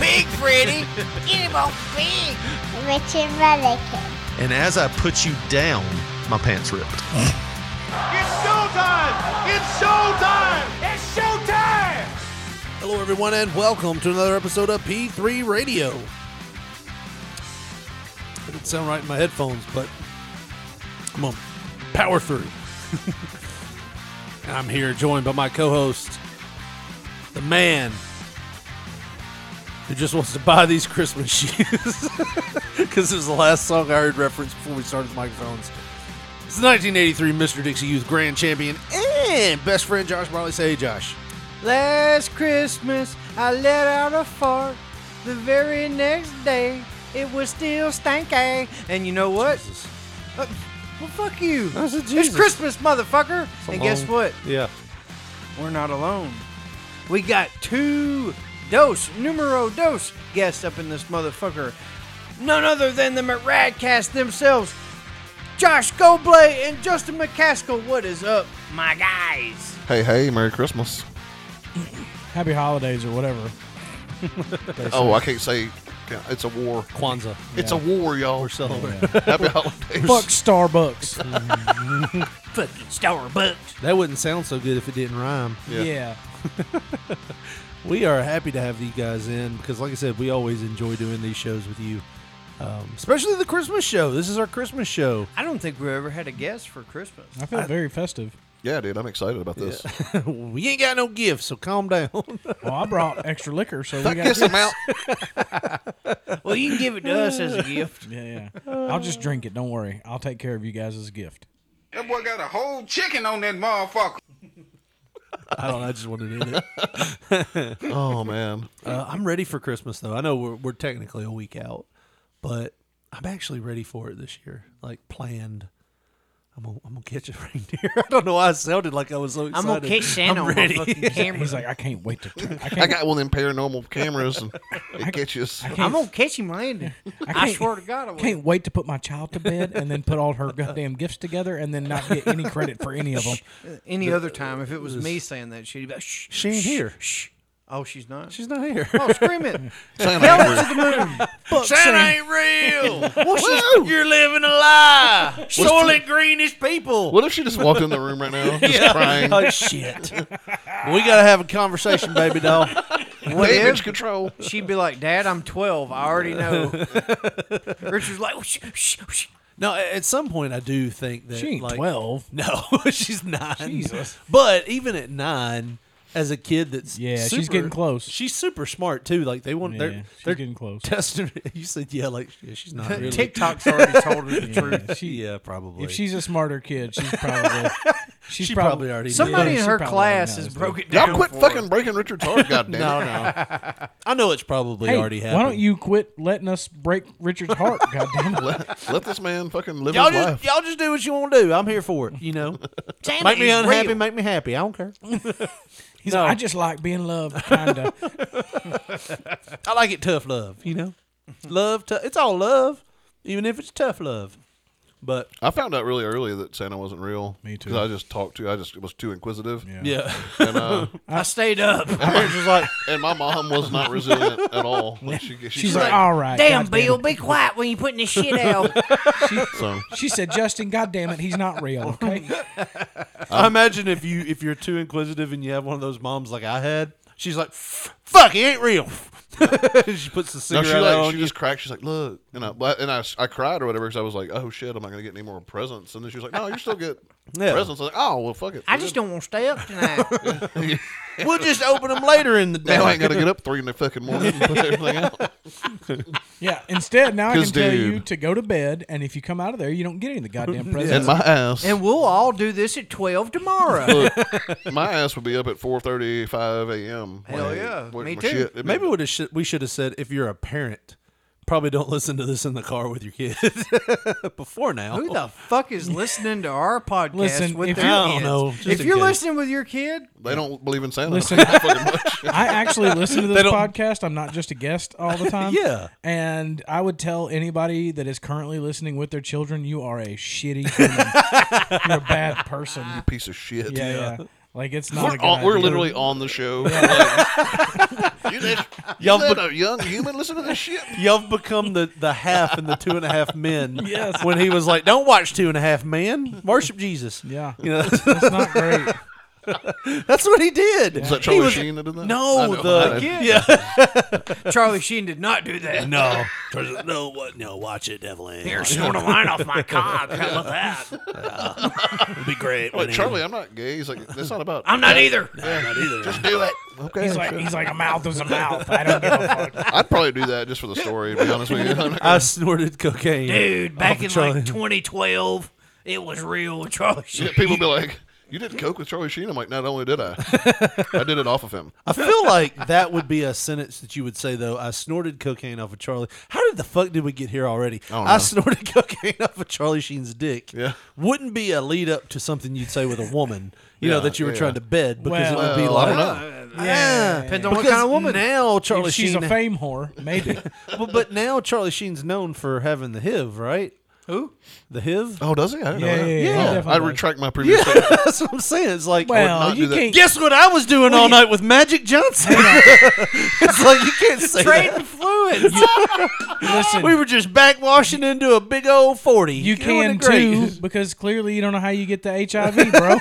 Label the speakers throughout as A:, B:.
A: Pig Freddy.
B: Richard Mullican.
C: and as I put you down, my pants ripped. Hello, everyone, and welcome to another episode of P3 Radio. Didn't sound right in my headphones, but I'm gonna power through. and I'm here joined by my co-host, the man who just wants to buy these Christmas shoes because it was the last song I heard referenced before we started the microphones. It's the 1983 Mr. Dixie Youth Grand Champion and best friend Josh Marley. Say, hey, Josh.
D: Last Christmas, I let out a fart. The very next day, it was still stanky. And you know what? Uh, well, fuck you.
C: I said,
D: It's
C: Jesus.
D: Christmas, motherfucker.
C: a
D: and guess
C: long-
D: what?
C: Yeah.
D: We're not alone. We got two dose, numero dos guests up in this motherfucker. None other than the Maradcast themselves. Josh Goblay and Justin McCaskill. What is up, my guys?
E: Hey, hey, Merry Christmas.
F: Happy holidays or whatever.
E: Oh, I can't say it's a war.
C: Kwanzaa.
E: It's a war, y'all.
C: We're celebrating.
E: Happy holidays.
F: Fuck Starbucks.
C: Fucking Starbucks. That wouldn't sound so good if it didn't rhyme.
E: Yeah.
F: yeah.
C: We are happy to have you guys in because, like I said, we always enjoy doing these shows with you, um, especially the Christmas show. This is our Christmas show.
D: I don't think we ever had a guest for Christmas.
F: I feel very festive.
E: Yeah, dude, I'm excited about this.
C: we ain't got no gifts, so calm down.
F: Well, I brought extra liquor, so we
E: Fuck
F: got
E: this
F: gifts.
E: amount.
D: Well, you can give it to us as a gift.
F: Yeah, yeah. I'll just drink it. Don't worry. I'll take care of you guys as a gift.
A: That boy got a whole chicken on that motherfucker.
C: I don't. know, I just wanted to end it.
E: Oh man,
C: Uh, I'm ready for Christmas though. I know we're, we're technically a week out, but I'm actually ready for it this year. Like planned. I'm gonna, I'm gonna catch a reindeer. I don't know why I sounded like I was so excited.
D: I'm gonna catch Santa
C: I'm
D: on my
C: ready.
D: fucking camera.
F: He's like, I can't wait to. I
E: I
F: can't.
E: got one of them paranormal cameras, and it catches.
D: I'm gonna catch him landing.
F: I,
D: I
F: can't-
D: swear to God, I will.
F: Can't wait to put my child to bed and then put all her goddamn gifts together and then not get any credit for any of them.
D: Any other time, if it was me saying that shit, he'd be like, shh,
C: She ain't
D: shh,
C: here.
D: Shh. Oh, she's not.
C: She's not here.
D: oh, scream it.
E: Santa angry.
F: Fuck Santa.
C: ain't real. You're living a lie. Solid greenish people.
E: What if she just walked in the room right now, just crying?
C: Oh shit. we gotta have a conversation, baby doll.
D: What
E: Damage
D: if?
E: control.
D: She'd be like, Dad, I'm 12. I already know. Richard's like, shh, shh, shh.
C: No, a- at some point I do think that
F: She ain't
C: like,
F: twelve.
C: No, she's nine.
F: Jesus.
C: But even at nine, as a kid, that's
F: Yeah, she's
C: super-
F: getting close.
C: She's super smart too. Like they want
F: Yeah,
C: they're
F: she's
C: they're
F: getting close.
C: testing. You said yeah, like yeah, she's not really.
D: TikTok's already told her the truth.
F: Yeah, she,
C: yeah, probably.
F: if she's a smarter kid, she's probably. She's
C: She
F: probably,
C: probably already knew.
D: Somebody in
F: Yeah, she
D: her
F: probably
D: class
F: knows,
D: has
F: dude.
D: broke it down.
E: Y'all quit
D: for her.
E: fucking breaking Richard's heart, goddamn.
C: no, no. I know it's probably
F: Hey,
C: already happened.
F: why don't you quit letting us break Richard's heart? goddamn it.
E: Let, let this man fucking live
C: Y'all
E: his
C: just
E: life.
C: y'all just do what you want to do. I'm here for it. You know, make me
D: is
C: unhappy,
D: real.
C: make me happy. I don't care.
F: He's
C: No.
F: like, I just like being loved, kinda.
C: I like it tough love. You know, love. T- it's all love, even if it's tough love. But
E: I found out really early that Santa wasn't real.
F: Me too.
E: 'Cause I just talked to. I just was too inquisitive.
C: yeah,
E: And uh,
D: I stayed up.
E: I was just like, and my mom was not resilient at all. Like, she, she
F: She's
E: cried.
F: like, all right.
D: Damn,
F: goddamn
D: Bill,
F: it."
D: be quiet when you putting this shit out.
E: So
F: She said, Justin, goddamn it, he's not real, okay?
C: I imagine if you if you're too inquisitive and you have one of those moms like I had, she's like, "F- "Fuck, he ain't real." she puts the
E: no,
C: cigarette
E: she
C: out
E: like
C: on
E: she
C: you.
E: just cracked. She's like, look, and I but- and I, I cried or whatever because I was like, oh shit, I'm not gonna get any more presents. And then she was like, no, you still get
C: Yeah.
E: presents. I was like, oh well, fuck it.
D: I just don't want to stay up tonight.
C: we'll just open them later in the day.
E: Now I ain't gotta get up three in the fucking morning and put everything out.
F: Yeah. Instead, now I can
E: 'Cause,
F: tell
E: dude.
F: you to go to bed, and if you come out of there, you don't get any of the goddamn
E: And
F: presents.
E: my ass,
D: and we'll all do this at 12 tomorrow.
E: my ass would be up at 4:35 a.m.
D: Hell
E: like,
D: yeah,
E: working
D: me
E: my
D: too.
E: shit. It'd be-
C: Maybe we should we should have said if you're a parent, Probably don't listen to this in the car with your kid before now.
D: Who the fuck is listening to our podcast
F: Listen,
D: with
F: if
D: their
F: you-
C: I don't
D: kids?
C: know, just
D: if
C: in
D: you're
C: case.
D: listening with your kid,
E: They don't believe in Santa.
F: Listen,
E: Not fucking much.
F: I actually listen to
C: They
F: this
C: don't-
F: podcast. I'm not just a guest all the time.
C: Yeah.
F: And I would tell anybody that is currently listening with their children, you are a shitty human. You're a bad person.
E: piece of shit.
F: Yeah, yeah. Like it's not.
E: We're,
F: a good
E: on, we're
F: idea.
E: literally on the show. Like, you let, you
C: Y'all
E: let
C: put-
E: a young human listen to this shit?
C: You've become the, the half and the two and a half men.
F: Yes.
C: When he was like, don't watch two and a half men, worship Jesus.
F: Yeah.
C: You know,
F: It's not great.
C: that's what he did.
E: Is that
C: He
E: Charlie
C: was-
E: Sheen that did that? I
C: No,
E: know.
C: the
E: I-
C: yeah.
D: Charlie Sheen did not do that.
C: No, no, what? No, watch it, Evelyn.
D: Here, snort a line off my cock. How about that?
C: It'll be great.
E: Like, Charlie, I'm not gay. He's like, that's not about.
D: I'm not either.
E: Just do it. Okay.
F: He's like,
E: sure.
F: he's like a mouth is a mouth. I don't give a fuck.
E: I'd probably do that just for the story. To be honest with you, I'm not
C: I snorted cocaine,
D: Dude, back in
C: Charlie.
D: like 2012, it was real with Charlie Sheen.
E: Yeah, people be like, "You did coke with Charlie Sheen." I'm like, "Not only did I, I did it off of him."
C: I feel like that would be a sentence that you would say though. I snorted cocaine off of Charlie. How did the fuck did we get here already? I,
E: don't know.
C: snorted cocaine off of Charlie Sheen's dick.
E: Yeah.
C: wouldn't be a lead up to something you'd say with a woman. You know
E: Yeah,
C: that you were
E: yeah.
C: trying to bed because
F: Well,
C: it would be
E: Well, I don't
C: like.
E: know.
C: Yeah,
D: Depends on what
C: because
D: kind of woman.
C: Now Charlie
F: If she's
C: Sheen,
F: a fame whore, maybe.
C: but, but now Charlie Sheen's known for having the HIV, right?
D: Who?
C: The HIV.
E: Oh, does he? I didn't
F: Yeah,
E: know that.
F: yeah, yeah, he
E: I
F: definitely
E: retract my previous. statement.
C: That's what I'm saying. It's like,
E: I would
F: Well,
E: not
F: you
E: do that.
F: can't.
C: guess what I was doing all night with Magic Johnson? it's like you can't say that.
D: Trading fluids.
F: Listen,
C: We were just backwashing into a big old forty.
F: you
C: It wasn't
F: can
C: great.
F: too because clearly you don't know how you get the HIV, bro.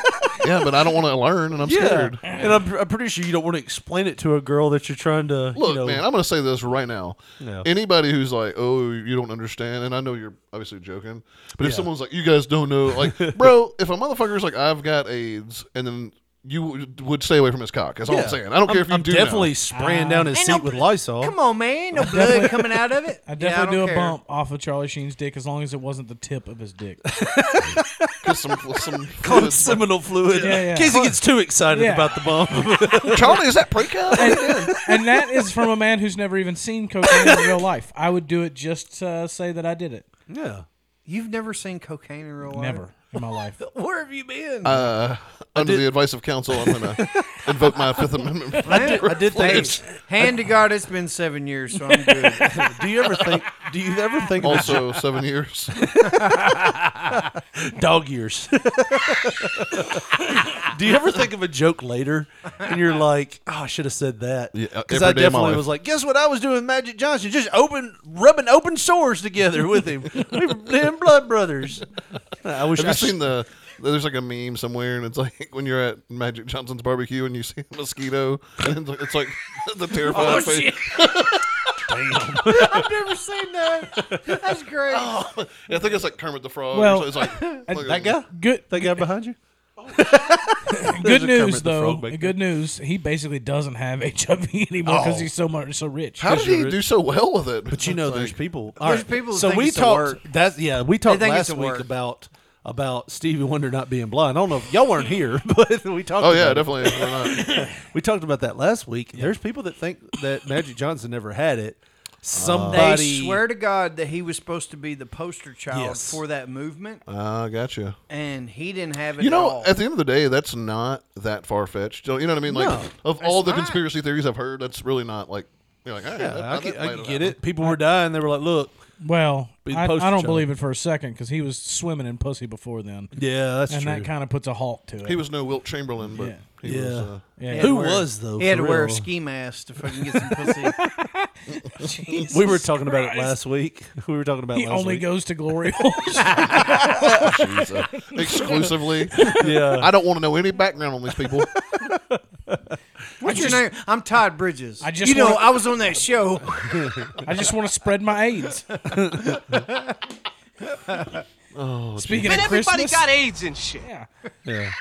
E: yeah, but I don't want to learn, and I'm
C: Yeah,
E: scared.
C: and I'm, I'm pretty sure you don't want to explain it to a girl that you're trying to.
E: Look,
C: you know,
E: man, I'm going to say this right now. Anybody who's like, "Oh, you don't understand," and I know you're obviously joking, but if someone's like, "You guys don't know," like, bro, if a motherfucker's like, "I've got AIDS," and then you would- would stay away from his cock. That's all I'm
C: Yeah.
E: saying. I don't care if you
C: I'm
E: do.
C: definitely
E: Now.
C: spraying down his
D: Ah. Ain't
C: seat
D: no-
C: with Lysol.
D: Come on, man. Ain't No blood coming out of it.
F: I
D: Yeah,
F: definitely
D: don't
F: do a
D: care.
F: bump off of Charlie Sheen's dick as long as it wasn't the tip of his dick.
E: Get some, some fluids.
C: Seminal fluid.
F: Yeah, yeah.
C: In case he gets too excited
F: Yeah.
C: about the bump.
E: Charlie, is that pre-cum?
F: and that is from a man who's never even seen cocaine in real life. I would do it just to say that I did it.
C: yeah.
D: You've never seen cocaine in real life?
F: Never in my life.
D: Where have you been?
E: uh, under the advice of counsel, I'm going to invoke my Fifth Amendment.
D: I did,
C: I did think. it's-
D: hand to God, it's been seven years, so I'm good.
C: Do you ever think? Do you ever think of
E: Also, seven years.
C: dog years. Do you ever think of a joke later and you're like, oh, I should have said that?
E: Yeah, uh,
C: Because I
E: every day of my
C: definitely
E: life.
C: was like, guess what I was doing with Magic Johnson? Just open, rubbing open sores together with him. we were damn blood brothers. I wish
E: Have
C: I
E: you
C: s-
E: seen the? There's like a meme somewhere, and it's like when you're at Magic Johnson's barbecue and you see a mosquito, and it's like, it's like the terrified
D: Oh,
E: face.
D: shit. I've never seen that. That's great.
E: I think it's like Kermit the Frog.
F: Well,
E: so it's like, look
C: that
E: at-
C: guy?
F: Good,
C: That guy behind you?
F: good
C: a Kermit
F: news
C: the
F: though.
C: Frog back
F: Good news. He basically doesn't have HIV anymore because
E: Oh.
F: he's so much so rich.
E: How did he do so well with it?
C: But you know,
E: It's
C: there's
E: like,
C: people.
D: There's people that
C: So
D: think
C: we
D: it's a work.
C: talked. That's yeah. We talked
D: think it's
C: last
D: a
C: week
D: work.
C: about about Stevie Wonder not being blind. I don't know if y'all weren't here, but we talked.
E: Oh yeah,
C: about it.
E: definitely. Why not?
C: We talked about that last week. There's people that think that Magic Johnson never had it.
D: They
C: Somebody
D: swear to God that he was supposed to be the poster child
C: Yes.
D: for that movement,
E: Ah, gotcha.
D: and he didn't have it.
E: You
D: at
E: know,
D: all.
E: at the end of the day, that's not that far fetched. You know what I mean? Like,
C: No,
E: of all the
D: not.
E: conspiracy theories I've heard, that's really not like. You're like, hey,
C: Yeah,
E: that-
C: I,
E: that
C: can, I
E: might
C: can
E: have
C: get
E: happened.
C: it. People were dying. They were like, "Look,
F: Well,
C: Be the
F: I, I
C: poster
F: don't
C: child.
F: believe it for a second because he was swimming in pussy before then,
C: yeah, that's
F: and that kind of puts a halt to it.
E: He was no Wilt Chamberlain, but
F: Yeah.
E: he was.
C: Yeah.
E: Uh,
F: yeah,
C: Who
D: to wear-
C: was though?
D: He had
C: for
D: to wear a
C: real?
D: ski mask to fucking get some pussy.
C: We were talking about it last week. We were talking about
F: He
C: last
F: only
C: week.
F: goes to glory holes.
E: She's, uh, exclusively.
C: yeah,
E: I don't want to know any background on these people.
D: What's your name? I'm Todd Bridges.
F: I just
D: you know,
F: wanna-
D: I was on that show.
F: I just want to spread my AIDS.
C: Oh,
F: Speaking of Christmas,
D: AIDS and shit.
F: yeah.
C: yeah.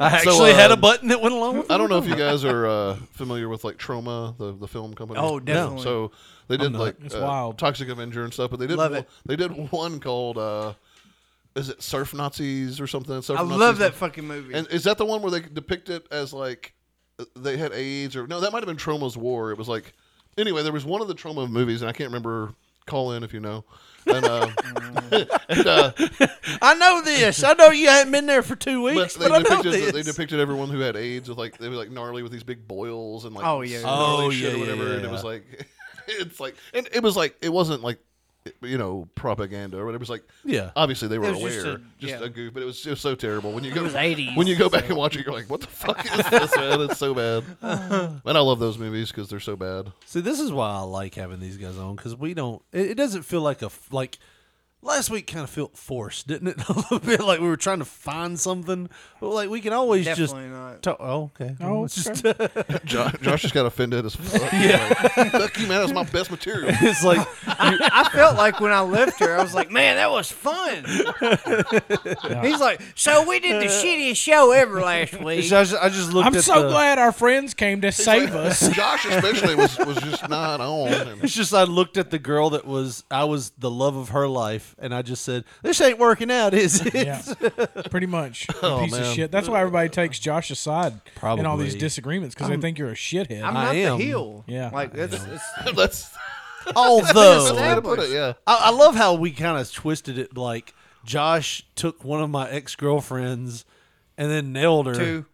C: I actually
E: So,
C: had a
E: um,
C: button that went along with it.
E: I don't know if you guys are uh, familiar with like Troma, the, the film company.
D: Oh, definitely.
E: So they did like
F: It's
E: uh,
F: wild.
E: Toxic Avenger and stuff, but they did
D: Love
E: one,
D: it.
E: they did one called uh, is it Surf Nazis or something? Surf
D: I
E: Nazis.
D: love that fucking movie.
E: And is that the one where they depict it as like uh, they had AIDS or no? That might have been Troma's War. It was like Anyway, there was one of the trauma movies, and I can't remember. Call in if you know. And, uh, and, uh,
D: I know this. I know you haven't been there for two weeks, but,
E: they,
D: I know
E: depicted,
D: this.
E: they depicted everyone who had AIDS with like they were like gnarly with these big boils and like
D: Oh, yeah.
E: gnarly
C: Oh,
E: shit
C: yeah,
E: or whatever.
C: yeah,
E: And it
C: yeah.
E: was like it's like and it was like it wasn't like you know propaganda or whatever. It was like
C: Yeah.
E: obviously they were
D: was
E: aware,
D: just
E: just,
D: a-
E: a,
D: yeah.
E: goof. But it was just so terrible when you go
D: was 80s,
E: when you go back and watch it, you're like, what the fuck is this? man? It's so bad. And I love those movies because they're so bad.
C: See, this is why I like having these guys on because we don't. It, it doesn't feel like a f- like. Last week kind of felt forced, didn't it? a little bit like we were trying to find something. But like we can always
D: Definitely
C: just.
D: not.
C: talk- oh, okay.
F: Oh,
C: Well, it's just
E: Josh, Josh just got offended as fuck. Yeah, like, fuck you, man. That's my best material.
C: it's like
D: I felt like when I left her, I was like, man, that was fun. He's like, so we did the shittiest show ever last week.
C: I just, I just looked.
F: I'm
C: at
F: so
C: the-
F: glad our friends came to save us.
E: Josh especially was was just not on. And-
C: It's just I looked at the girl that was I was the love of her life, and I just said, "This ain't working out, is it?"
F: Yeah, pretty much. A
E: Oh,
F: piece of
E: man.
F: shit. That's why everybody takes Josh aside in all these
C: Probably.
F: disagreements because they think you're a shithead.
D: I'm not
C: I am.
D: the heel.
F: Yeah.
D: Like, that's, it's,
E: That's
C: Although
E: the way to
C: I,
E: put it. Yeah.
C: I love how we kind of twisted it. Like Josh took one of my ex girlfriends and then nailed her.
D: two,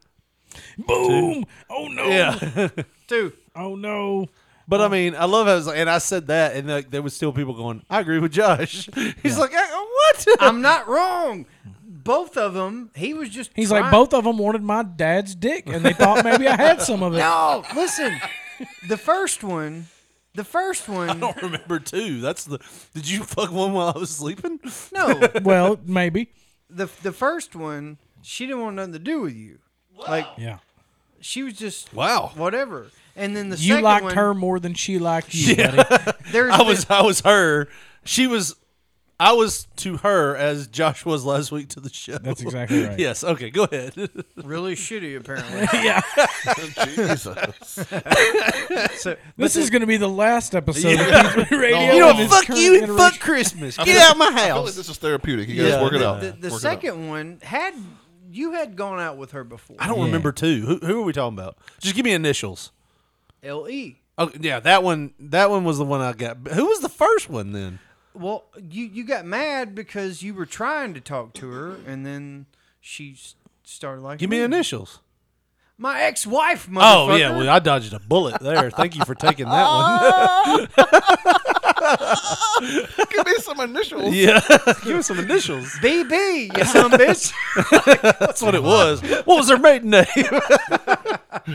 F: Boom! Oh no!
C: Yeah,
D: two.
F: Oh no!
C: but I mean, I love how, it's like, and I said that, and like there was still people going, "I agree with Josh." He's like, "I- "What?"
D: I'm not wrong. Both of them, he was just.
F: He's
D: trying-
F: like both of them wanted my dad's dick, and they thought maybe I had some of it.
D: No, listen. The first one, the first
C: I
D: one.
C: don't remember two. That's the. Did you fuck one while I was sleeping?
D: No,
F: Well, maybe.
D: the the first one, she didn't want nothing to do with you. Like
F: Yeah.
D: she was just
C: Wow.
D: whatever. And then the
F: You
D: second
F: liked
D: one,
F: her more than she liked you. Buddy.
D: There's
C: I
D: been-
C: was I was her. She was I was to her as Josh was last week to the show.
F: That's exactly right.
C: Yes. Okay. Go ahead.
D: really shitty apparently.
E: Jesus.
F: This is going to be the last episode of P3 Radio.
E: You know,
F: and its current iteration.
C: Christmas. Get out my
E: I feel like this is therapeutic. You guys
C: Yeah.
E: work it
C: The-
E: out.
D: The, the
E: Work it out.
D: second one had you had gone out with her before.
C: I don't
F: Yeah.
C: remember two. Who, who are we talking about? Just give me initials.
D: L E.
C: Oh yeah, that one. That one was the one I got. But Who was the first one then?
D: Well, you you got mad because you were trying to talk to her, and then she s- started like, "Hmm,
C: Give me initials.
D: My ex-wife, motherfucker.
C: Oh yeah, well I dodged a bullet there. Thank you for taking that one.
E: Give me some initials.
C: yeah, give me some initials.
D: BB, you son of a bitch.
C: That's what it was. What was her maiden name?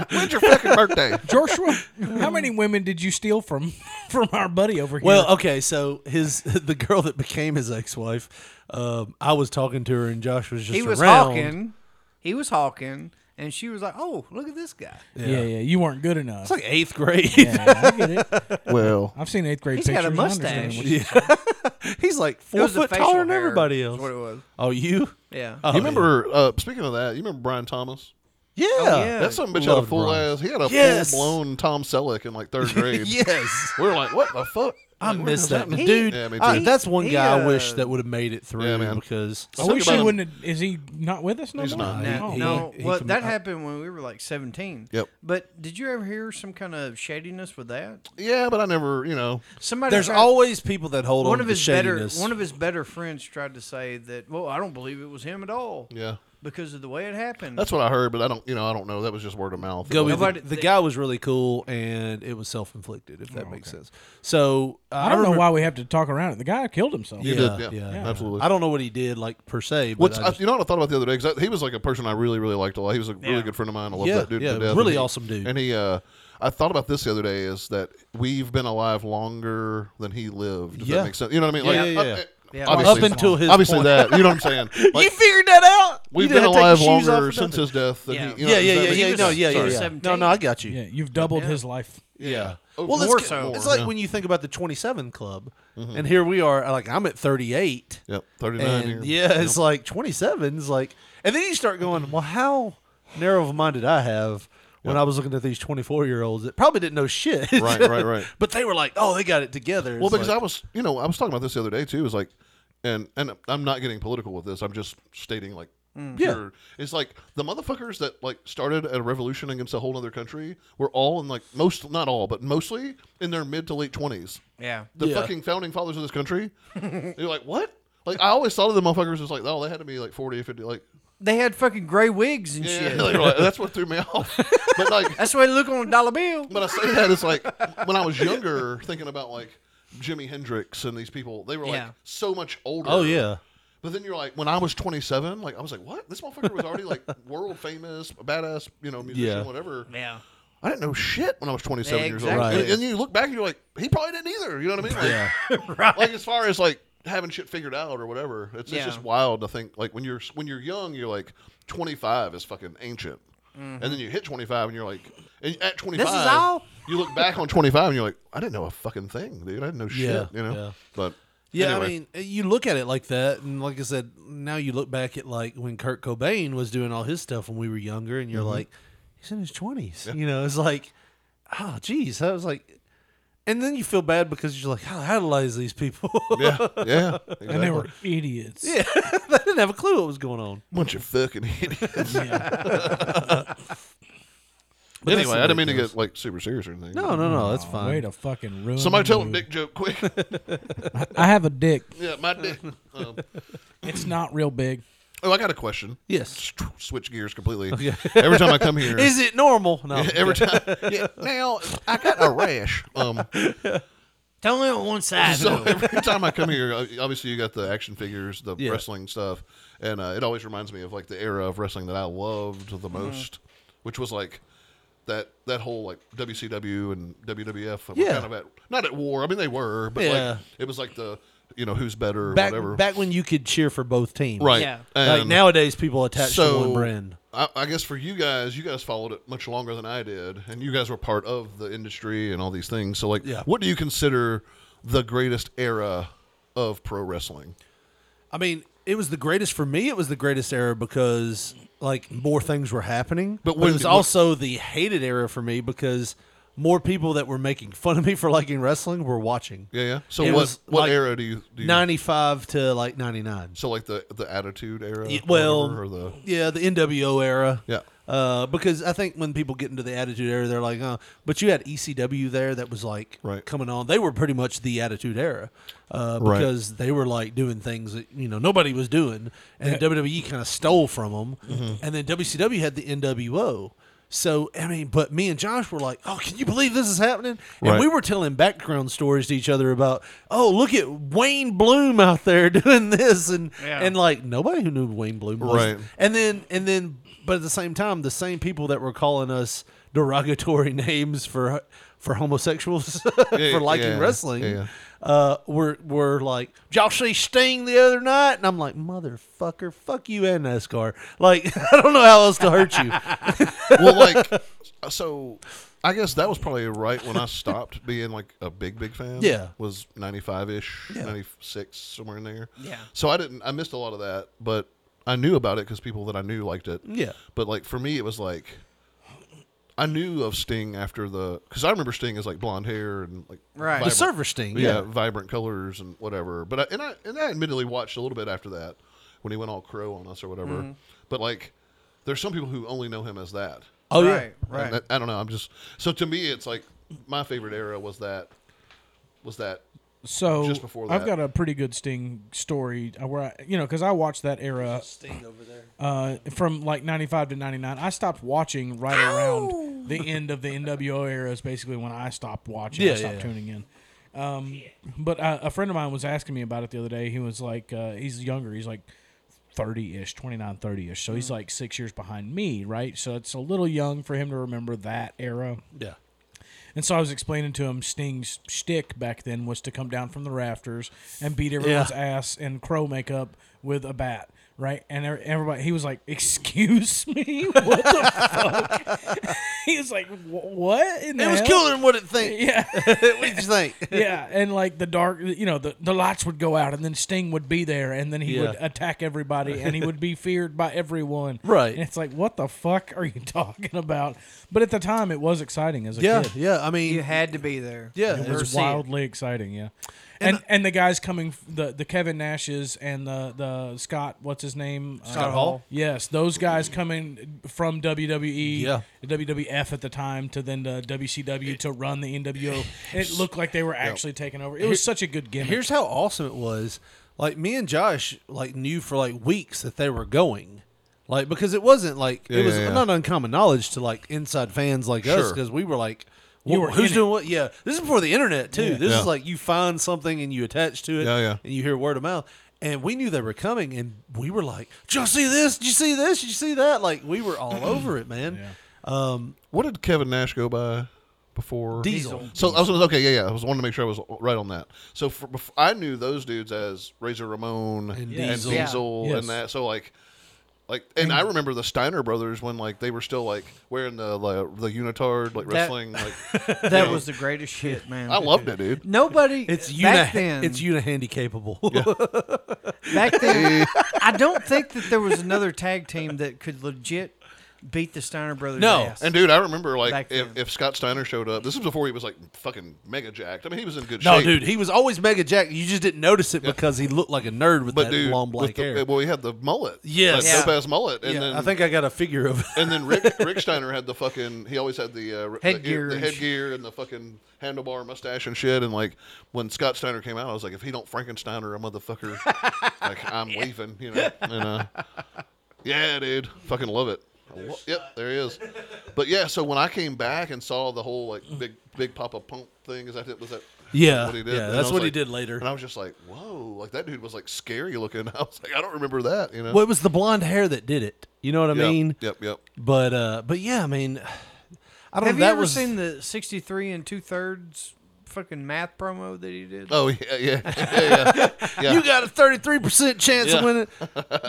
E: When's your fucking birthday?
F: Joshua, how many women did you steal from from our buddy over here?
C: Well, okay, so his the girl that became his ex wife, um, I was talking to her and Josh was just
D: He was
C: around.
D: hawking. He was hawking, and she was like, "Oh, look at this guy.
F: yeah. yeah, you weren't good enough.
C: It's like eighth grade.
F: yeah, I get it.
E: Well,
F: I've seen eighth grade
D: He's
F: pictures.
D: got a
F: I understand
D: mustache."
F: what you-
C: Yeah. He's like
D: It
C: four
D: was the
C: foot
D: facial
C: taller than
D: hair
C: everybody
D: is
C: else.
D: What it was?
C: Oh, you?
D: Yeah.
C: Oh,
E: you remember? Oh, Uh, speaking of that, you remember Brian Thomas?
C: Yeah.
D: yeah.
E: That some bitch had a
C: Loved
E: full
C: Brian.
E: ass. He had a
C: Yes.
E: full blown Tom Selleck in like third grade.
C: Yes.
E: We were like, what the fuck?
C: I
E: Like, what
C: miss
E: is
C: that,
E: happening?
C: dude.
E: Yeah, me too.
C: I- that's one
D: He-
C: guy
D: he,
C: I wish
D: uh,
C: that would have made it through
E: Yeah, man.
C: because
F: I
E: Something
F: wish
E: about
F: he
E: him-
F: wouldn't. Have, is he not with us no
E: He's
F: more?
E: not.
D: No,
F: Oh,
C: he-
D: no.
C: he
D: well,
C: commi-
D: that
C: I-
D: happened when we were like 17.
E: Yep.
D: But did you ever hear some kind of shadiness with that?
E: Yeah, but I never, you know.
D: Somebody
C: there's
D: tried-
C: always people that hold
D: one
C: on
D: of
C: to
D: his better
C: shadiness.
D: one of his better friends tried to say that. Well, I don't believe it was him at all
E: Yeah,
D: because of the way it happened.
E: that's what I heard, but I don't, you know, I don't know. That was just word of mouth.
C: Go with
D: Nobody-
C: the, the guy was really cool and it was self inflicted, if that makes sense. So uh,
F: I don't know
C: remember-
F: why we have to talk around it. The guy killed himself.
E: You
C: Yeah,
E: did, yeah,
C: yeah.
E: absolutely.
C: I don't know what he did, like per se. But
E: What's,
C: I
E: I
C: just-
E: you know what I thought about the other day? Because he was like a person I really, really liked a lot. He was a really good friend of mine. I love
C: Yeah,
E: that dude.
C: yeah,
E: to death.
C: really
E: And he-
C: awesome dude.
E: And he, uh, I thought about this the other day is that we've been alive longer than he lived. If
C: Yeah.
E: that makes sense. You know what I mean?
C: Yeah,
E: like,
C: yeah,
E: uh,
C: yeah.
E: uh,
D: Yeah.
E: Obviously,
C: Up until his
E: obviously
C: point.
E: that. You know what I'm saying? Like,
C: figured that out.
E: we've been alive longer since his death than
D: Yeah.
E: he. You know
C: Yeah,
E: what
C: yeah,
E: I'm
C: yeah,
E: saying?
C: yeah.
D: was-
C: no, yeah,
D: he
C: yeah,
D: was
C: yeah.
D: 17.
C: No, no, I got you.
F: Yeah, you've doubled his life.
C: Yeah.
E: Oh,
C: Well,
E: more
C: it's,
E: so.
C: it's like
E: Yeah.
C: when you think about the 27 club, and here we are. Like I'm at 38.
E: Yep, 39
C: And
E: here.
C: yeah, it's like 27 is like, and then you start going, well, how narrow of a mind did I have when I was looking at these 24 year olds that probably didn't know shit?
E: Right, right, right.
C: but they were like, oh, they got it together.
E: Well, because I was, you know, I was talking about this the other day too. Is like, and and I'm not getting political with this. I'm just stating like
C: Mm. Yeah.
E: pure- It's like the motherfuckers that like started a revolution against a whole other country were all in like most, not all, but mostly in their mid to late twenties.
D: Yeah.
E: The
C: Yeah.
E: fucking founding fathers of this country. You're like, what? Like I always thought of the motherfuckers as like, oh, they had to be like 40 or 50. Like,
D: They had fucking gray wigs and
E: yeah,
D: shit.
E: like, right, that's what threw me off. But like,
D: That's the way they look on a dollar bill.
E: But I say that it's like when I was younger, thinking about like Jimi Hendrix and these people, they were like
D: Yeah.
E: so much older.
C: Oh yeah.
E: But then you're like, when I was 27, like I was like, what? This motherfucker was already like world famous, a badass, you know, musician,
C: Yeah.
E: whatever.
D: Yeah.
E: I didn't know shit when I was 27 years old.
D: Exactly.
E: And, and you look back and you're like, he probably didn't either. You know what I mean? Like,
C: Yeah.
E: like as far as like having shit figured out or whatever, it's,
D: Yeah.
E: it's just wild to think like when you're when you're young, you're like 25 is fucking ancient, and then you hit 25 and you're like, and at 25,
D: all?
E: you look back on 25 and you're like, I didn't know a fucking thing, dude. I didn't know shit,
C: Yeah,
E: you know.
C: yeah.
E: But
C: Yeah,
E: anyway,
C: I mean, eh, you look at it like that, and like I said, now you look back at like when Kurt Cobain was doing all his stuff when we were younger, and you're
E: Mm-hmm.
C: like, he's in his twenties. You know, it's like, oh, geez, I was like, and then you feel bad because you're like, I idolize these people.
E: yeah, yeah, exactly.
F: And they were idiots.
C: Yeah. they didn't have a clue what was going on.
E: bunch of fucking idiots.
C: But that's
E: anyway,
C: the
E: I didn't
C: way
E: mean to
C: it goes.
E: get like super serious or anything.
C: No, no, no, Oh, that's
F: Aw, Way
C: fine.
F: to fucking ruin.
E: Somebody tell
F: the
E: him dick
F: mood.
E: joke quick.
F: I have a dick.
E: yeah, my dick. Um,
F: It's not real big.
E: oh, I got a question.
C: Yes. Oh,
E: Switch gears completely. Every time I come here,
C: Is it normal? No.
E: every time. Yeah, now I got a rash. Um,
D: Only on one side.
E: so every time I come here, uh, obviously you got the action figures, the
C: Yeah.
E: wrestling stuff, and uh, it always reminds me of like the era of wrestling that I loved
C: Mm-hmm.
E: the most, which was like that that whole like WCW and WWF. uh, were
C: Yeah.
E: kind of at not at war. I mean they were, but
C: Yeah.
E: like it was like the you know who's better or
C: back
E: whatever.
C: back when you could cheer for both teams,
E: right?
D: Yeah.
C: Like
E: And-
C: nowadays, people attach to one
E: so
C: brand.
E: I, I guess for you guys, you guys followed it much longer than I did, and you guys were part of the industry and all these things. So, like,
C: Yeah.
E: what do you consider the greatest era of pro wrestling?
C: I mean, it was the greatest for me. It was the greatest era because like more things were happening.
E: But
C: it
E: when-
C: was
E: when-
C: also the hated era for me because more people that were making fun of me for liking wrestling were watching.
E: Yeah, yeah. So,
C: It
E: what
C: was
E: what
C: like
E: era do you, do you
C: Ninety five to like ninety nine.
E: so like the the attitude era?
C: Yeah,
E: or
C: well,
E: whatever, or the
C: yeah, the NWO era.
E: Yeah.
C: Uh, because I think when people get into the Attitude Era, they're like, "Oh," but you had ECW there that was like
E: Right.
C: coming on. They were pretty much the Attitude Era uh,
E: Right.
C: because they were like doing things that you know nobody was doing, and WWE kind of stole from them.
E: Mm-hmm.
C: And then WCW had the NWO. So I mean, but me and Josh were like, "Oh, can you believe this is happening?" And
E: Right.
C: we were telling background stories to each other about, "Oh, look at Wayne Bloom out there doing this," and
D: Yeah.
C: and like nobody who knew Wayne Bloom was.
E: Right.
C: And then and then but at the same time the same people that were calling us derogatory names for for homosexuals
E: Yeah,
C: for liking
E: yeah,
C: wrestling
E: yeah, yeah.
C: uh were were like "Did y'all see Sting the other night and I'm like motherfucker fuck you and NASCAR like I don't know how else to hurt you
E: well, like uh, so. I guess that was probably right when I stopped being like a big, big fan.
C: Yeah.
E: was ninety five ish,
C: Yeah.
E: ninety six somewhere in there.
D: Yeah.
E: So I didn't. I missed a lot of that, but I knew about it because people that I knew liked it.
C: Yeah.
E: But like for me, it was like I knew of Sting after the because I remember Sting as like blonde hair and like
D: Right. The
C: the
E: vibrant-
C: server Sting
E: yeah,
C: yeah
E: vibrant colors and whatever. But I, and I and I admittedly watched a little bit after that when he went all crow on us or whatever. But like, there's some people who only know him as that.
C: oh yeah
D: right,
E: And
D: right.
E: that- I don't know. I'm just so to me, it's like my favorite era was that was that
F: So
E: Just before
F: I've
E: that.
F: got a pretty good Sting story uh, where I, you know, because I watched that era
C: Sting over there
F: uh, from like '95 to '99. I stopped watching right around the end of the NWO era. Is basically when I stopped watching.
C: Yeah,
F: I stopped
C: yeah.
F: tuning in. Um, but uh, a friend of mine was asking me about it the other day. He was like, uh, he's younger. He's like 30 ish, 29, 30 ish. So he's
C: Hmm.
F: like six years behind me, right? So it's a little young for him to remember that era.
C: yeah
F: And so I was explaining to him Sting's shtick back then was to come down from the rafters and beat everyone's
C: Yeah.
F: ass in crow makeup with a bat, right? And er- everybody, he was like, "Excuse me, what the fuck?" he was like, "Wh- "What?" in the
C: it was
F: hell?"
C: cooler than what it think
F: Yeah,
C: what did you think
F: yeah, and like the dark, you know, the, the lights would go out, and then Sting would be there, and then he would
C: Yeah.
F: attack everybody, and he would be feared by everyone,
C: Right.
F: And it's like, what the fuck are you talking about? But at the time, it was exciting as a
C: yeah
F: kid.
C: yeah I mean
D: you had to be there.
C: Yeah,
F: It
C: Never
F: was
C: seen it.
F: wildly exciting, yeah. And and the guys coming, the the Kevin Nashes and the the Scott, what's his name?
C: Scott Hall?
F: Yes, those guys coming from E, WWE,
C: Yeah.
F: WWF at the time, to then the WCW to run the NWO. It looked like they were actually taking over. It was such a good gimmick.
C: Here's how awesome it was. Like me and Josh like knew for like weeks that they were going. Like because it wasn't like
E: Yeah,
C: it was
E: yeah, yeah.
C: not uncommon knowledge to like inside fans like us
E: Sure.
C: because we were like
F: You
C: wh-
F: were
C: who's
F: in
C: doing what? Yeah, this is before the internet too. This
E: Yeah.
C: is like you find something and you attach to it.
E: Yeah, yeah.
C: And you hear word of mouth. And we knew they were coming, and we were like, "Did you see this? Did you see this? Did you see that?" Like we were all over it, man. Um,
E: What did Kevin Nash go by before
C: Diesel. Diesel.
E: So I was okay. Yeah, yeah. I was wanting to make sure I was right on that. So for, bef- I knew those dudes as Razor Ramon and
C: Diesel.
E: Diesel,
C: Yeah.
F: Yes.
E: and that. So like. Like and I remember the Steiner brothers when like they were still like wearing the like, the unitard like
D: That-
E: wrestling like
D: That was the greatest shit, man.
E: I loved it dude
D: Nobody.
C: it's uni-
D: back then.
C: it's unihandy capable.
D: back then. I don't think that there was another tag team that could legit beat the Steiner brothers.
C: No,
D: ass.
E: and dude I remember
D: Back
E: like
D: then.
E: if, if Scott Steiner showed up this was before he was like fucking mega jacked I mean he was in good
C: No,
E: shape
C: dude, he was always mega jack. You just didn't notice it because he looked like a nerd with
E: but
C: that
E: dude
C: long
E: with
C: black
E: the-
C: hair.
E: well he had the mullet
C: Yes.
E: like,
D: Yeah.
E: dope ass mullet and
C: Yeah,
E: then
C: I think I got a figure of.
E: And then Rick, Rick Steiner had the fucking. He always had the uh, r- the
D: Headgear
E: ear- the,
D: and
E: headgear, and the fucking handlebar mustache and shit. And like when Scott Steiner came out, I was like, if he don't Frankenstein or a motherfucker, like I'm leaving, you know. And uh, yeah, dude, fucking love it. I lo- Yep, there he is. But yeah, so when I came back and saw the whole like big big Papa Pump thing, is that it? Was that
C: Yeah,
E: what he did?
C: yeah,
E: And I
C: that's
E: was
C: what he
E: like-
C: did later.
E: And I was just like, whoa, like that dude was like scary looking. I was like, I don't remember that, you know.
C: Well, it was the blonde hair that did it. You know what I
E: Yep,
C: mean?
E: Yep, yep.
C: But uh, but yeah, I mean, I don't.
D: Have
C: know,
D: you
C: that
D: ever
C: was
D: seen the sixty-three and two-thirds fucking math promo that he did?
E: Oh yeah, yeah, yeah, yeah. yeah.
C: you got a thirty three percent chance of winning.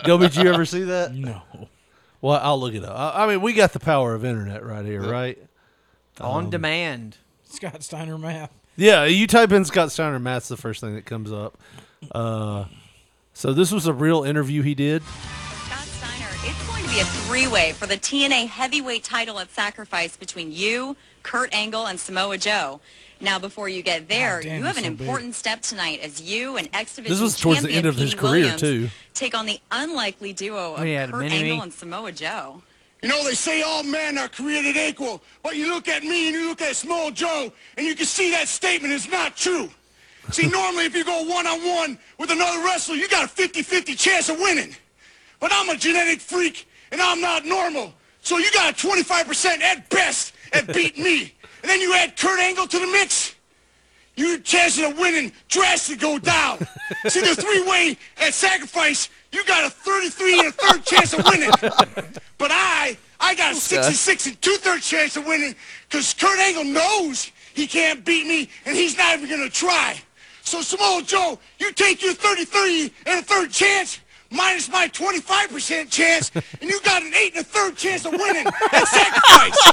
C: Go, did you ever see that?
F: no.
C: Well, I'll look it up. I, I mean, we got the power of internet right here, right? Oh.
D: On demand.
F: Scott Steiner math.
C: Yeah, you type in Scott Steiner, Matt's the first thing that comes up. Uh, so this was a real interview he did.
A: Scott Steiner, it's going to be a three-way for the TNA heavyweight title at Sacrifice between you, Kurt Angle, and Samoa Joe. Now, before you get there,
F: God damn,
A: you have
F: he's
A: an
F: so big.
A: important step tonight as you and ex-division
C: This was towards the
A: champion
C: end of his
A: Pete
C: career,
A: Williams
C: too.
A: Take on the unlikely duo of
D: Oh, yeah, the
A: Kurt
D: mini-me.
A: Angle and Samoa Joe.
G: You know, they say all men are created equal, but you look at me and you look at Small Joe, and you can see that statement is not true. See, normally if you go one-on-one with another wrestler, you got a 50-50 chance of winning. But I'm a genetic freak, and I'm not normal. So you got a 25% at best at beating me. And then you add Kurt Angle to the mix, your chances of winning drastically go down. See, the three-way at sacrifice, you got a 33 and a third chance of winning. But I, I got a 66 and two-thirds chance of winning because Kurt Angle knows he can't beat me, and he's not even going to try. So, Samoa Joe, you take your 33 and a third chance minus my 25% chance, and you got an 8 and a third chance of winning at sacrifice.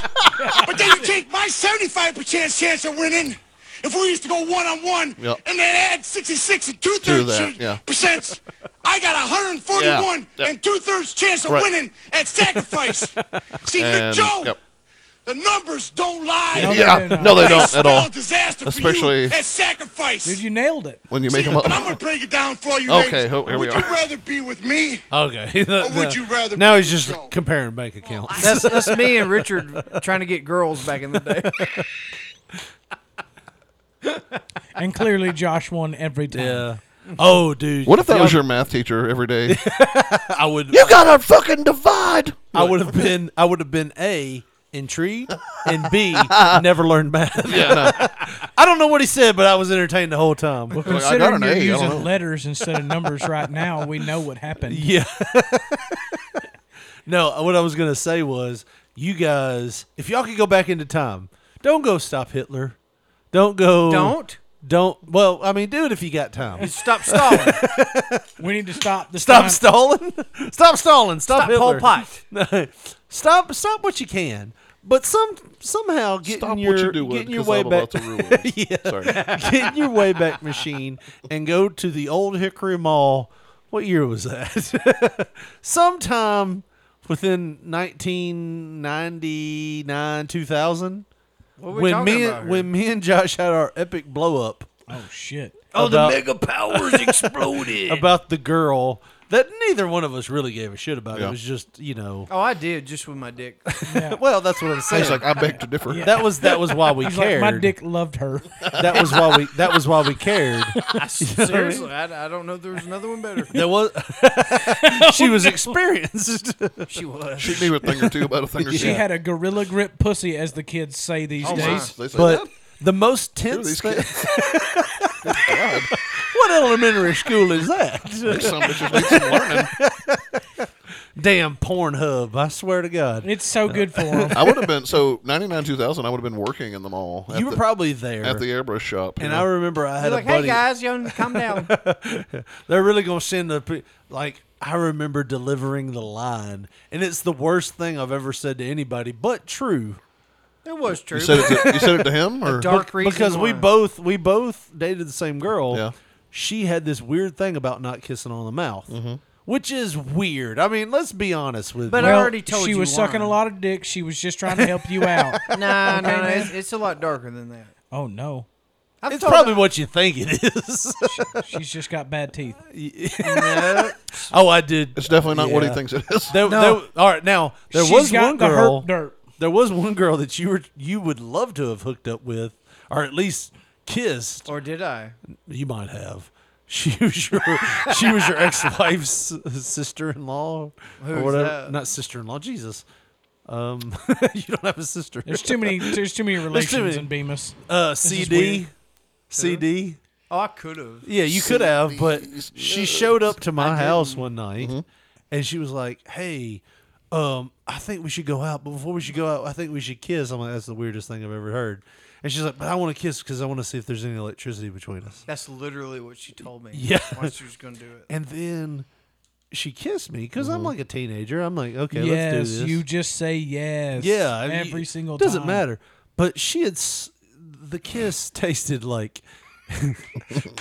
G: But then you take my 75% chance of winning if we used to go one-on-one
E: Yep.
G: and then add 66 and two-thirds
E: Do that, yeah.
G: percent. I got 141
E: Yeah, yeah.
G: and two-thirds chance of
E: Right.
G: winning at sacrifice. See, Big
E: And-
G: Joe,
E: yep.
G: the numbers don't lie.
F: No,
E: yeah,
F: they don't.
E: no, they don't
G: spell
E: at all.
G: Disaster
E: Especially-
G: for you at sacrifice.
F: Dude, you nailed it.
E: When you make them
G: But I'm gonna
E: up,
G: break it down for you.
E: Okay,
G: ladies.
E: ho- here we
G: Would
E: are.
G: you rather be with me?
C: Okay.
G: Or would you rather
C: now
G: be
C: he's just
G: controlled?
C: comparing bank accounts.
D: That's, that's me and Richard trying to get girls back in the day.
F: And clearly Josh won every time.
C: Yeah. Oh, dude.
E: what if that
C: Yeah,
E: was your math teacher every day?
C: I would.
E: gotta fucking divide.
C: I would have been. I would have been a intrigued and b never learned math.
E: Yeah,
C: I don't know what he said, but I was entertained the whole time.
F: Well,
E: Like, I got
F: considering
E: an
F: you're
E: A, I don't know.
F: using letters instead of numbers right now, we know what happened.
C: Yeah. no, what I was gonna say was, you guys, if y'all could go back into time, don't go stop Hitler. Don't go.
D: Don't.
C: Don't. Well, I mean, do it if you got time.
D: Stop stalling.
F: We need to stop the
C: Stop
F: time-
C: stalling. Stop stalling. Stop,
D: Stop Pol
C: Hitler.
D: Pot.
C: stop. Stop what you can. But some somehow getting
E: Stop
C: your
E: what you doing
C: getting your
E: 'cause
C: way
E: I'm
C: back.
E: about to ruin.
C: yeah.
E: Sorry.
C: get in your way back machine and go to the old Hickory Mall. What year was that? Sometime within 1999 2000
D: What are we
C: when
D: talking
C: me
D: about
C: and, when me and Josh had our epic blow up
F: Oh shit!
C: Oh, the
F: mega powers exploded.
C: about the girl that neither one of us really gave a shit about.
D: Yeah.
C: It was just you know.
D: Oh, I did just with my dick.
C: well, that's what I'm saying. "Ah." That was that was why we
F: He's like,
C: cared.
F: My dick loved her.
C: That was why we. That was why we cared.
D: Seriously, I, I don't know. if There was another one better.
C: There was. she was
F: no.
C: experienced.
D: She was.
E: She knew a thing or two about a thing or two.
F: She had a gorilla grip pussy, as the kids say these
E: Oh, my.
F: days.
E: They say
C: But the most
E: Who are
C: tense.
E: these
C: thing-
E: kids?
C: what elementary school is that?
E: These son of bitches need some learning.
C: Damn Pornhub! I swear to God,
F: it's so good for them.
E: I would have been so ninety nine two thousand. I would have been working in the mall. at
C: You were
E: the-
C: probably there.
E: at the airbrush shop. you
C: And
E: know?
C: I remember I had
D: You're
C: a
D: like,
C: buddy.
D: hey guys, you calm down.
C: They're really gonna send the pe- like. I remember delivering the line, and it's the worst thing I've ever said to anybody, but true.
D: It was true.
C: You said it to- you said it
E: to him,
D: A dark
C: Be-
D: reason
C: because we
D: why.
C: both we both dated the same girl.
E: Yeah.
C: She had this weird thing about not kissing on the mouth,
E: Mm-hmm.
C: which is weird. I mean, let's be honest with.
D: But
C: you.
D: I Well, already told
F: she
D: you
F: was sucking a lot of dick. She was just trying to help you out.
D: Nah,
F: Okay,
D: no, no,
F: man?
D: it's, it's a lot darker than that.
F: Oh no.
D: I've
C: It's
D: told
C: probably
D: her-
C: what you think it is.
F: She's just got bad teeth.
C: oh, I did.
E: It's definitely not what he thinks it is.
C: There-
F: No.
C: there- all right, now there
F: She's
C: was
F: got
C: one
F: the herp
C: girl.
F: derp.
C: There was one girl that you were you would love to have hooked up with, or at least kissed.
D: Or did I?
C: You might have. She was your she was your ex wife's sister in law
D: Who's
C: or whatever.
D: that?
C: Not sister in law. Jesus. Um, you don't have a sister.
F: There's too many- there's too many
C: There's too
F: relations
C: many-
F: in Bemis.
C: Uh,
F: This is
C: CD,
F: weird.
C: CD.
D: Oh, I could have.
C: Yeah, you could have, but she showed up to my house one night and she was like, Hey, um, I think we should go out, but before we should go out, I think we should kiss. I'm like, That's the weirdest thing I've ever heard. And she's like, But I want to kiss because I want to see if there's any electricity between us.
D: That's literally what she told me.
C: Yeah.
D: Why she was going to do it.
C: And then she kissed me because I'm like a teenager. I'm like, Okay,
F: yes,
C: let's do this.
F: you just say yes.
C: Yeah, I mean,
F: every
C: you-
F: single time.
C: doesn't matter. But she had s- the kiss tasted like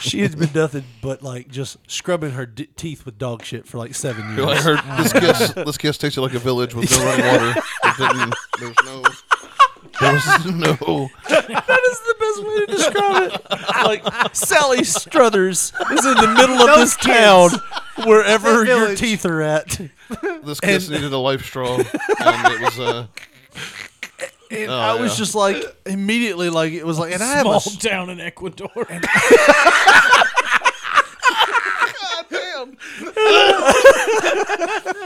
C: she had been nothing but like just scrubbing her d- teeth with dog shit for like seven years.
E: You're like, her, this kiss, this kiss tasted like a village with no running water. It didn't- There's no. There's no.
C: that is the best way to describe it. Like Sally Struthers is in the middle of this
E: Those
C: town,
E: kids.
C: wherever
E: That
C: your
E: village.
C: teeth are at.
E: This kiss
C: And-
E: needed a life straw, and it was. Uh,
C: And
E: oh,
C: I was
E: yeah.
C: just like immediately like it was like and I have a
F: small
C: s-
F: town in Ecuador.
C: It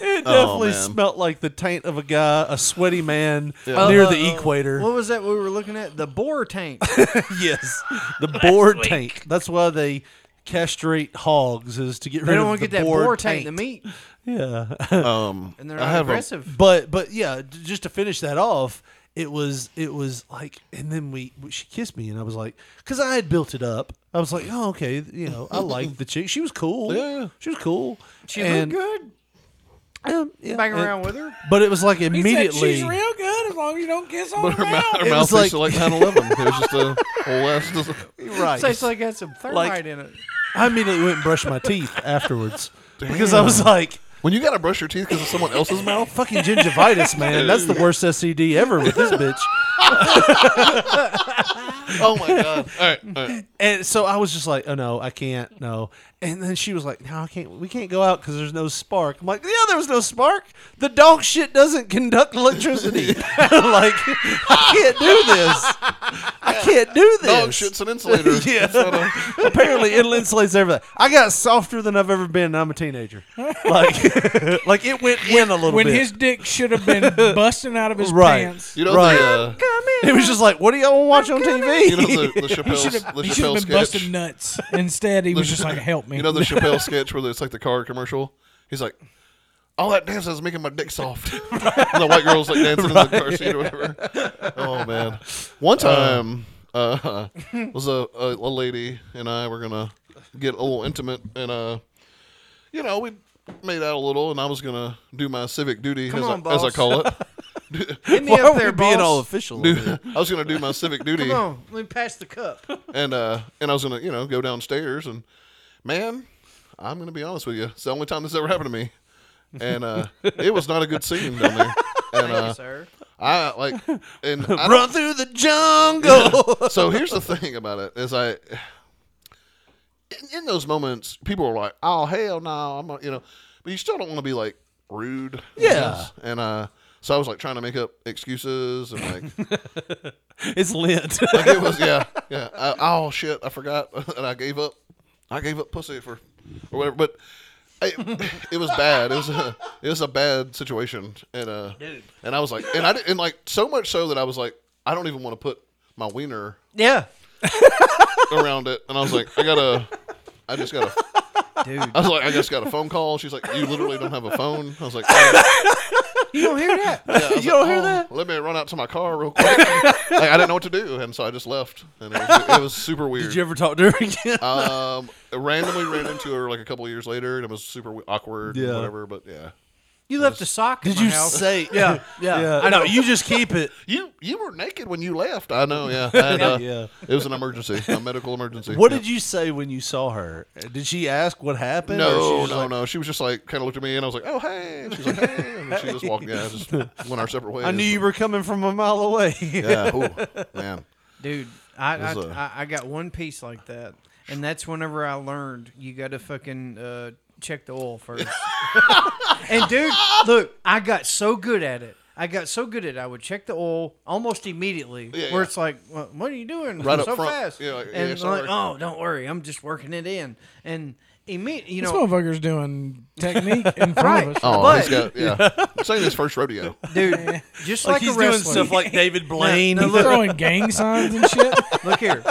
F: Oh,
C: definitely
F: man.
C: smelt like the taint of a guy, a sweaty man
D: Uh,
C: near
D: uh,
C: the
D: uh,
C: equator.
D: What was that we were looking at? The boar tank.
C: yes, the boar taint. That's why they castrate hogs is to get
D: They
C: rid
D: don't
C: of
D: wanna
C: the
D: get that
C: boar
D: boar
C: taint.
D: taint, the meat.
C: Yeah.
E: Um,
D: And they're I not have a- aggressive.
C: but but yeah, d- just to finish that off, it was it was like, and then we we- she kissed me, and I was like, because I had built it up. I was like, oh okay, you know, I like the chick. She was cool.
D: Yeah.
C: she was cool.
D: She
C: And-
D: looked
C: good. yeah,
D: Back
C: and-
D: around with her.
C: But it was like
F: He said,
C: immediately.
F: She's real good as long as you don't kiss on
E: But
F: her
E: her, mou-
F: mouth.
E: her
C: It
E: mouth
C: was
E: tasted like
C: like-
E: 9 11. It was just a whole ass.
C: Right.
D: Tastes like it had some thermite
C: Like-
D: in it.
C: I immediately went and brushed my teeth afterwards because I was
E: Damn.
C: like, "Oh,
E: when you gotta brush your teeth because of someone else's mouth,
C: fucking gingivitis, man. That's the worst SCD ever with this bitch.
E: oh my god! All right, all right.
C: And so I was just like, oh no, I can't, no. And then she was like, no, I can't. We can't go out because there's no spark. I'm like, yeah, there was no spark. The dog shit doesn't conduct electricity. like, I can't do this. I can't do this.
E: Dog Oh, shit's an insulator.
C: yeah.
E: It's not
C: Apparently, it insulates everything. I got softer than I've ever been. And I'm a teenager. Like, like it went in a little
F: when
C: bit.
F: his dick should have been busting out of his
C: right.
F: pants.
E: You know
C: right.
E: the, uh,
C: it was just like, what do y'all want to watch on TV?
E: You know the, the
F: He
E: Chappelle,
F: should have
E: the
F: been
E: Chappelle sketch.
F: busting nuts. Instead, he was just like, "Help me."
E: You know the Chappelle sketch where it's like the car commercial. He's like, all that dancing is making my dick soft. and the white girl's like dancing in the car
C: Right.
E: seat or whatever. Oh man! One time uh, was a, a, a lady and I were gonna get a little intimate, and uh, you know we made out a little, and I was gonna do my civic duty
D: Come
E: as,
D: on,
E: I, as I
D: boss.
E: call it.
D: Hit me Why up are we there, being boss. all
C: official
E: Do-
C: over
E: I was gonna do my civic duty
D: Come on, let me pass the cup.
E: and uh and I was gonna you know go downstairs and man, I'm gonna be honest with you, it's the only time this ever happened to me, and uh it was not a good scene down there. And,
D: Thank you,
E: uh,
D: sir.
E: I like and
C: Run
E: I don't-
C: through the jungle.
E: so here's the thing about it is I in, in those moments people are like, "Oh hell no, I'm not," you know, but you still don't want to be like rude. I
C: Yeah.
E: guess. and uh, so I was like trying to make up excuses and like
C: It's Lent.
E: like it was yeah yeah. I, oh shit, I forgot and I gave up. I gave up pussy for or whatever, but. I, it was bad. It was a, it was a bad situation, and uh,
C: Dude.
E: and I was like, and I did, and like so much so that I was like, I don't even want to put my wiener
C: Yeah.
E: around it, and I was like, I gotta, I just gotta,
D: dude.
E: I was like, I just got a phone call. She's like, you literally don't have a phone. I was like, oh.
D: You don't hear that?
E: Yeah, I was
D: you
E: like,
D: don't hear
E: oh,
D: that?
E: Let me run out to my car real quick. like, I didn't know what to do, and so I just left, and it was, it was super weird.
C: Did you ever talk to her again?
E: um, I randomly ran into her like a couple years later, and it was super we- awkward, and
C: Yeah.
E: whatever. But yeah,
D: You left a sock. in
C: Did
D: my
C: you
D: house.
C: say?
D: Yeah, yeah, I know.
C: You just keep it.
E: you you were naked when you left. I know. Yeah, I had, uh,
C: Yeah.
E: It was an emergency, a medical emergency.
C: What
E: Yeah.
C: did you say when you saw her? Did she ask what happened? or she
E: No,
C: was
E: no,
C: like,
E: no. She was just like kind of looked at me, and I was like, "Oh, hey." And she's like, "Hey," and she just walked. Yeah, just went our separate ways.
C: I knew you were coming from a mile away.
E: Yeah, ooh, man.
D: dude. I, I,
E: It was, uh,
D: I- I got one piece like that, and that's whenever I learned you got to fucking uh, check the oil first. and dude, look, I got so good at it. I got so good at it. I would check the oil almost immediately.
E: Yeah,
D: where
E: yeah.
D: it's like, "Wha- what are you doing
E: Right up
D: so
E: front.
D: fast?
E: Yeah, like, yeah,
D: and
E: sorry.
D: like, oh, don't worry, I'm just working it in. And immediately, you
F: this
D: know,
F: motherfucker's doing technique in front of
D: Right.
F: us.
E: Oh,
D: But-
E: he's got yeah. It's ain't his first rodeo.
D: dude, just
C: Like
D: like,
C: he's
D: a
C: doing
D: wrestler.
C: stuff like David
D: Now-
C: Blaine.
D: now
F: He's
D: look,
F: throwing gang signs and shit.
D: Look here.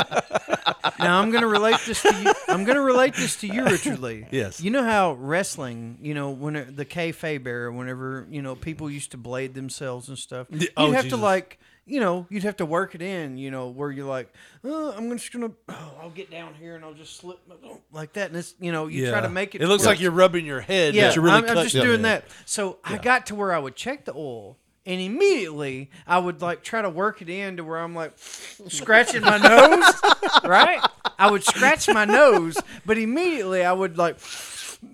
D: Now I'm gonna relate this to you. I'm gonna relate this to you, Richard Lee.
C: Yes.
D: You know how wrestling, you know, when it- the kayfabe era, whenever you know people used to blade themselves and stuff, you'd
C: oh,
D: have
C: Jesus.
D: to like, you know, you'd have to work it in, you know, where you're like, oh, I'm just gonna, oh, I'll get down here and I'll just slip my, like that, and it's, you know, you try to make it.
C: It looks
D: work.
C: like you're rubbing your head,
D: Yeah,
C: but you're really
D: I'm, I'm
C: cutting
D: just
C: it.
D: doing that. So I got to where I would check the oil, and immediately I would like try to work it in to where I'm like scratching my nose, right? I would scratch my nose, but immediately I would like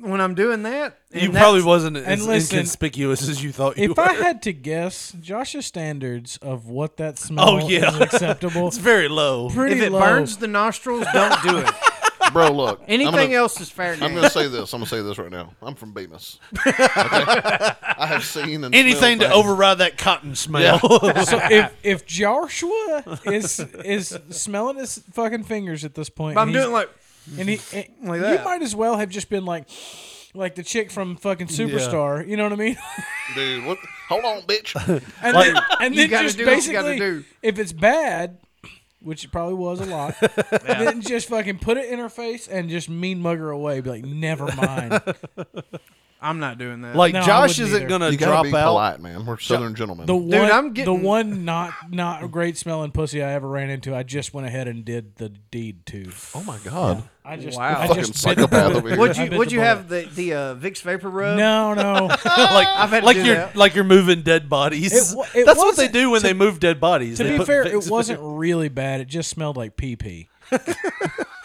D: when I'm doing that. and
C: You
D: that's-
C: probably wasn't as
F: listen,
C: inconspicuous as you thought you
F: If
C: were.
F: I had to guess, Josh's standards of what that
D: Oh,
F: smell
C: yeah.
F: is acceptable.
C: it's very low.
F: pretty
D: If it
F: low.
D: burns the nostrils, don't do it.
E: Bro, look. I'm
D: Anything
E: gonna-
D: else is fair
E: I'm
D: game.
E: gonna say this. I'm gonna say this right now. I'm from Bemis. Okay? I have seen and
C: Anything to
E: smelled things.
C: override that cotton smell.
F: so if if Joshua is is smelling his fucking fingers at this point,
D: But I'm
F: and he's-
D: doing like
F: and he and
D: Like
F: you
D: that.
F: might as well have just been like like the chick from fucking Superstar. You know what I mean?
E: Dude, what? Hold on, bitch.
F: And
C: Like-
F: then, and
D: You
F: then
D: gotta
F: just
D: do what you gotta
F: basically,
D: do.
F: if it's bad, which it probably was a lot, then just fucking put it in her face and just mean mug her away. Be like, never mind.
D: I'm not doing that.
C: like
F: No, I
C: Josh
F: wouldn't
C: isn't
F: either.
C: gonna
E: You
C: drop
E: gotta be
C: out.
E: polite, man. We're Southern gentlemen.
F: The one,
D: I'm
F: the
D: getting-
F: one not not great smelling pussy I ever ran into. I just went ahead and did the deed to.
E: oh my god.
F: I just
D: Wow.
F: I
E: Fucking
F: just bit the
E: psychopath
F: bullet.
E: over here.
D: would
F: I
D: you
F: bit
D: would
F: the
D: you
F: bullet.
D: have the the uh, Vicks vapor rub?
F: No, no.
C: like
D: I've had to
C: like
D: do
C: you're
D: that.
C: like you're moving dead bodies.
F: It wa- it
C: That's what they
F: wasn't-
C: do when
F: to-
C: they move dead bodies.
F: to
C: They
F: be
C: put
F: fair,
C: Vicks
F: it wasn't really bad. It just smelled like pee pee.
D: Hell,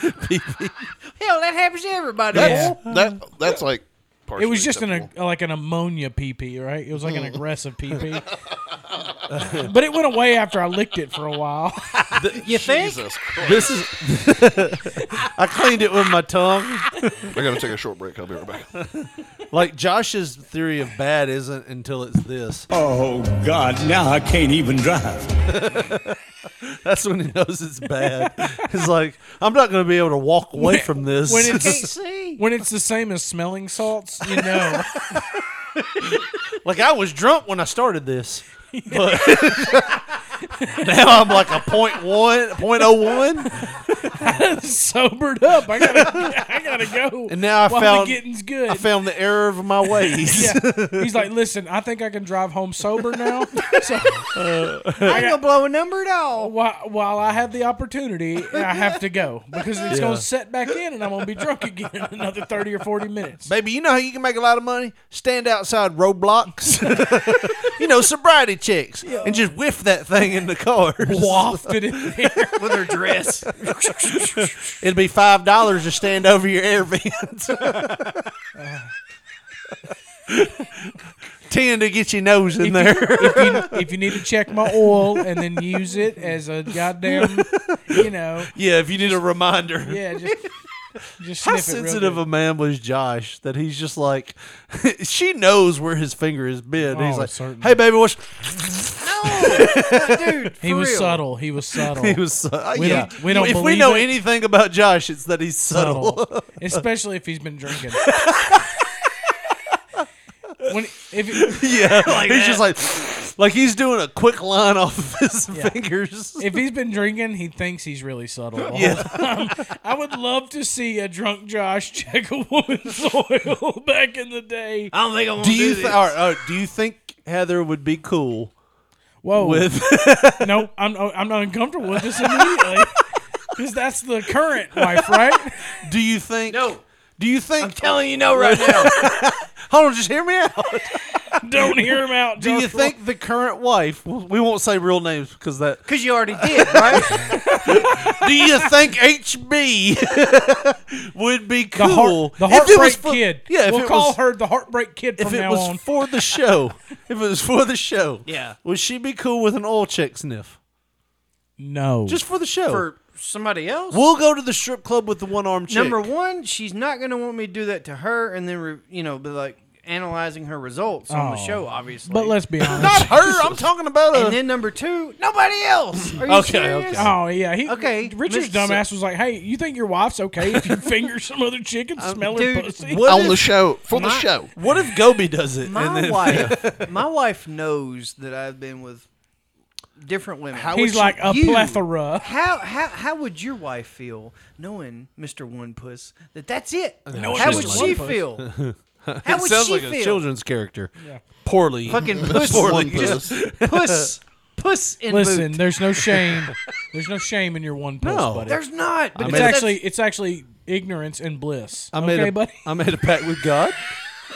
D: that happens to everybody.
E: That's that. That's like.
F: It
E: partially
F: was just an
E: acceptable.
F: like an ammonia pee pee, right? It was
H: Mm.
F: like an aggressive pee pee. but it went away after I licked it for a while.
D: You think?
E: Jesus Christ.
C: This is. I cleaned it with my tongue.
E: We're gonna take a short break. I'll be right back.
C: Like Josh's theory of bad isn't until it's this.
H: Oh, God, now I can't even drive.
C: That's when he knows it's bad. It's like I'm not going to be able to walk away from this.
F: when
D: I can't see.
F: when it's the same as smelling salts, you know.
C: like I was drunk when I started this, but now I'm like a point one, point oh one,
F: sobered up. I gotta, I gotta go.
C: and now I
F: while
C: found
F: the getting's good.
C: I found the error of my ways.
F: yeah. He's like, listen, I think I can drive home sober now. So
D: I ain't gonna blow a number at all.
F: while, while I have the opportunity, I have to go because it's
C: Yeah.
F: gonna set back in, and I'm gonna be drunk again in another thirty or forty minutes.
C: Baby, you know how you can make a lot of money? Stand outside roadblocks, you know, sobriety checks, and just whiff that thing in the car.
F: Wafted in there.
D: With her dress.
C: It'd be five dollars to stand over your air vents. tend to get your nose in
F: If
C: there.
F: you- if, you, if you need to check my oil and then use it as a goddamn, you know.
C: yeah, if you need a reminder.
F: Yeah, just just
C: How
F: sniff it real
C: sensitive
F: good.
C: a man was Josh that he's just like, she knows where his finger has been. he's
F: Oh,
C: like,
F: certainly.
C: hey, baby, what's.
D: dude,
F: He
C: for
F: was
C: real.
F: subtle. He was subtle.
C: he was su- uh,
F: Oh. We
C: yeah.
F: don't- we don't
C: if we
F: believe
C: know
F: it.
C: anything about Josh, it's that he's subtle.
F: especially if he's been drinking. when if
C: yeah, he's just
F: that.
C: like, like he's doing a quick line off of his
F: Yeah.
C: fingers.
F: If he's been drinking, he thinks he's really subtle. the whole
C: Yeah.
F: time. I would love to see a drunk Josh check a woman's oil back in the day.
D: I don't think I'm
C: Do you th- or, uh, do you think Heather would be cool?
F: Whoa.
C: With
F: nope, I'm I'm not uncomfortable with this immediately because that's the current wife, right?
C: do you think? No. Do you think? I'm
D: telling you no right now.
C: Hold on, just hear me out.
F: Don't hear him out.
C: Do you
F: Joshua.
C: think the current wife? We won't say real names because that.
D: Because you already did, right?
C: do you think HB would be
F: the, heart-
C: cool?
F: the
C: if it
F: heartbreak
C: was for-
F: kid?
C: Yeah, if
F: we'll
C: it
F: call
C: was,
F: her the heartbreak kid from
C: If it
F: now
C: was
F: on.
C: for the show, if it was for the show,
D: Yeah.
C: would she be cool with an oil check sniff?
F: No,
C: Just for the show.
D: For somebody else?
C: we'll go to the strip club with the one arm chick.
D: Number one, she's not going to want me to do that to her and then, re- you know, be like analyzing her results on the
F: Oh.
D: show, obviously.
F: but let's uh, be honest.
C: not her. I'm talking about a.
D: and then number two, nobody else. Are you
C: Okay,
D: serious?
C: okay.
F: Oh yeah, he,
D: Okay,
F: Richard's
D: Mr.
F: dumbass was like, "Hey, you think your wife's okay if you finger some other chick
C: Um,
F: and smell her
D: dude,
F: pussy?"
D: what
E: on
D: if-
E: the show for the
D: my-
E: show.
C: What if Gobi does it?
D: My
C: and then,
D: wife, my wife knows that I've been with different women. How
F: He's
D: would
F: like a
D: you-
F: plethora.
D: How how how would your wife feel knowing Mister One Puss that that's it?
F: Knowing
D: how
F: Mr.
D: would
F: One
D: she
F: Puss.
D: feel?
C: it
D: How would
C: sounds
D: she
C: like a
D: feel?
C: children's character. Poorly.
D: Fucking puss,
C: Poorly
D: just
C: used.
D: puss, puss in
F: Listen,
D: boot.
F: there's no shame. There's no shame in your one puss,
C: No.
F: buddy.
D: there's not.
F: it's
D: because that's-
F: actually it's actually ignorance and bliss.
C: I made
F: okay,
C: a
F: buddy.
C: I made a pact with God.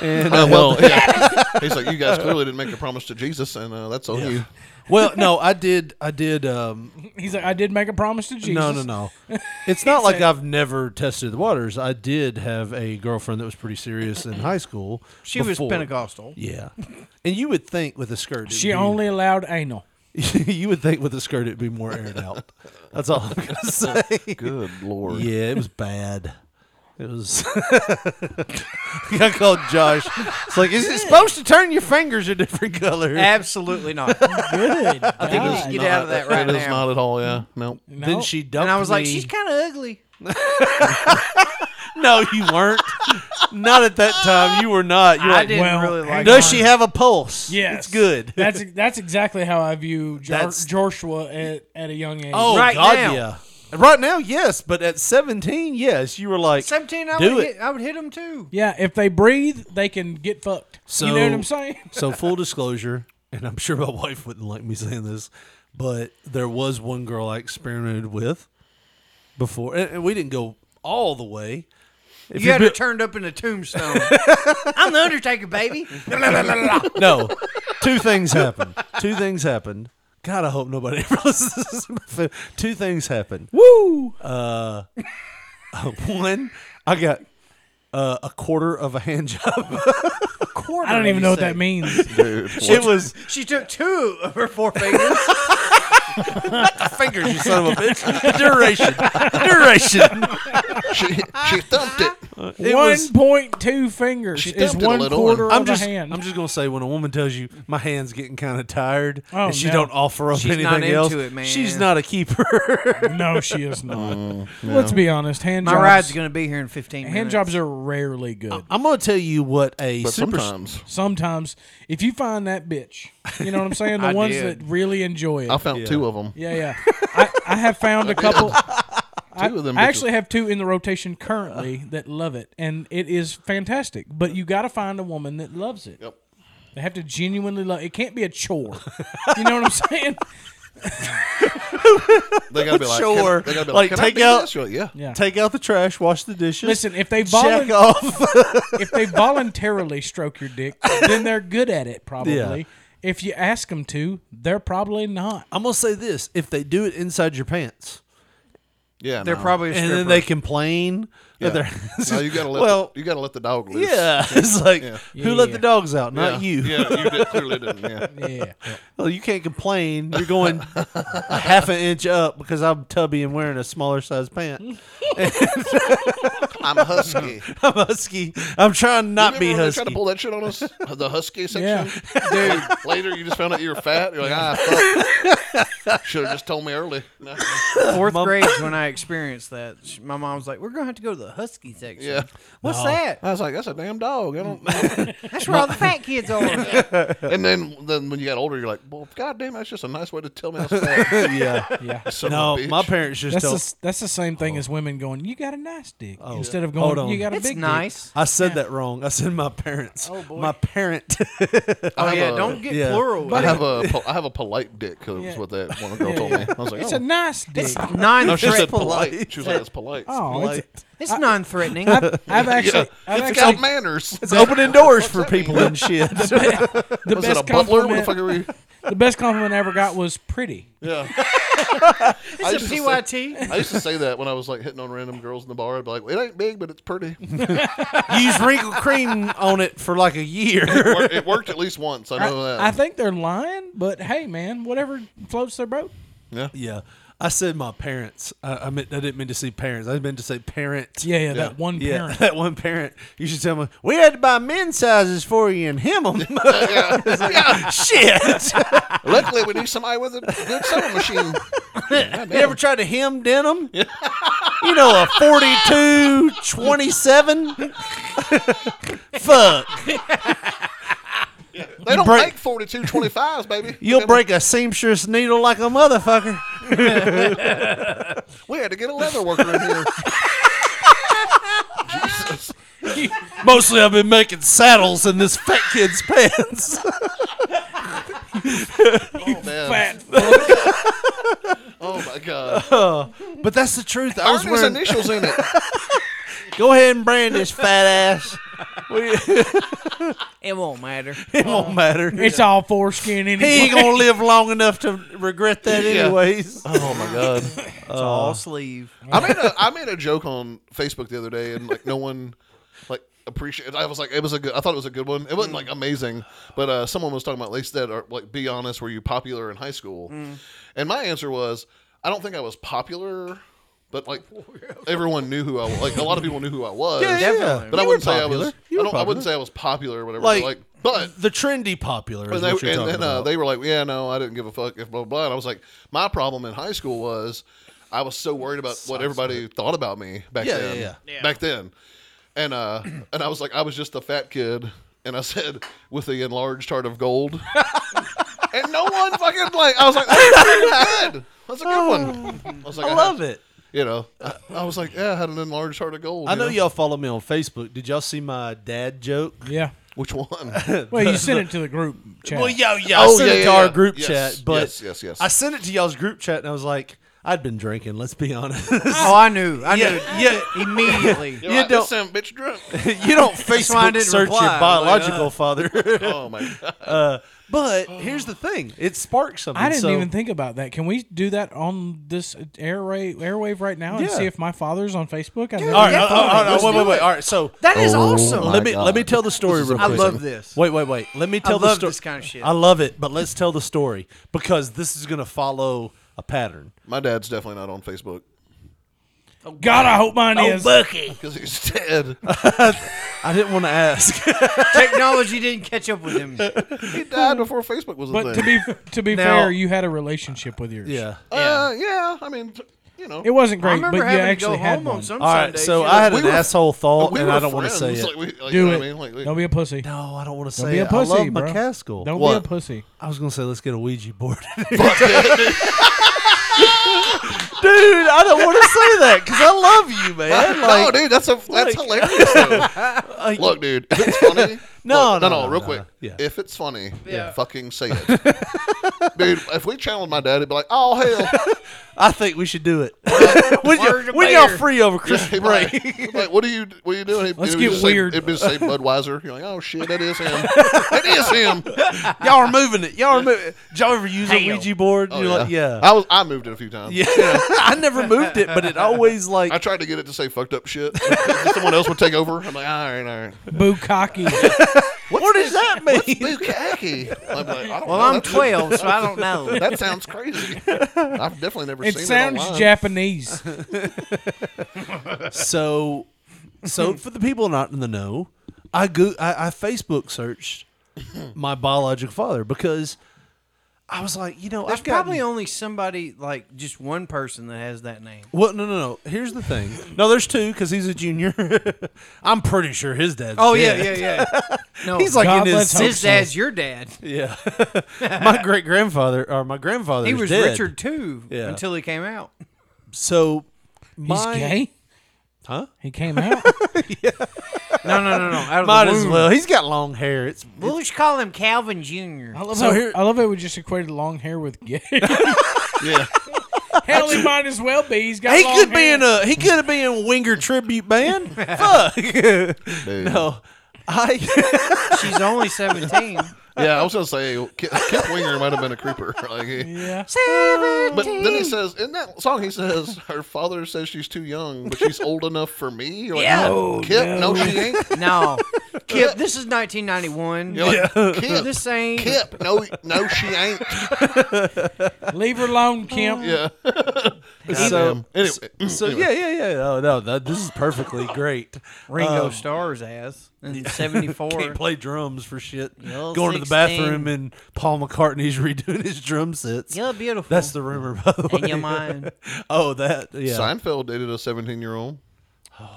C: And
E: Uh,
C: uh,
E: well, yeah. he's like, you guys clearly didn't make a promise to Jesus, and uh, that's on you.
C: well, no, I did. I did. Um,
F: He's like, I did make a promise to Jesus.
C: No, no, no. It's not like I've never tested the waters. I did have a girlfriend that was pretty serious in high school.
D: she was
C: before.
D: Pentecostal.
C: Yeah, and you would think with a skirt, it'd
F: She
C: be-
F: only allowed anal.
C: you would think with a skirt it'd be more aired out. That's all I'm gonna say.
E: Good lord.
C: Yeah, it was bad. It was. I called Josh. It's like, is it supposed to turn your fingers a different color?
D: Absolutely not.
F: Good.
D: I think you should get out of that right
E: It is
D: now.
E: not at all. Yeah, no.
C: Then she dumped
D: And I was like,
C: me.
D: she's kind of ugly.
C: No, you weren't. not at that time. You were not. You're
D: I
C: like,
D: didn't
F: well,
D: really like.
F: hang
C: Does
F: on.
C: she have a pulse?
F: Yes,
C: it's good.
F: that's that's exactly how I view Jor-
C: That's-
F: Joshua at, at a young age.
C: oh
D: Right
C: God,
D: now.
C: yeah. Right now, yes, but at seventeen, yes, you were like
D: Seventeen, I
C: Do
D: would
C: it.
D: hit. I would hit him too.
F: yeah. If they breathe, they can get fucked.
C: So
F: you know what I'm saying?
C: so full disclosure, and I'm sure my wife wouldn't like me saying this, but there was one girl I experimented with before, and, and we didn't go all the way. If
D: you
C: you're
D: had her
C: bi-
D: turned up in a tombstone. I'm the Undertaker, baby.
C: no, two things happened. Two things happened. God, I hope nobody ever listens to this. episode. Two things happened.
F: Woo!
C: Uh, one, I got uh, a quarter of a hand job.
F: I don't even know what that means.
C: it was
D: She took two of her four fingers.
C: fingers, you son of a bitch. Duration, duration.
E: She, she thumped it.
C: It
F: one
C: was-
F: point two fingers
E: She
F: is
E: dumped it a
F: one
E: little
F: quarter of
C: I'm just,
F: a hand.
C: I'm just gonna say when a woman tells you my hand's getting kind of tired
F: Oh,
C: and she
F: no.
C: don't offer up
D: She's
C: anything
D: not into
C: else,
D: it, man.
C: she's not a keeper.
F: no, she is not. Let's be honest. Hand
D: My
F: jobs,
D: ride's gonna be Oh. here in 15 minutes.
F: hand jobs are rarely good.
C: I'm gonna tell you what a
E: But
C: super
E: sometimes
F: Sometimes, if you find that bitch, you know what I'm saying. The
D: I
F: ones
D: did.
F: that really enjoy it.
E: I found two of them.
F: yeah, yeah. I, I have found a couple. I,
E: Two of them
F: I
E: bitches.
F: actually have two in the rotation currently that love it, and it is fantastic. But you got to find a woman that loves it.
E: Yep.
F: They have to genuinely love. It can't be a chore. you know what I'm saying?
E: They gotta be like, can-
C: Sure.
E: they gotta be
C: Like,
E: like, can I
C: take
E: do
C: out-
E: this? You're like, yeah.
F: Yeah.
C: take out the trash, wash the dishes.
F: Listen, if they
C: check
F: volunteer.
C: off.
F: if they voluntarily stroke your dick, then they're good at it probably.
C: Yeah.
F: If you ask them to, they're probably not.
C: I'm gonna say this: if they do it inside your pants,
E: Yeah,
D: They're
E: no.
D: probably a
C: and then
D: stripper.
C: they complain
E: Yeah.
C: They're-
E: No, you gotta let
C: well,
E: the, you gotta let the dog loose.
C: Yeah, it's like
E: Yeah.
C: who let the dogs out? Not
E: Yeah.
C: you.
E: Yeah, you did, clearly didn't. Yeah.
C: Well, you can't complain. You're going a half an inch up because I'm tubby and wearing a smaller size
F: Hmm.
C: pant.
E: I'm husky.
C: I'm husky. I'm trying not
E: you remember
C: be
E: when they
C: husky.
E: Tried to pull that shit on us. The husky section. Like, later, you just found out you were fat. You're like, ah, fuck. Should have just told me early. No.
D: Fourth grade is when I experienced that. Sh- My mom's like, "We're gonna have to go to the husky section."
E: Yeah.
D: What's
E: No.
D: that?
E: I was like, "That's a damn dog." I don't.
D: That's where all the fat kids are.
E: and then, then when you got older, you're like, "Well, goddamn, that's just a nice way to tell me I was fat."
F: yeah.
E: Son of a bitch.
F: that's the, s- that's the same thing as women going, "You got a nice dick,"
C: Oh,
F: instead of
C: hold
F: going,
C: on.
F: "You got a big dick."
C: I said that wrong. I said my parents.
F: Oh, boy.
C: My parent.
D: Oh,
E: I
D: uh,
E: have a-
C: oh, Yeah.
E: I have a pol- I have a polite dick. Cause was what that one girl told me. I was like,
F: It's
E: oh.
F: a nice dick.
E: No, she said polite. She was like, "It's polite."
F: Oh,
E: polite.
F: it's,
D: It's non-threatening.
F: I've, I've actually, I've
E: it's
F: actually,
E: got manners.
C: It's opening doors for people and shit.
F: The, be- the
E: Was it
F: best
E: a butler? What the
F: compliment,
E: fuck are we-
F: the best compliment I ever got was pretty.
E: Yeah.
D: It's a
E: used to say-
D: PYT.
E: I used to say that when I was like hitting on random girls in the bar. I'd be like, "It ain't big, but it's pretty."
C: Use wrinkle cream on it for like a year.
E: it, worked, it worked at least once. I know that.
F: I think they're lying, but hey, man, whatever floats their boat.
E: Yeah.
C: Yeah. I said my parents. I, I meant I didn't mean to say parents. I meant to say parent.
F: Yeah, yeah, that one parent.
C: that one parent. You should tell me we had to buy men's sizes for you and him. 'em." It's like, Shit.
E: Luckily, we knew somebody with a good sewing machine.
C: You ever tried to hem denim? you know, a 42, 27? Fuck.
E: They don't
C: break-
E: make forty two twenty fives, baby.
C: You'll break a seamstress needle like a motherfucker.
E: we had to get a leather worker in here. Jesus.
C: Mostly I've been making saddles in this fat kid's pants.
E: Oh, man.
C: fat
E: oh my god.
C: but that's the truth. I
E: Aren't
C: was
E: his
C: wearing
E: initials in it?
C: Go ahead and brand this fat ass.
D: it won't matter.
C: It won't matter.
F: It's all foreskin
C: He
F: anyway.
C: ain't gonna live long enough to regret that,
E: Yeah.
C: anyways.
E: Oh my god.
D: It's
C: Uh,
D: all sleeve.
E: I made a I made a joke on Facebook the other day, and like no one like appreciated. I was like, it was a good. I thought it was a good one. It wasn't like amazing, but uh, someone was talking about at least that are like be honest. Were you popular in high school?
C: Mm.
E: And my answer was, I don't think I was popular. But like everyone knew who I was. Like a lot of people knew who I was.
C: Yeah, yeah, yeah.
E: But I
C: You
E: wouldn't
C: were
E: say I was.
C: popular. You
E: I
C: were
E: don't. I
C: popular.
E: wouldn't say I was popular or whatever.
C: Like,
E: Like, like but
C: the trendy popular. Is
E: and, they-
C: what you're
E: and
C: talking
E: then uh,
C: about.
E: they were like, "Yeah, no, I didn't give a fuck if blah blah." blah. And I was like, "My problem in high school was I was so worried about what everybody thought about me back
C: Yeah,
E: then.
C: yeah,
D: yeah. Yeah.
E: Back then, and uh, and I was like, I was just a fat kid, and I said with the enlarged heart of gold, and no one fucking like. I was like, "That's pretty good. That's a good one." I was like,
C: Oh. I
E: had-
C: love it.
E: You know, I, I was like, "Yeah, I had an enlarged heart of gold."
C: I
E: you
C: know y'all follow me on Facebook. Did y'all see my dad joke?
F: Yeah.
E: Which one?
F: Well, you sent it to the group chat.
C: Well, yeah, yeah. I
E: Oh,
C: sent
E: yeah,
C: it to
E: yeah,
C: our
E: yeah.
C: group
E: Yes,
C: chat, but
E: yes, yes, yes.
C: I sent it to y'all's group chat, and I was like, I'd been drinking. Let's be honest.
D: Oh, I knew. I
C: Yeah,
D: knew
C: yeah.
D: immediately.
E: You're
C: you
E: like,
C: don't-
E: "This son of a bitch drunk.
C: you don't
D: That's why I
C: Facebook
D: didn't
C: search
D: reply.
C: your
D: I'm like,
C: biological
D: uh.
C: father.
E: oh my god.
C: Uh, but here's the thing: it sparked something.
F: I didn't
C: so-
F: even think about that. Can we do that on this airway airwave right now and
C: Yeah.
F: see if my father's on Facebook? I
C: All right, all right, all right,
F: Let's
C: wait,
F: do
C: wait, wait.
F: it.
C: All right, so
D: That is Oh awesome. my
C: Let me
D: God.
C: let me tell the story.
D: This is
C: Real
D: amazing.
C: quick.
D: I love this.
C: Wait, wait, wait. Let me
D: I
C: tell the
D: love
C: story.
D: this kind of shit.
C: I love it, but let's tell the story because this is going to follow a pattern.
E: My dad's definitely not on Facebook.
F: God, I hope mine is.
E: Because he's dead.
C: I didn't want to ask.
D: Technology didn't catch up with him.
E: he died before Facebook was a
F: But to
E: thing.
F: be to be
D: Now-
F: fair, you had a relationship with yours.
C: Yeah.
E: uh, yeah, I mean, t- you know.
F: It wasn't
D: I
F: great, but
D: remember
F: you
D: having to
F: actually
D: go
F: had
D: home
F: one.
D: on some
C: All right,
D: Sunday.
C: so
D: shit.
C: I had
E: We
C: an
E: were-
C: asshole thought,
E: we
C: and I
E: were
C: don't want to say
E: friends,
C: it.
E: like, we- like, you
F: do
E: know
F: it.
E: what I mean? Like, we-
F: Don't be a pussy.
C: no, I don't want to
F: Don't
C: say
F: be a
C: it.
F: pussy,
C: I love
F: bro.
C: McCaskill.
F: Don't be a
E: What?
F: pussy.
C: I was gonna say let's get a Ouija board, dude. I don't want to say that because I love you, man.
E: no,
C: Like,
E: dude, that's a that's
C: like-
E: hilarious. Though.
C: like-
E: Look, dude, if it's funny. No,
C: No,
E: no,
C: no,
E: no, real
C: no,
E: quick.
C: no. Yeah.
E: If it's funny,
C: Yeah.
E: fucking say it. Dude, if we channeled my dad, he'd be like, oh, hell.
C: I think we should do it. when
E: Word
C: y'all,
E: to
C: when y'all
E: mayor.
C: free over Christmas
E: He'd be
C: break?
E: like, he'd be like, what are you, what are you doing? He'd-
C: Let's
E: he'd
C: get
E: just say-
C: weird.
E: it'd just say Budweiser. You're like, oh, shit, that is him. that is him.
C: y'all are moving it. Y'all are moving. Did y'all ever use a
E: Hell.
C: Ouija board?
E: Oh,
C: You're like, yeah.
E: I was I moved it a few times.
C: Yeah. I never moved it, but it always like
E: I tried to get it to say fucked up shit. Someone else would take over. I'm like, all right, all right.
F: Bukaki.
C: what does that mean?
E: Bukaki. I'm like, I don't
D: Well,
E: know.
D: I'm
E: That-
D: 12, so I don't know.
E: that sounds crazy. I've definitely never
F: It
E: seen
F: sounds
E: it online.
F: Japanese.
C: so, so for the people not in the know, I go I, I Facebook searched my biological father because I was like, you know,
D: There's
C: I've got
D: probably only somebody like just one person that has that name.
C: Well, no, no, no. Here's the thing. No, there's two because he's a junior. I'm pretty sure his dad's.
D: Oh yeah,
C: dead.
D: yeah, yeah. No,
C: he's like
D: God
C: in his.
D: let's hope His so. dad's
C: sixties.
D: your dad.
C: Yeah. my great grandfather or my grandfather.
D: he
C: is
D: was
C: dead.
D: Richard too
C: Yeah.
D: until he came out.
C: So,
D: He's
C: my,
D: gay?
C: Huh?
F: He came out.
D: No, no, no, no. Out of
C: Might
D: the
C: as
D: womb.
C: well. He's got long hair. It's
D: We'll just call him Calvin Jr.
F: I love how, I love how we just equated long hair with gay.
E: yeah.
F: Hell, he might as well be. He's got.
C: he
F: long
C: could be
F: hair.
C: in a he could be in a winger tribute band. Fuck. No, I.
D: She's only seventeen.
E: Yeah, I was gonna say Kip, Kip Winger might have been a creeper. Like, he,
F: Yeah.
E: but then it says in that song, he says her father says she's too young, but she's old enough for me. You're like,
D: Yeah.
E: "No, Kip, no. she ain't.
D: No, Kip. This is 1991.
E: You're like, Kip,
D: This ain't.
E: Kip, no, no, she ain't.
F: Leave her alone, Kim.
E: Yeah.
C: so,
E: Goddamn. Anyway,
C: so
E: anyway.
C: yeah, yeah, yeah. Oh no, that, this is perfectly great.
D: Ringo
C: Um,
D: Starr's ass in '74.
C: Can't play drums for shit.
D: Yo,
C: Going to the
D: 16.
C: bathroom and Paul McCartney's redoing his drum sets.
D: You're beautiful.
C: That's the rumor, by the way.
D: And you're mine.
C: oh, that yeah.
E: Seinfeld dated a 17 year old.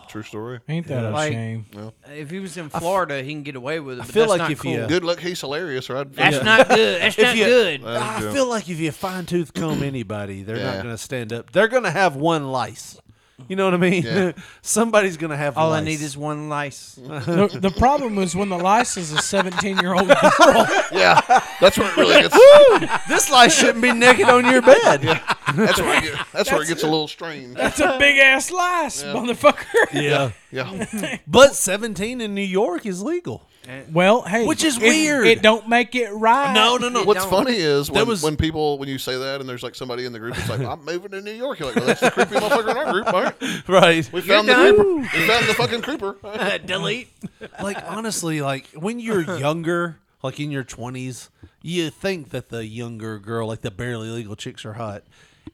E: True story.
F: Ain't that a
D: Like,
F: shame?
E: No.
D: if he was in Florida, he can get away with it. But
C: feel
D: that's
C: like
D: not
C: if uh,
D: cool.
C: you-
E: Good luck, he's hilarious, right?
D: That's not good. That's
C: If
D: not
C: you-
D: good.
E: That is
C: I
E: good.
C: feel like if you fine tooth comb anybody, they're not
E: Yeah.
C: going to stand up. They're going to have one lice. You know what I mean?
E: Yeah.
C: Somebody's going to have.
D: All
C: lice.
D: I need is one lice.
F: The, the problem is when the lice is a 17 year old girl.
E: Yeah, that's where it really gets.
C: Woo! This lice shouldn't be naked on your bed.
E: That's where it gets, that's, where it gets a little strange.
F: That's a big ass lice, motherfucker.
C: Yeah.
E: Yeah,
C: But 17 in New York is legal.
F: Well, hey,
C: Which is
F: it-
C: weird.
F: It don't make it right.
C: No, no, no.
E: What's
D: don't-
E: funny is
C: That
E: when,
C: was-
E: when people when you say that and there's like somebody in the group that's like I'm moving to New York. You're like, well, that's the creepy motherfucker in our group, aren't you?
C: Right.
E: We found the
D: done.
E: creeper. We found the fucking creeper.
D: Delete.
C: like honestly, like when you're younger, like in your twenties, you think that the younger girl, like the barely legal chicks, are hot.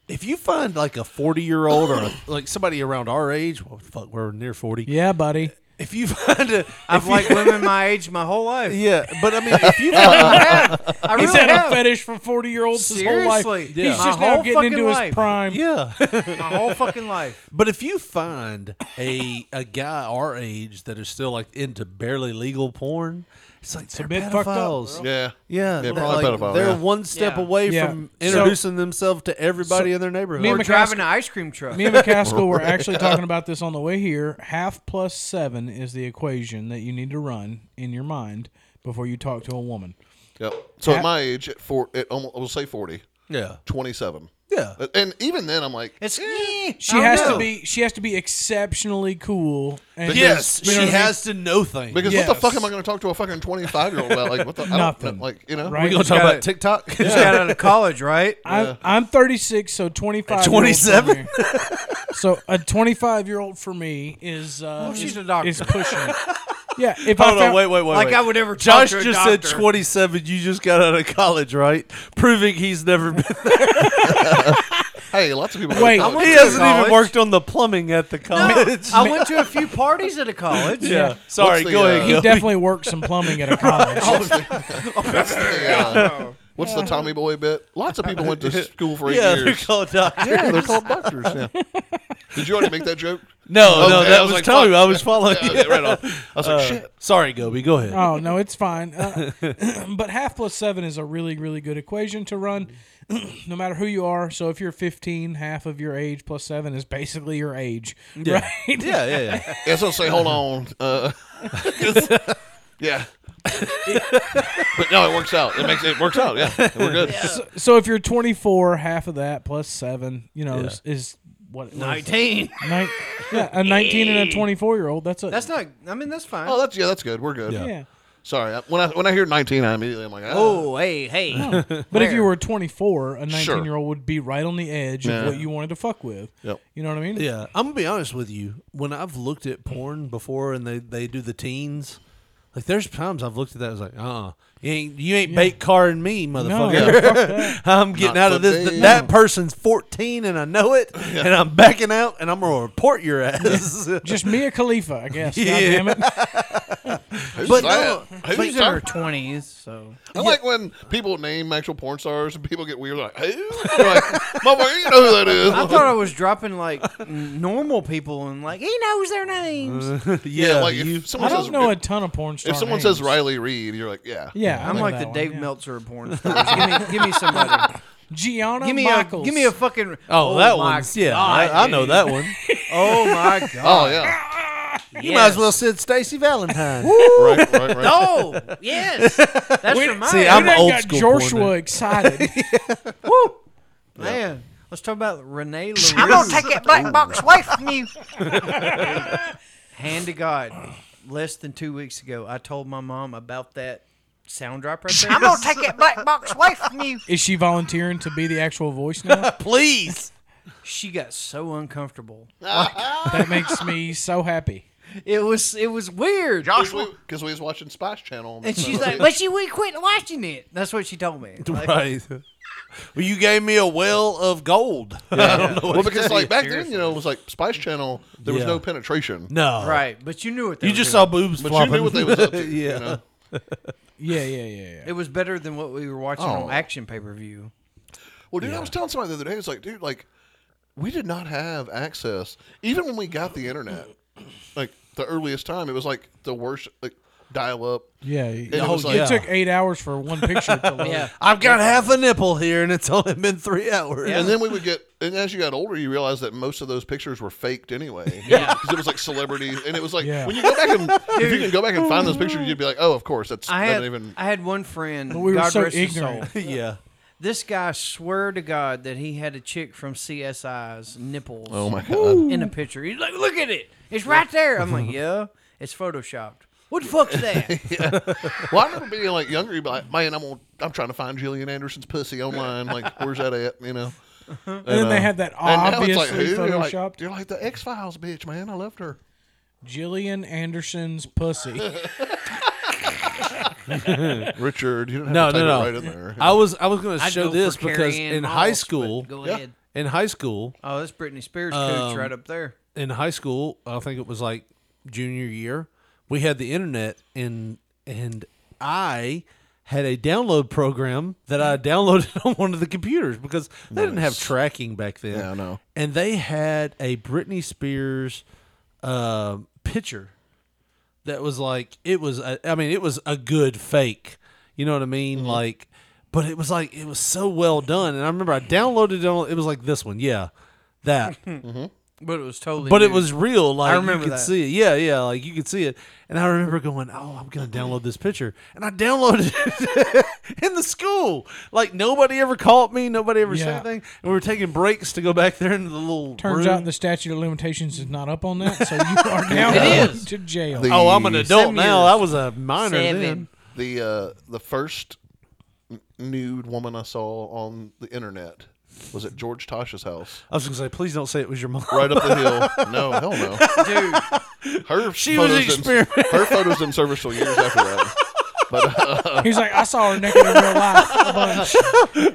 C: If you find like a forty year old or like somebody around our age, well, fuck, we're near forty.
F: Yeah, buddy.
C: If you find a,
D: I've
C: if
D: liked
C: you,
D: women my age my whole life.
C: yeah, but I mean, if you
D: I
C: find,
D: have. I
F: He's
D: really
F: had a
D: have.
F: fetish for 40 year olds his whole life.
D: Seriously.
F: He's
C: Yeah. My
F: just now
D: whole
F: getting into
D: fucking
F: his
D: life.
F: prime.
C: yeah,
D: My whole fucking life.
C: but if you find a a guy our age that is still like into barely legal porn, it's like they're
F: bit fucked up,
C: pedophiles.
E: Yeah,
C: Yeah,
E: yeah,
C: they're,
E: probably
C: like-
E: pedophile.
C: they're
E: yeah.
C: one step
D: Yeah.
C: away
F: Yeah.
C: from
F: So-
C: introducing themselves to everybody in their neighborhood.
F: Me and
D: Or
F: McCaskill-
D: driving an ice cream truck.
F: Me and McCaskill were actually talking about this on the way here. Half plus seven is the equation that you need to run in your mind before you talk to a woman.
E: Yep. So at my age, at four, at almost, I will say 40,
C: yeah,
E: 27.
C: yeah.
E: And even then, I'm like,
D: It's
F: She has to be. She has to be exceptionally cool. And
C: Yes,
F: you know
C: she
F: what I mean?
C: has to know things.
E: because what
F: Yes.
E: the fuck am I going to talk to a fucking 25 year old about? Like, what the I don't-
F: Nothing.
E: Like, you know,
F: Right.
C: We're gonna
F: She's
C: talk
D: got
C: about
D: it.
C: TikTok.
D: Just got out of college, right?
F: I'm, I'm 36, so 25.
C: 27?
F: So a 25 year old for me is uh,
C: Oh,
D: Well, she's
F: is,
D: a doctor.
F: is pushing. it. Yeah, if I
C: Hold on,
F: found,
C: wait, wait, wait.
D: Like
C: wait.
D: I would ever talk
C: Josh
D: to a
C: just said
D: doctor.
C: 27. You just got out of college, right? Proving he's never been.
E: hey, lots of people. go to
F: Wait.
E: college.
D: went
C: he
D: to
C: hasn't
D: college.
C: even worked on the plumbing at the college.
D: I went to a few parties at a college.
C: yeah. Sorry,
E: What's the,
C: go
E: uh,
C: ahead.
F: he
C: Gil.
F: definitely worked some plumbing at a college.
C: Oh,
E: That's the, uh, what's the Tommy Boy bit? Lots of people went to school for eight
C: yeah, they're
E: years.
C: called doctors.
E: yeah, they're called doctors. Yeah. Did you already make that joke?
C: No,
E: Okay,
C: no,
E: I
C: that
E: was
C: was,
E: like,
C: Tommy.
E: fuck.
C: I was following. Uh,
E: Yeah, okay, right on. I was like, shit.
C: Sorry, Gobi. Go ahead.
F: Oh no, it's fine. Uh, but half plus seven is a really, really good equation to run, no matter who you are. So if you're 15, half of your age plus seven is basically your age, right?
C: yeah, yeah, yeah.
E: Yeah, so say, hold on. Uh, 'cause- yeah. but no, it works out. It makes it works out. Yeah, we're good.
F: So, so if you're 24, half of that plus seven, you know,
E: Yeah.
F: is, is what what is it?
D: 19.
F: Nine, yeah, a 19 and a 24 year old. That's a
D: That's not. I mean, that's fine.
E: Oh, that's yeah, that's good. We're good.
F: Yeah. Yeah.
E: Sorry, I- when I when I hear 19, I immediately I'm like, ah.
D: Oh, hey, hey.
F: No. But if you were 24, a 19
E: Sure.
F: year old would be right on the edge
E: Yeah.
F: of what you wanted to fuck with.
E: Yep.
F: You know what I mean?
C: Yeah, I'm gonna be honest with you. When I've looked at porn before, and they, they do the teens, like there's times I've looked at that. I was like, uh, uh you ain't you ain't bait carding me, motherfucker.
F: fuck that.
C: I'm getting
F: Not
C: out of this.
F: today.
C: That person's 14, and I know it, and I'm backing out, and I'm gonna report your ass.
F: Just Mia Khalifa, I guess. God
C: Yeah.
F: damn it.
E: Who's that? Who's
D: she's in her
E: that?
D: twenties, so
E: I like when people name actual porn stars and people get weird, like, who? You're like, motherfucker, you know who that is.
D: I thought I was dropping like n- normal people and like he knows their names.
E: yeah,
C: Yeah,
E: like
C: you-
E: if someone
F: I don't
E: says,
F: know
E: if,
F: a ton of porn star
E: someone says
F: names.
E: Riley Reed, you're like, yeah,
F: Yeah, I
D: I'm
F: know
D: like
F: that
D: the
F: one,
D: Dave
F: yeah.
D: Meltzer of porn stars. give me, give me somebody.
F: Gianna
D: Give me
F: Michaels.
D: a, give me a fucking.
C: Oh, that
D: my
C: one's yeah. I, I know
D: dude.
C: that one.
D: Oh my god.
E: oh yeah,
C: You might as well said Stacy Valentine.
E: right, right, right.
D: No. Yes. That's
F: We-
D: for mine.
C: See, I'm
F: we done
C: old
F: got
C: school
F: Joshua
C: porn.
F: excited.
D: Woo. Man, let's talk about Renee LaRue.
I: I'm gonna take that black box away from you.
D: Hand to God. Less than two weeks ago, I told my mom about that sound drop right there.
I: I'm gonna take that black box away from you.
F: Is she volunteering to be the actual voice now?
C: Please.
D: She got so uncomfortable.
F: that makes me so happy.
D: It was it was weird.
E: because we was watching Spice Channel,
D: And she's like, but she we quit watching it. That's what she told me. Like,
C: Right. Well, you gave me a well of gold. I don't know.
E: well, because like back then,
D: Seriously.
E: you know, it was like Spice Channel. There was
C: Yeah.
E: no penetration.
C: No.
D: Right, but you knew what they
C: You
D: were
C: just saw
D: doing.
C: boobs
E: But
C: flopping.
E: you knew what they was up to.
C: yeah.
E: You know?
F: Yeah, yeah, yeah, yeah.
D: It was better than what we were watching
E: Oh.
D: on Action Pay Per View.
E: Well, dude, I was telling somebody the other day, it's like, dude, like, we did not have access, even when we got the internet, like the earliest time, it was like the worst, like dial up.
F: Yeah,
E: it
F: oh,
E: was like-
F: it took eight hours for one picture to load.
D: Yeah.
C: I've got half a nipple here, and it's only been three hours.
E: And then we would get, and as you got older, you realize that most of those pictures were faked anyway. Yeah, because it was like celebrities, and it was like
F: Yeah.
E: when you go back and if you can go back and find those pictures, you'd be like, oh, of course, that's
D: I
E: that
D: had
E: even.
D: I had one friend.
F: we were
D: God
F: so
D: rest his soul.
F: ignorant.
C: yeah.
D: This guy swear to God that he had a chick from CSI's nipples.
E: Oh my god!
D: In a picture, he's like, "Look at it! It's right there." I'm like, "Yeah, it's photoshopped." What the fuck's that?
E: Well, I remember being like younger, you'd be like, man, I'm on, I'm trying to find Jillian Anderson's pussy online. Like, where's that at? You know.
D: Uh-huh.
F: And then they had that
E: And now
F: obviously
E: who? You're like,
F: photoshopped
E: You're like the X Files bitch, man. I loved her.
F: Jillian Anderson's pussy.
E: Richard, you didn't have
C: No,
E: to take
C: no, no.
E: it right in there.
C: I was I was going to
D: I'd
C: show
D: go for
C: this because
D: Carrie Ann
C: in
D: Moss,
C: high
D: but
C: school,
D: go
E: Yeah.
D: ahead.
C: in high school,
D: Oh, that's Britney Spears
C: Um,
D: cooch right up there.
C: in high school, I think it was like junior year, we had the internet and and I had a download program that I downloaded on one of the computers because they didn't have tracking back then.
E: Yeah, I know.
C: And they had a Britney Spears uh, picture that was like it was a, I mean it was a good fake. You know what I mean?
E: Mm-hmm.
C: Like but it was like it was so well done and I remember I downloaded it on, it was like this one. Yeah. That
D: But it was totally.
C: but it
D: nude.
C: was real. Like
D: remember
C: you could
D: that.
C: see it. Yeah, yeah. Like you could see it. And I remember going, "Oh, I'm gonna download this picture," and I downloaded it in the school. Like nobody ever caught me. Nobody ever said
F: Yeah.
C: anything. And we were taking breaks to go back there into the little
F: Turns
C: room.
F: out the statute of limitations is not up on that, so you are now
D: It
F: going
D: is.
F: to jail.
E: The-
C: oh, I'm an adult
D: Seven
C: now.
D: years.
C: I was a minor then.
D: Seven.
E: the uh, the first n- nude woman I saw on the internet was at George Tosh's house,
C: I was gonna say, please don't say it was your mom.
E: right up the hill. No, hell no.
D: dude.
E: Her
C: She was
E: photos didn't,
C: experimenting.
E: her photos didn't service till years after that. But uh,
F: He's like, I saw her naked in real life a bunch.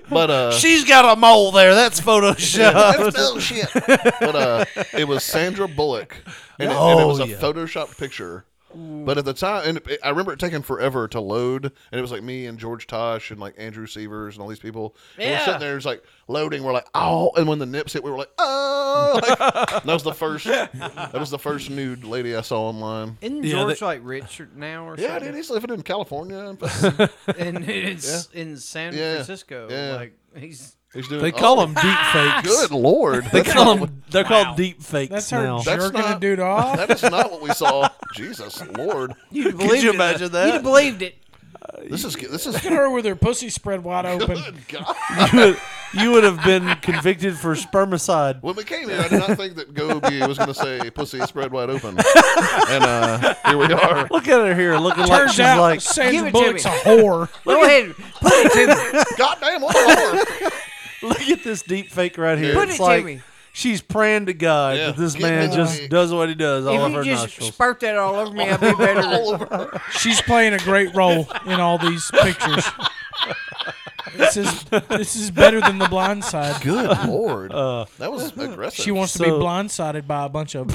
E: but uh,
C: She's got a mole there. That's Photoshop.
E: That's bullshit. but uh, it was Sandra Bullock, and, it, and it
C: Oh,
E: was a
C: yeah.
E: photoshopped picture. But at the time, and it, I remember it taking forever to load, and it was like me and George Tosh and like Andrew Severs and all these people. And we're sitting there, it's like loading. We're like, oh, and when the nips hit, we were like, oh. Like, that was the first. That was the first nude lady I saw online.
D: Isn't
C: Yeah,
D: George
C: they-
D: like Richard now or
E: Yeah, dude,
D: something?
E: he's living in California. and fucking-
D: in in, s- in San
E: Yeah.
D: Francisco.
E: Yeah.
D: Like he's
E: He's doing.
C: they call
E: oh,
C: them deep fakes.
E: Good lord.
C: They
E: That's
C: call
E: not
C: them. They're called deep fakes
F: That's her
C: now.
E: That's
F: jerking a
E: not-
F: dude off.
E: what- That is not what we saw. Jesus lord.
D: you
C: Could you imagine that?
D: You'd have believed it.
E: This is this is
F: Look at her with her pussy spread wide open.
C: you, would, you would have been convicted for spermicide.
E: When we came here, I did not think that Gobi was going to say "pussy spread wide open," and uh, here we are.
C: Look at her here, looking like
F: Turns
C: she's
F: out
C: like
F: Sandra
C: "Give it to
F: Bullock's
C: me."
F: a whore.
C: Look at-
D: put it to me.
E: Goddamn, what a whore!
C: Look at this deep fake right here.
D: Put
C: it's
D: it to
C: like
D: me.
C: She's praying to God that this
D: Get
C: man
D: me
C: just
D: the-
C: does what he does all
D: if
C: of her
D: you just
C: nostrils.
D: spurt that all over me, I'll be better.
E: All
F: She's playing a great role in all these pictures. This is this is better than the blind side.
E: Good lord,
C: Uh,
E: that was aggressive.
F: She wants to be
C: So-
F: blindsided by a bunch of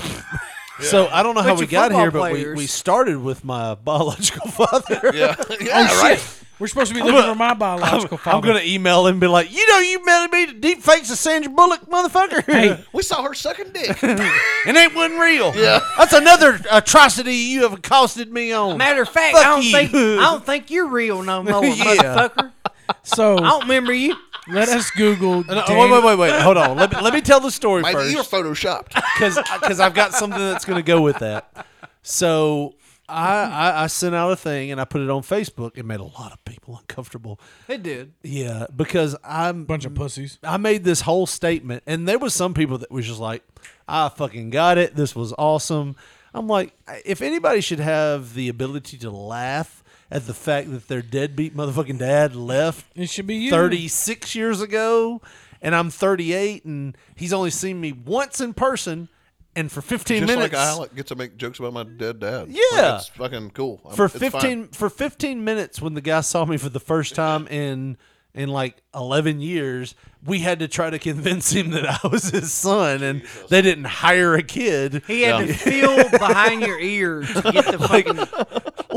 C: So I don't know how
F: Bunch
C: we
F: of
C: got here,
F: football
C: but we,
F: players.
C: we started with my biological father.
E: Yeah,
F: oh shit. We're supposed to be
C: I'm
F: looking
C: gonna-
F: for my
C: I'm,
F: biological
C: I'm
F: father.
C: gonna email him and be like, you know, you made me the deep fakes of Sandra Bullock, motherfucker.
F: Hey.
E: We saw her sucking dick.
C: it ain't one real.
E: Yeah.
C: that's another atrocity you have accosted me on.
D: Matter of fact,
C: Fuck
D: I don't
C: you.
D: think I don't think you're real no more, motherfucker. I
F: So
D: don't remember you.
F: let us Google.
C: No,
F: Dan-
C: uh, wait, wait, wait, wait. Hold on. Let me, let me tell the story
E: Maybe
C: first.
E: you're photoshopped.
C: because because uh, I've got something that's going to go with that. So I, I I sent out a thing and I put it on Facebook. It made a lot of people uncomfortable.
D: It did.
C: Yeah, because I'm
F: Bunch of pussies.
C: I made this whole statement, and there was some people that was just like, "I fucking got it. This was awesome." I'm like, if anybody should have the ability to laugh at the fact that their deadbeat motherfucking dad left
F: It should be you.
C: 36 years ago and I'm 38 and he's only seen me once in person and for 15
E: Just
C: minutes
E: like I like, get to make jokes about my dead dad. Like,
C: Yeah.
E: it's fucking cool. I'm-
C: for
E: it's fine.
C: 15 for 15 minutes when the guy saw me for the first time in in like 11 years we had to try to convince him that I was his son and they didn't hire a kid
D: He had to feel behind your ear to get the fucking.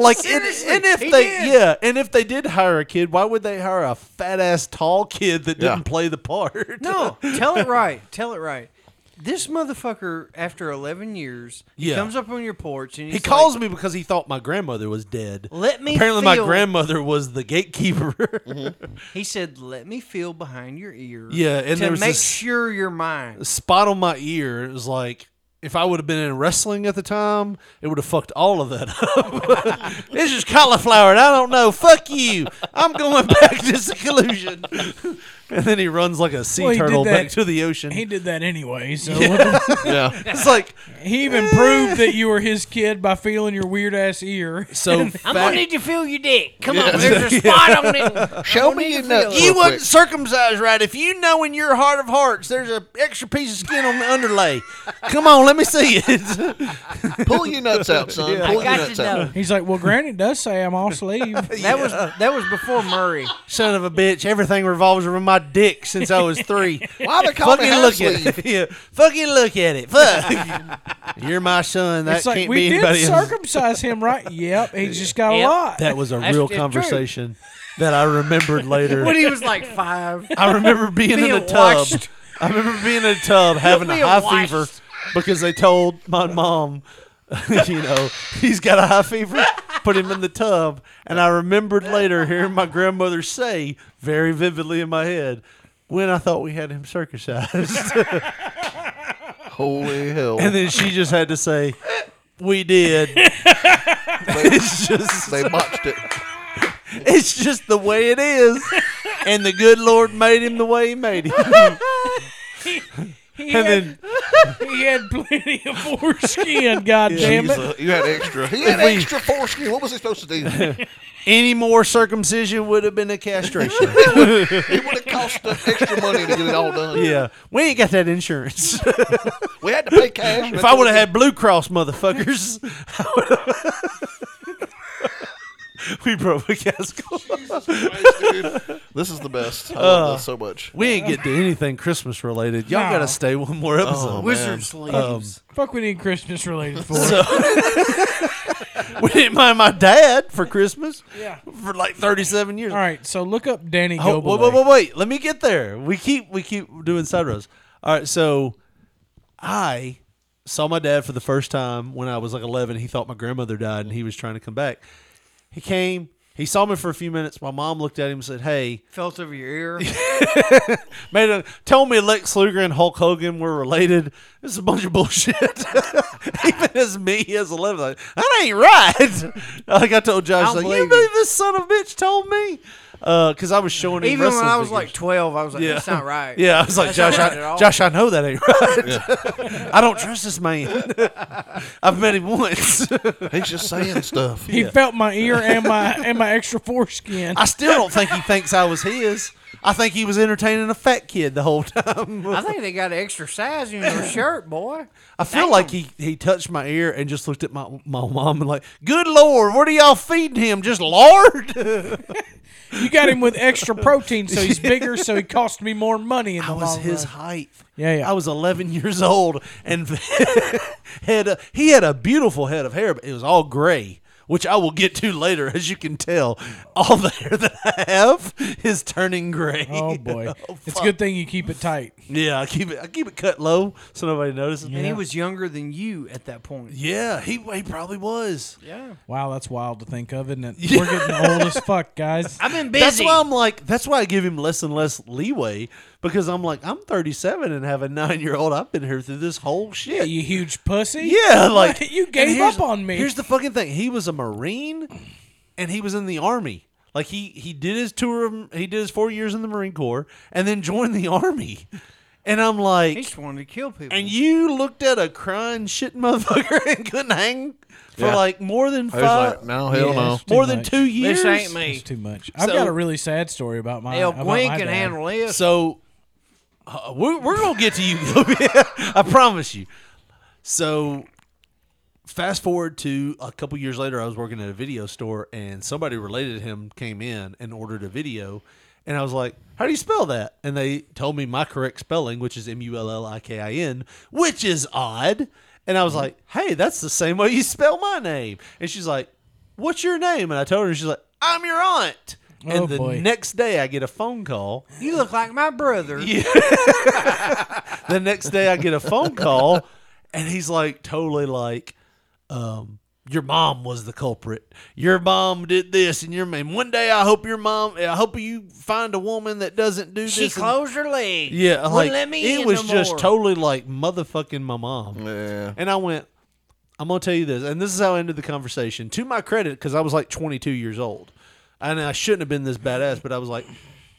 C: like and-
D: Seriously,
C: and, if
D: he
C: they
D: did.
C: yeah and if they did hire a kid why would they hire a fat ass tall kid that
E: Yeah.
C: didn't play the part
D: No, tell it right. Tell it right. This motherfucker, after 11 years, he
C: Yeah.
D: comes up on your porch and he's
C: He calls
D: like,
C: me because he thought my grandmother was dead.
D: Let me
C: Apparently, my
D: feel-
C: grandmother was the gatekeeper.
E: Mm-hmm.
D: He said, "Let me feel behind your ear."
C: Yeah, and
D: to
C: there was
D: make
C: this-
D: sure you're mine.
C: Spot on my ear. It was like if I would have been in wrestling at the time, it would have fucked all of that up. this is cauliflower, and I don't know. Fuck you. I'm going back to seclusion. and then he runs like a sea
F: Well, he did
C: turtle back
F: that-
C: to the ocean.
F: He did that anyway. So what the-
E: Yeah.
C: it's like
F: he even proved that you were his kid by feeling your weird ass ear.
C: so.
D: I'm
C: fat-
D: gonna need you to feel your dick. Come on, there's a spot on it.
E: Show me your nuts.
C: You
E: real
C: wasn't
E: quick.
C: circumcised right. If you know in your heart of hearts there's a extra piece of skin on the underlay, come on, let me see it.
E: Pull your nuts out, son.
C: Yeah.
E: Pull
D: I
E: your
D: got
E: nuts
D: to
E: out.
D: know.
F: He's like, well, Granny does say I'm all sleeve.
D: That was that was before Murray.
C: Son of a bitch, everything revolves around my dick since I was three.
E: Why they call me
C: fucking look
E: half
C: at it. Yeah, fucking look at it. Fuck. You're my son. That
F: It's like
C: can't
F: we
C: be
F: did
C: anybody else.
F: circumcise him, right? Yep, he just got a
D: Yep.
F: lot.
C: That was a
D: That's-
C: real
D: it's true.
C: conversation that I remembered later.
D: When he was like five.
C: I remember being, in a
D: Being
C: tub.
D: washed.
C: I remember being in a tub having a
D: Being
C: high
D: washed.
C: fever because they told my mom, you know, he's got a high fever. Put him in the tub, and I remembered later hearing my grandmother say very vividly in my head when I thought we had him circumcised,
E: Holy hell.
C: and then she just had to say, "We did." it's just,
E: they botched it.
C: it's just the way it is, and the good Lord made him the way He made him.
F: He
C: And then
F: had, he had plenty of foreskin. God damn it!
E: Jesus, You had extra. He had
C: If we-
E: extra foreskin. What was he supposed to do? It
C: any more circumcision would have been a castration.
E: would have cost us extra money to get it all done.
C: yeah, we ain't got that insurance.
E: We had to pay cash.
C: if I would have had Blue Cross, motherfuckers, I would've- we broke a castle.
E: This is the best. I love
C: Uh.
E: this so much.
C: We ain't get to anything Christmas related. Y'all
F: No.
C: gotta stay one more episode.
D: Wizard sleeves.
C: um,
F: Fuck, we need Christmas related for.
C: we didn't mind my dad for Christmas
F: yeah.
C: for like thirty-seven years.
F: All right, so look up Danny
C: Oh,
F: Goble.
C: wait, wait, wait, wait. Let me get there. We keep we keep doing side roads. All right, so I saw my dad for the first time when I was like 11. He thought my grandmother died, and he was trying to come back. He came. He saw me for a few minutes. My mom looked at him and said, "Hey,
D: Felt over your ear.
C: made a, tell me Lex Luger and Hulk Hogan were related. This is a bunch of bullshit." Even as me as eleven, like, that ain't right. like I told
D: I
C: Josh,
D: don't
C: like you
D: believe
C: believe this son of a bitch told me. Because I was showing him
D: Even when
C: wrestling
D: I was
C: figures.
D: like 12, I was like, that's not right.
C: Yeah, I was like,
D: That's not
C: Josh,
D: right at
C: I,
D: all.
C: Josh, I know that ain't right. I don't trust this man. I've met him once. He's just saying stuff.
F: He felt my ear and my and my extra foreskin.
C: I still don't think he thinks I was his. I think he was entertaining a fat kid the whole time.
D: I think they got an extra size in your shirt, boy.
C: I feel like he, he touched my ear and just looked at my my mom and like, good lord, what are y'all feeding him? Just lard?
F: you got him with extra protein, so he's bigger, so he cost me more money. In the
C: I was
F: long
C: his
F: run.
C: height.
F: Yeah, yeah.
C: I was 11 years old, and had a, he had a beautiful head of hair, but it was all gray, which I will get to later, as you can tell. All the hair that I have is turning gray.
F: Oh boy, it's a good thing you keep it tight.
C: Yeah, I keep it. I keep it cut low so nobody notices.
D: And he was younger than you at that point.
C: Yeah, he he probably was.
D: Yeah.
F: Wow, that's wild to think of, isn't it? We're getting old as fuck, guys.
D: I've been
C: That's why I'm like. That's why I give him less and less leeway because I'm like I'm 37 and have a nine year old. I've been here through this whole shit. Yeah,
F: you huge pussy.
C: Yeah, like
F: You
C: and
F: gave
C: here's-
F: up on me.
C: Here's the fucking thing. He was a marine, and he was in the army. Like he he did his tour. Of, he did his four years in the Marine Corps, and then joined the army. And I'm like,
D: He just wanted to kill people.
C: and you looked at a crying shit motherfucker and couldn't hang for
E: Yeah.
C: like more than
E: I
C: five.
E: was like, no, hell
C: Yeah,
E: no.
C: it's More
F: too
C: than
F: much.
C: two years.
D: This ain't me.
F: It's too much. I've
C: So-
F: got a really sad story about my.
D: El
F: about
D: Gwyn
F: my
D: can
F: dad.
D: handle this.
C: So uh, we're, we're gonna get to you. I promise you. So fast forward to a couple years later, I was working at a video store, and somebody related to him came in and ordered a video, and I was like, "How do you spell that?" And they told me my correct spelling, which is M U L L I K I N, which is odd. And I was
F: Mm-hmm.
C: like, "Hey, that's the same way you spell my name." And she's like, "What's your name?" And I told her, and she's like, "I'm your aunt."
F: Oh,
C: and the
F: boy.
C: next day, I get a phone call
D: You look like my brother.
C: the next day I get a phone call and he's like totally like um your mom was the culprit. Your mom did this, and your man. One day, I hope your mom. I hope you find a woman that doesn't do
D: She
C: this. and-
D: closed her leg.
C: Yeah,
D: Wouldn't
C: like
D: let me
C: it
D: in
C: was
D: no
C: just
D: more.
C: totally like motherfucking my mom. Yeah, and I went. I'm gonna tell you this, and this is how I ended the conversation. To my credit, because I was like 22 years old, and I shouldn't have been this badass, but I was like,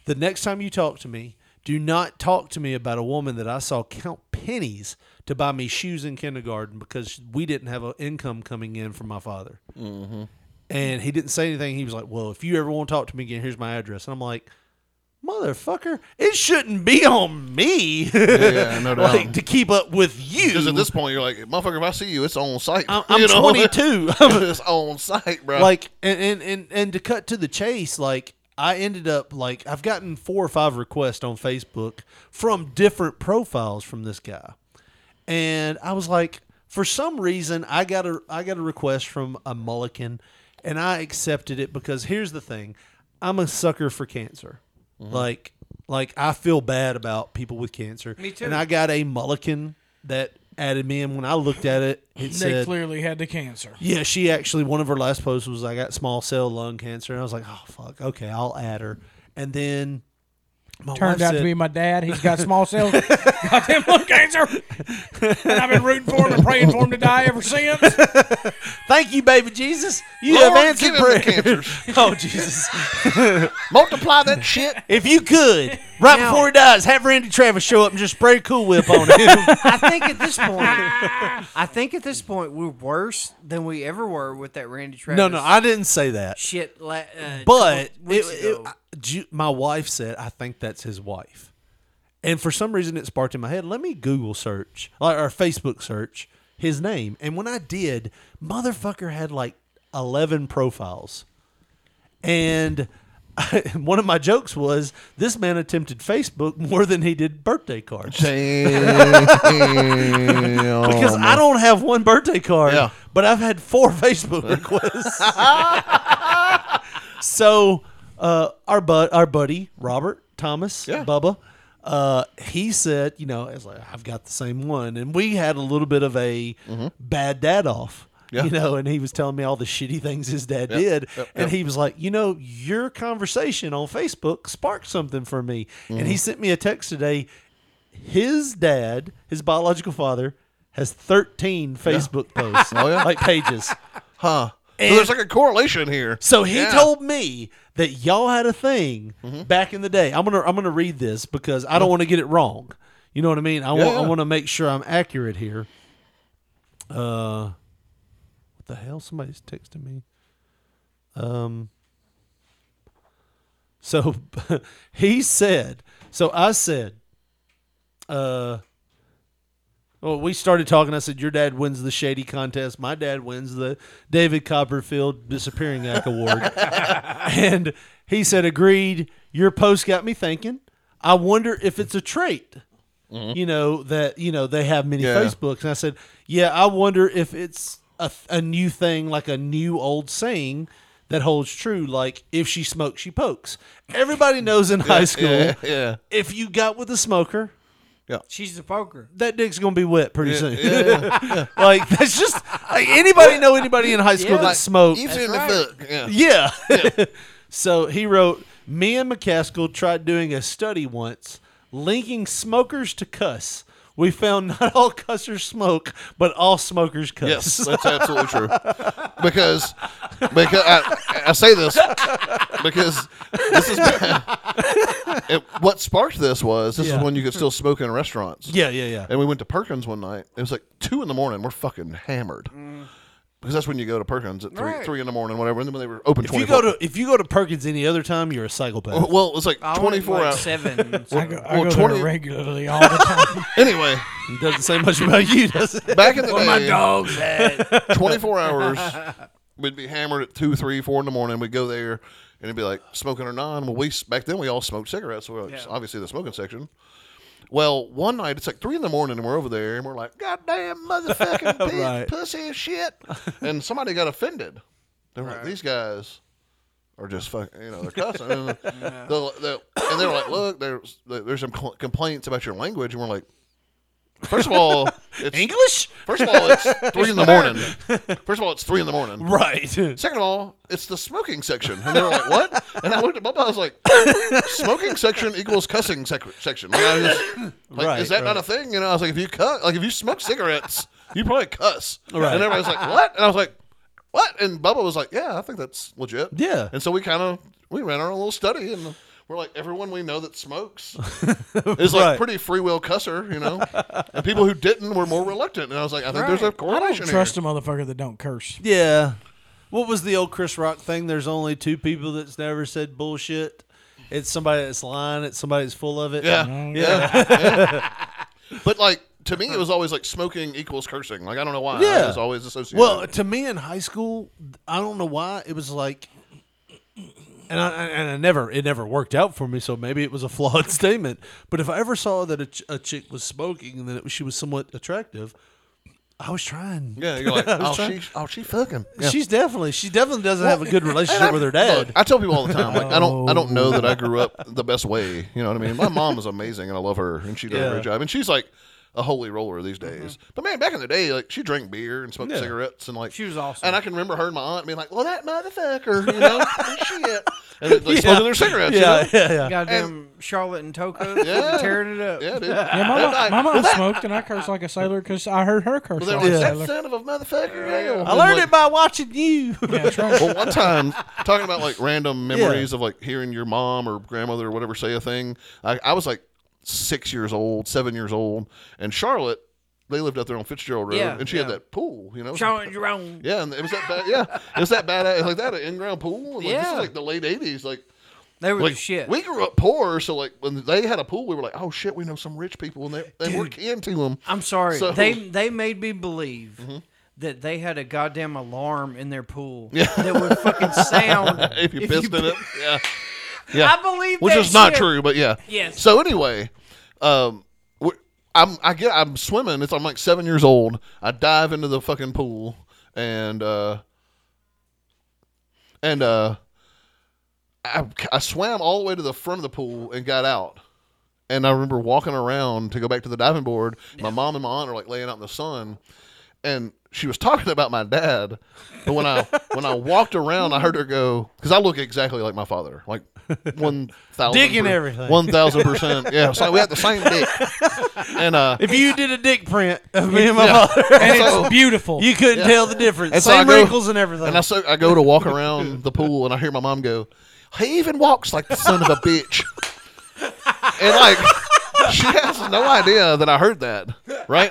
C: the next time you talk to me, do not talk to me about a woman that I saw count pennies to buy me shoes in kindergarten because we didn't have an income coming in from my father. Mm-hmm. And he didn't say anything. He was like, "Well, if you ever want to talk to me again, here's my address." And I'm like, "Motherfucker, it shouldn't be on me,
E: Yeah, no doubt.
C: like to keep up with you."
E: Because at this point, you're like, motherfucker, if I see you, it's on site.
C: I'm, I'm
E: You know?
C: 22.
E: it's on site, bro.
C: Like, and, and and and to cut to the chase, like I ended up like I've gotten four or five requests on Facebook from different profiles from this guy, and I was like, for some reason, I got a I got a request from a Mulligan, and I accepted it because here's the thing, I'm a sucker for cancer, like like I feel bad about people with cancer.
D: Me too.
C: And I got a Mulligan that added me, and when I looked at it, it
F: They
C: said
F: clearly had the cancer.
C: yeah, she actually one of her last posts was I got small cell lung cancer, and I was like, oh fuck, okay, I'll add her. And then my
F: Turned
C: wife
F: out
C: said-
F: to be my dad. He's got small cells, goddamn lung cancer, and I've been rooting for him and praying for him to die ever since.
C: Thank you, baby Jesus. You
F: Lord,
C: have answered
F: give him the
C: prayer. oh Jesus,
E: multiply that shit.
C: If you could, right
D: Now-
C: before he dies, have Randy Travis show up and just spray Cool Whip on him.
D: I think at this point, I think at this point we're worse than we ever were with that Randy Travis.
C: no, no, I didn't say that.
D: shit. La- uh,
C: but
D: couple
C: it,
D: weeks
C: it-
D: ago.
C: I- ju- my wife said i think that's his wife and for some reason it sparked in my head let me google search like or facebook search his name and when i did motherfucker had like 11 profiles and one of my jokes was this man attempted facebook more than he did birthday cards because i don't have one birthday card
E: Oh, Yeah.
C: but i've had four facebook requests so uh, our bud, our buddy Robert Thomas Bubba, uh, he said, you know, it's like I've got the same one, and we had a little bit of a bad dad off.
E: Mm-hmm. Yeah.
C: You know, and he was telling me all the shitty things his dad
E: Yep,
C: did.
E: yep,
C: and
E: yep.
C: he was like, you know, your conversation on Facebook sparked something for me. And he
E: Mhm.
C: sent me a text today. His dad, his biological father, has 13 Facebook posts,
E: Oh,
C: like pages.
E: Huh. so there's like a correlation here.
C: So he
E: Yeah. Mm-hmm.
C: told me that y'all had a thing back in the day. I'm gonna I'm gonna read this because I don't want to get it wrong. You know what I mean? I
E: Yeah,
C: want I
E: yeah.
C: want to make sure I'm accurate here. Uh, what the hell? Somebody's texting me. Um. So he said. So I said. Uh. Well, we started talking. I said, "Your dad wins the shady contest. My dad wins the David Copperfield Disappearing Act Award." and he said, "Agreed. Your post got me thinking. I wonder if it's a trait. You know that you know they have many
E: Mm-hmm. Yeah.
C: Facebooks." And I said, "Yeah, I wonder if it's a, a new thing, like a new old saying." That holds true, like if she smokes, she pokes. Everybody knows in high
E: Yeah,
C: school,
E: yeah, yeah.
C: if you got with a smoker,
D: She's a poker.
C: that dick's gonna be wet pretty
E: Yeah,
C: soon.
E: yeah, yeah.
C: like that's just like anybody know anybody in high school
E: Yeah.
C: that smoked.
E: You finna That's right. fuck, yeah.
C: Yeah. so he wrote, "Me and McCaskill tried doing a study once, linking smokers to cuss. We found not all cussers smoke, but all smokers cuss.
E: Yes, that's absolutely true. Because, because I, I say this because this is it, what sparked this was this
C: Yeah.
E: is when you could still smoke in restaurants.
C: Yeah, yeah, yeah.
E: And we went to Perkins one night. It was like two in the morning. We're fucking hammered because that's when you go to Perkins at three,
C: Right.
E: three in the morning, whatever. And then when they were open
C: If
E: twenty
C: you
E: four.
C: go to if you go to Perkins any other time, you're a psychopath.
E: well, it's like
C: I went
E: twenty four
C: like
E: hours.
C: seven.
E: Well,
C: I go-
F: I
E: well,
F: go there regularly all the time.
E: anyway,
C: it doesn't say much about you, does it?
E: Back in the
C: Where
E: day,
C: my dog's at.
E: twenty four hours. We'd be hammered at two, three, four in the morning. We'd go there, and it'd be like smoking or non. Well, we back then we all smoked cigarettes, so we're like,
C: Yeah.
E: obviously the smoking section. Well, one night it's like three in the morning, and we're over there, and we're like, goddamn motherfucking pig,
C: Right.
E: pussy and shit, and somebody got offended. They're like, these guys are just fucking, you know, they're cussing, and, they're- they're- and they're like, look, there's there's some cl- complaints about your language, and we're like. First of all, it's,
C: English.
E: First of all, it's three in the morning. First of all, it's three in the morning.
C: Right.
E: Second of all, it's the smoking section, and they were like, "What?" And I looked at Bubba. I was like, "Smoking section equals cussing sec- section." Like, I was just- like,
C: Right,
E: is that
C: right.
E: not a thing? You know, I was like, if you cut, like if you smoke cigarettes, you probably cuss.
C: Right.
E: And everybody's like, "What?" And I was like, "What?" And Bubba was like, "Yeah, I think that's legit."
C: Yeah.
E: And so we kind of we ran our own little study and. We're like everyone we know that smokes is like
C: Right.
E: pretty free will cusser, you know. And people who didn't were more reluctant. And I was like, I think there's a correlation.
F: I
E: here.
F: don't trust a motherfucker that don't curse.
C: Yeah. What was the old Chris Rock thing? There's only two people that's never said bullshit. It's somebody that's lying. It's somebody that's full of it. Mm-hmm.
E: Yeah.
C: Yeah.
E: yeah. but like to me, it was always like smoking equals cursing. Like I don't know why.
C: Yeah.
E: It was always associated.
C: Well, to me in high school, I don't know why it was like, and I I- and I never it never worked out for me. So maybe it was a flawed statement. But if I ever saw that a, ch- a chick was smoking and that it, was- she was somewhat attractive, I was trying.
E: yeah, you're like,
C: I was
E: oh,
C: trying-
E: she, oh, she fucking. Yeah.
C: She's definitely she definitely doesn't have a good
E: Well,
C: relationship
E: and I-
C: with her dad.
E: look, I tell people all the time, like I don't, I don't know that I grew up the best way. You know what I mean? My mom is amazing, and I love her, and she does a
C: Yeah. Mm-hmm.
E: great job, and she's like a holy roller these days. But man, back in the day, like she drank beer and smoked
C: Yeah.
E: cigarettes, and like
D: She was awesome.
E: And I can remember her and my aunt being like, "Well, that motherfucker," you know, and shit, and like, smoking their cigarettes. you know?
D: Goddamn
E: And-
D: Charlotte and Toka
E: Yeah.
D: tearing it up.
E: Yeah, dude.
F: Yeah, my,
E: And
F: mom-
E: I-
F: my mom
E: well, that-
F: smoked, and I cursed like a sailor because I heard her curse
E: Well, they were
F: like a
E: like, that
F: sailor.
E: son of a motherfucker. yeah."
C: I learned it by watching you.
E: well, one time, talking about like random
C: Yeah.
E: memories of like hearing your mom or grandmother or whatever say a thing, I, I was like six years old, seven years old, and Charlotte, they lived out there on Fitzgerald Road,
D: Yeah,
E: and she had
D: yeah.
E: that pool, you know.
D: Charlotte Jerome.
E: Yeah, and it was that bad. Yeah, it was that bad. It was like that an in-ground pool. And, like, This
D: Yeah.
E: is like the late '80s. Like
D: They were the
E: like,
D: shit.
E: We grew up poor, so like when they had a pool, we were like, "Oh shit, we know some rich people," and they, they were kin to them.
D: I'm sorry.
E: So- Mm-hmm.
D: they they made me believe that they had a goddamn alarm in their pool that would fucking sound
E: if you pissed in it. Yeah.
D: I believe
E: Which
D: that
E: is not
D: shit.
E: true, but yeah.
D: Yes.
E: So anyway, um we- I'm I get I'm swimming. It's I'm like 7 years old. I dive into the fucking pool and uh and uh I, I swam all the way to the front of the pool and got out. And I remember walking around to go back to the diving board. My mom and my aunt are like laying out in the sun. and she was talking about my dad. But when I when I walked around, I heard her go because I look exactly like my father, like one thousand
C: Dick and everything.
E: one thousand percent. Yeah, so we had the same dick. And uh,
C: If you did a dick print of me and my
E: Yeah.
C: mother,
E: And it's
F: beautiful.
C: You couldn't
E: Yeah.
C: tell the difference.
E: And so I
C: Same
E: go-
C: wrinkles and everything.
E: And I so I go to walk around the pool, and I hear my mom go, "He even walks like the son of a bitch." and like she has no idea that I heard that, right?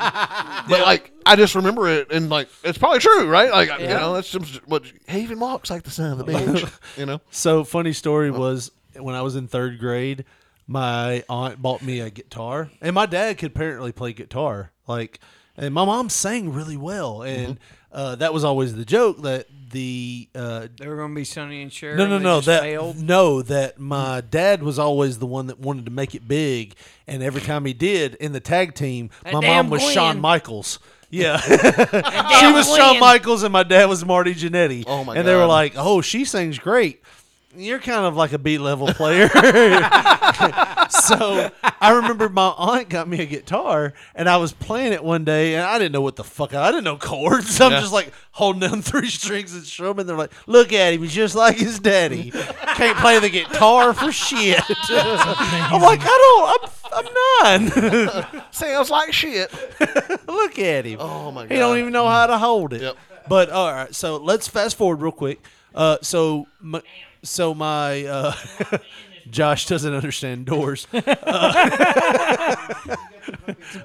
E: But like I just remember it, and like it's probably true, right? Like you
C: Yeah.
E: know, that's just what he even walks like the son of a bitch. you know.
C: So funny story was when I was in third grade, my aunt bought me a guitar, and my dad could apparently play guitar. Like, and my mom sang really well, and uh, that was always the joke that the uh,
D: They were going to be Sonny and Cher.
C: no no
D: and they
C: no
D: just
C: that
D: failed.
C: no that my dad was always the one that wanted to make it big, and every time he did in the tag team,
D: That
C: my
D: damn
C: mom was
D: Gwen.
C: Shawn Michaels. Yeah, she
D: damn
C: was Shawn
D: Gwen.
C: Michaels, and my dad was Marty Jannetty. Oh
E: my
C: And they were
E: God.
C: like, "Oh, she sings great." You're kind of like a B level player. so I remember my aunt got me a guitar and I was playing it one day and I didn't know what the fuck I didn't know chords. I'm
E: Yeah.
C: just like holding down three strings and strumming. They're like, look at him, he's just like his daddy. Can't play the guitar for shit. I'm like, I don't I'm I'm nine.
E: Sounds like shit.
C: Look at him.
E: Oh my god.
C: He don't even know how to hold it. But all right, so let's fast forward real quick. Uh, so my, so my uh, Josh doesn't understand doors. Uh,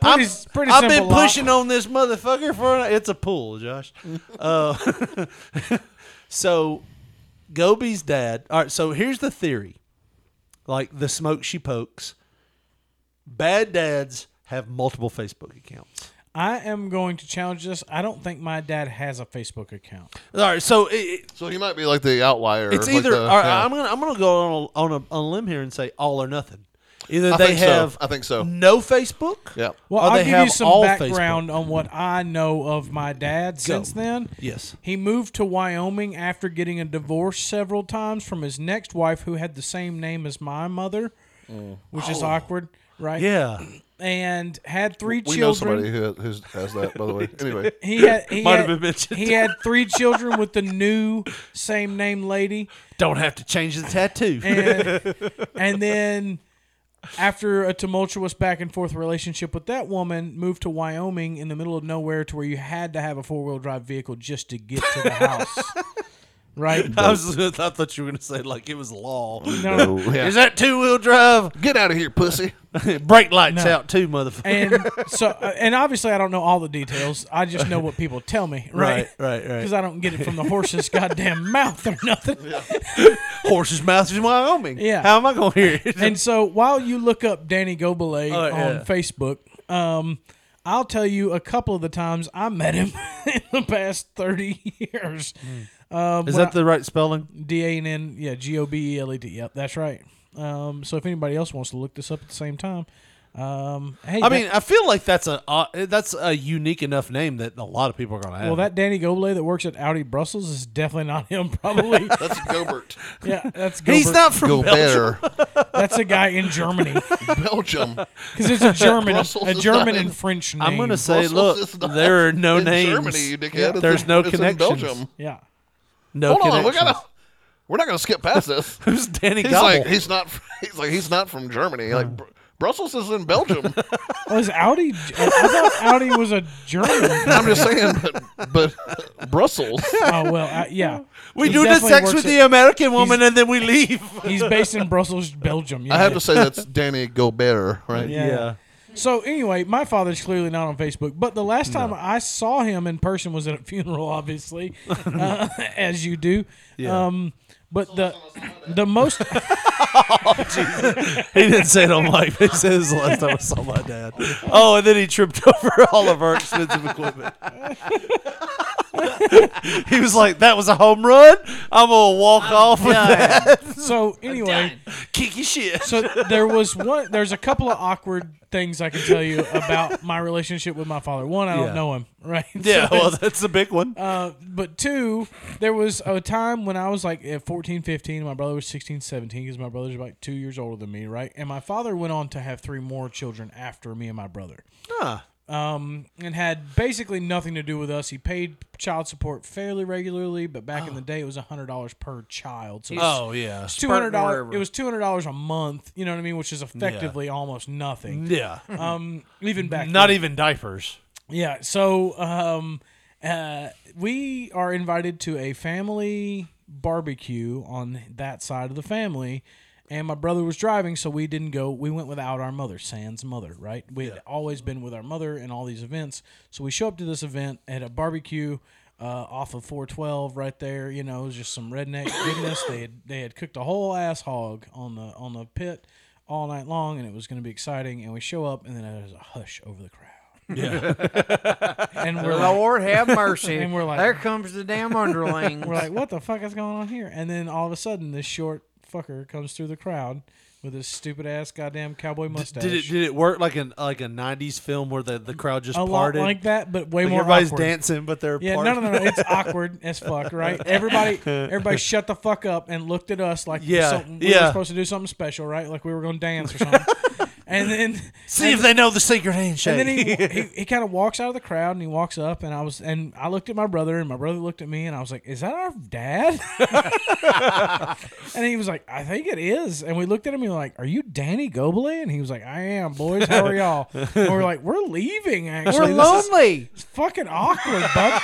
C: I'm-
F: it's pretty
C: I've been
F: simple lot.
C: pushing on this motherfucker for it's a pool, Josh. Uh, so Gobi's dad. All right, so here's the theory. Like the smoke she pokes. Bad dads have multiple Facebook accounts.
F: I am going to challenge this. I don't think my dad has a Facebook account.
C: All right, so
E: so he might be like the outlier.
C: It's
E: like
C: either
E: the-
C: all right,
E: yeah.
C: I'm gonna I'm gonna go on a, on a, on a limb here and say all or nothing. Either
E: I
C: they
E: think so.
C: have
E: I think so.
C: no Facebook.
E: Yeah.
C: or
F: Well, I'll
C: Oh, they
F: give
C: have
F: you some
C: all
F: background on what I know of my dad since then.
C: Yes.
F: He moved to Wyoming after getting a divorce several times from his next wife, who had the same name as my mother, which is
C: Oh.
F: awkward, right?
C: Yeah.
F: And had three
E: we know
F: children.
E: somebody who has, who has that, by the way. Anyway,
F: He had he
C: Might
F: had,
C: have been mentioned.
F: he had three children with the new same name lady.
C: Don't have to change the tattoo.
F: And, and then after a tumultuous back and forth relationship with that woman, moved to Wyoming in the middle of nowhere to where you had to have a four wheel drive vehicle just to get to the house. right?
C: I, was, I thought you were gonna say like it was law.
F: No. No.
C: Is that two wheel drive?
E: Get out of here, pussy.
C: Brake lights
F: No.
C: out too, motherfucker.
F: and so uh, and obviously I don't know all the details. I just know what people tell me, right?
C: Right, right, right.
F: Because I don't get it from the horse's goddamn mouth or nothing.
C: Horse's mouth is in Wyoming.
F: Yeah.
C: How am I gonna hear it?
F: and so while you look up Danny Gobelay
C: Oh,
F: on
C: yeah.
F: Facebook, um, I'll tell you a couple of the times I met him in the past 30 years. Um,
C: Is
F: when
C: that the right spelling?
F: D A N N, yeah, G O B E L E D. Yep, that's right. Um, so if anybody else wants to look this up at the same time, um, hey,
C: I
F: that-
C: mean, I feel like that's a uh, that's a unique enough name that a lot of people are gonna have.
F: well, that Danny Gobelay that works at Audi Brussels is definitely not him, probably.
E: that's Gobert.
F: yeah, that's Gobert.
C: He's not from
E: Gobert.
F: That's a guy in Germany.
E: Belgium.
F: Because it's a German,
E: Brussels
F: a
E: is
F: German
E: not in-
F: and French name.
C: I'm gonna say,
E: Brussels is
C: look,
E: not
C: there are no
E: in
C: names.
E: Germany, you dickhead. It's
C: There's
E: in-
C: no
E: it's in
C: connections.
E: Belgium.
F: Yeah.
C: No
E: Hold on, we
C: connections.
E: gotta. We're not gonna skip past this.
C: Who's Danny
E: he's
C: Gobble?
E: like he's not. He's like he's not from Germany. Like Br- Brussels is in Belgium.
F: Oh, is Audi? I thought Audi was a German.
E: I'm just saying, but, but Brussels.
F: Oh well, I, yeah.
C: we
F: He
C: do the
F: definitely
C: sex
F: works
C: with
F: at-
C: the American woman
F: he's-
C: and then we leave.
F: He's based in Brussels, Belgium.
E: I have to say
F: that.
E: that's Danny Gobert, right?
F: Yeah. So anyway, my father's clearly not on Facebook, but the last time I saw him in person was at a funeral, obviously, uh, as you do.
C: Yeah.
F: Um, but the the most
C: he didn't say it on mic. He said this is the last time I saw my dad. Oh, and then he tripped over all of our expensive equipment. he was like, "That was a home run. I'm gonna walk
F: Oh,
C: off with that."
F: so anyway,
C: Kick your shit.
F: so there was one. There's a couple of awkward things I can tell you about my relationship with my father. One, I
C: Yeah.
F: don't know him, right?
C: Yeah,
F: So
C: well,
F: it's-
C: that's the big one.
F: Uh, but two, there was a time when I was like at 14, 15, and my brother was 16, 17, because my brother's about two years older than me, right? And my father went on to have three more children after me and my brother.
C: Ah.
F: um, and had basically nothing to do with us. He paid child support fairly regularly, but back in the day, it was hundred dollars per child. So it was-
C: Oh, yeah.
F: it's two
C: Spurting
F: hundred dollars.
C: wherever.
F: It was two hundred dollars a month. You know what I mean? Which is effectively almost nothing.
C: Yeah.
F: Um, even back.
C: Not
F: then.
C: even diapers.
F: Yeah. So um, uh, we are invited to a family barbecue on that side of the family. And my brother was driving, so we didn't go. We went without our mother, Sans mother, right? We had always been with our mother in all these events. So we show up to this event at a barbecue uh, off of 412 right there. You know, it was just some redneck goodness. they had they had cooked a whole ass hog on the on the pit all night long, and it was going to be exciting. And we show up, and then there's a hush over the crowd.
D: Yeah.
F: and we're
D: Lord
F: like,
D: have mercy.
F: And we're like,
D: There comes the damn underlings.
F: We're like, what the fuck is going on here? And then all of a sudden, this short fucker comes through the crowd with his stupid ass goddamn cowboy mustache.
C: Did it did it work like an like a '90s film where the, the crowd just
F: a
C: parted
F: lot like that, but way
C: Like
F: more.
C: Everybody's
F: awkward.
C: dancing, but they're
F: yeah. No, no, no, no. It's awkward as fuck, right? Everybody, everybody, shut the fuck up and looked at us like
C: Yeah,
F: something- we were
C: yeah.
F: supposed to do something special, right? Like we were going to dance or something. and then
C: See
F: and-
C: if they know the secret handshake.
F: And then he, he, he kind of walks out of the crowd and he walks up and I was and I looked at my brother and my brother looked at me and I was like, "Is that our dad?" and he was like, "I think it is." And we looked at him and we were like, "Are you Danny Gobley?" And he was like, "I am, boys. How are y'all?" and we we're like, "We're leaving.
D: We're
F: Actually, This is-
D: lonely.
F: it's fucking awkward, bud."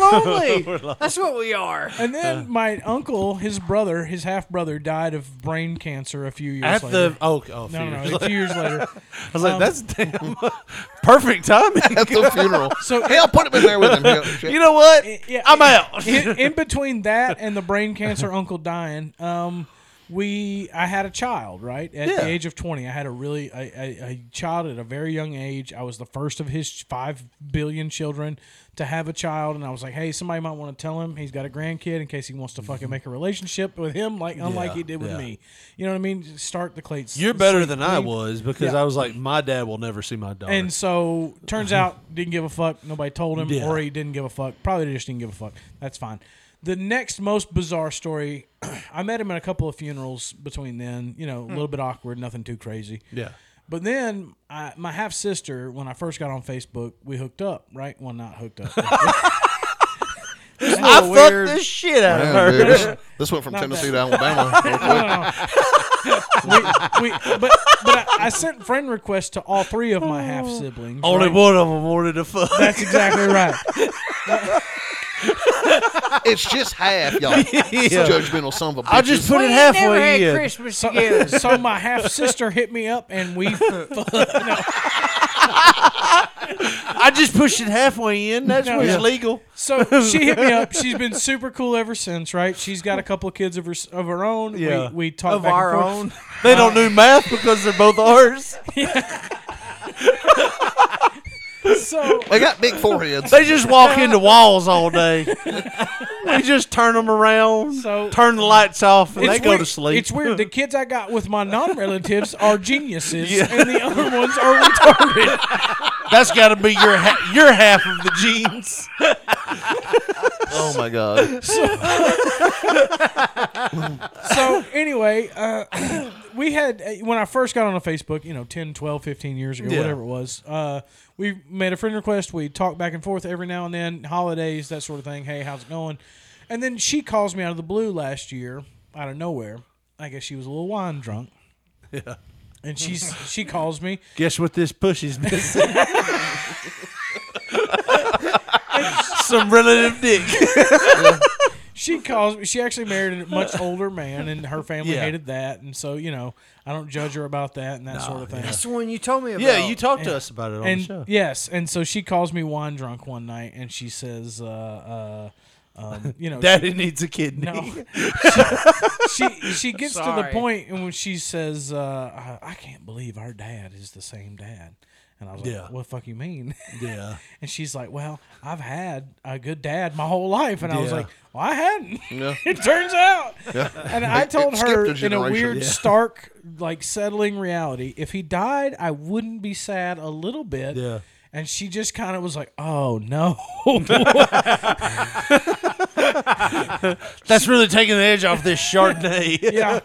D: lonely.
F: We're lonely.
D: That's what we are.
F: And
C: Uh.
F: then my uncle, his brother, his half brother, died of brain cancer a few years
C: At
F: later.
C: the oh, oh a few
F: no, no,
C: years
F: no, a few years later.
C: I was like,
F: Um,
C: that's damn perfect timing
E: At the funeral.
F: So
E: Hey, I'll put him in there with him. Yeah.
C: you know what?
F: I- yeah,
C: I'm
F: in-
C: out.
F: in, in between that and the brain cancer uncle dying, um, we I had a child right at
C: Yeah.
F: the age of twenty. I had a really a, a, a child at a very young age. I was the first of his five billion children to have a child, and I was like, hey, somebody might want to tell him he's got a grandkid in case he wants to fucking make a relationship with him, like
C: Mm-hmm.
F: unlike
C: Yeah,
F: he did with
C: yeah.
F: me. You know what I mean? Just Start the clates.
C: You're better than I was because
F: Yeah.
C: I was like, my dad will never see my daughter.
F: And so turns out didn't give a fuck. Nobody told him,
C: Yeah.
F: or he didn't give a fuck. Probably just didn't give a fuck. That's fine. The next most bizarre story, I met him at a couple of funerals between then. You know, a little bit awkward, nothing too crazy.
C: Yeah.
F: But then I, my half sister, when I first got on Facebook, we hooked up. Right? Well, not hooked up. Oh,
C: I fucked weird- the shit out of
E: Man,
C: her.
E: dude, this, this went from
F: Not
E: Tennessee
F: that.
E: to Alabama. real quick.
F: we, we, but but I, I sent friend requests to all three of my half siblings.
C: Only
F: right?
C: one of them wanted to fuck.
F: That's exactly right.
E: it's just half, y'all.
C: Yeah.
E: Judgmental son of a bitch.
C: I just put it
D: never had
C: halfway in.
D: Christmas
F: So,
D: together.
F: so my half sister hit me up and we fucked. No.
C: I just pushed it halfway in. That's
F: No.
C: where it's
F: Yeah.
C: legal.
F: So she hit me up. She's been super cool ever since, right? She's got a couple of kids of her of her own.
C: Yeah.
F: We, we talk
D: Of
F: back and
D: our
F: forth.
D: own.
C: They don't do math because they're both ours.
F: So
E: They got big foreheads.
C: They just walk into walls all day. we just turn them around,
F: So-
C: turn the lights off, and they go
F: weird.
C: to sleep.
F: It's weird. The kids I got with my non relatives are geniuses, and the other ones are retarded.
C: That's got to be your ha- your half of the genes.
E: Oh my god.
F: So anyway, uh, we had uh, when I first got on a Facebook, you know, 10, 12, 15 years ago,
C: Yeah.
F: whatever it was. Uh, we made a friend request. We talked back and forth every now and then, holidays, that sort of thing. Hey, how's it going? And then she calls me out of the blue last year, out of nowhere. I guess she was a little wine drunk.
C: Yeah.
F: And she's she calls me.
C: Guess what this pushy's missing? Some relative dick.
F: She calls me. She actually married a much older man, and her family
C: Yeah.
F: hated that. And so, you know, I don't judge her about that and that sort of thing.
D: That's the one you told me about.
C: Yeah, you talked to us about it on
F: and
C: the show.
F: yes, and so she calls me wine drunk one night, and she says, uh, uh, um, "You know,
C: Daddy
F: she-
C: needs a kidney.
F: No, she she gets to the
D: Sorry.
F: point, and when she says, uh, "I I can't believe our dad is the same dad," and I was like,
C: Yeah.
F: "What the fuck you mean?"
C: Yeah.
F: and she's like, "Well, I've had a good dad my whole life," and I was
C: Yeah.
F: like, "Well, I hadn't."
E: Yeah.
F: it turns out. And I
E: It- it
F: told
E: skipped
F: her
E: a
F: in a
E: generation.
F: weird,
E: Yeah.
F: stark, like settling reality, if he died, I wouldn't be sad a little bit.
C: Yeah.
F: And she just kind of was like, "Oh no."
J: That's really taking the edge off this Chardonnay.
F: yeah.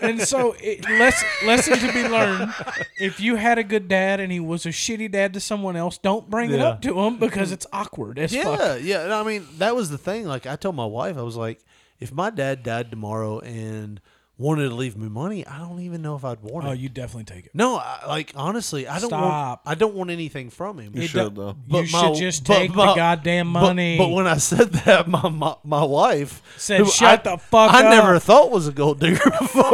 F: And so, it, less, lesson to be learned: if you had a good dad and he was a shitty dad to someone else, don't bring it
C: Yeah.
F: up to him because it's awkward as
C: yeah,
F: fuck.
C: yeah. And I mean, that was the thing. Like I told my wife, I was like, if my dad died tomorrow and wanted to leave me money, I don't even know if I'd want it.
F: Oh, you definitely take it.
C: No, I, like honestly, I don't want.
F: Stop.
C: I don't want anything from him.
F: You It should, don't- though. you should just take the goddamn
C: but-
F: money.
C: But, when I said that, my my, my wife
F: Said, "Shut
C: I,
F: the fuck
C: I
F: up."
C: never thought was a gold digger before.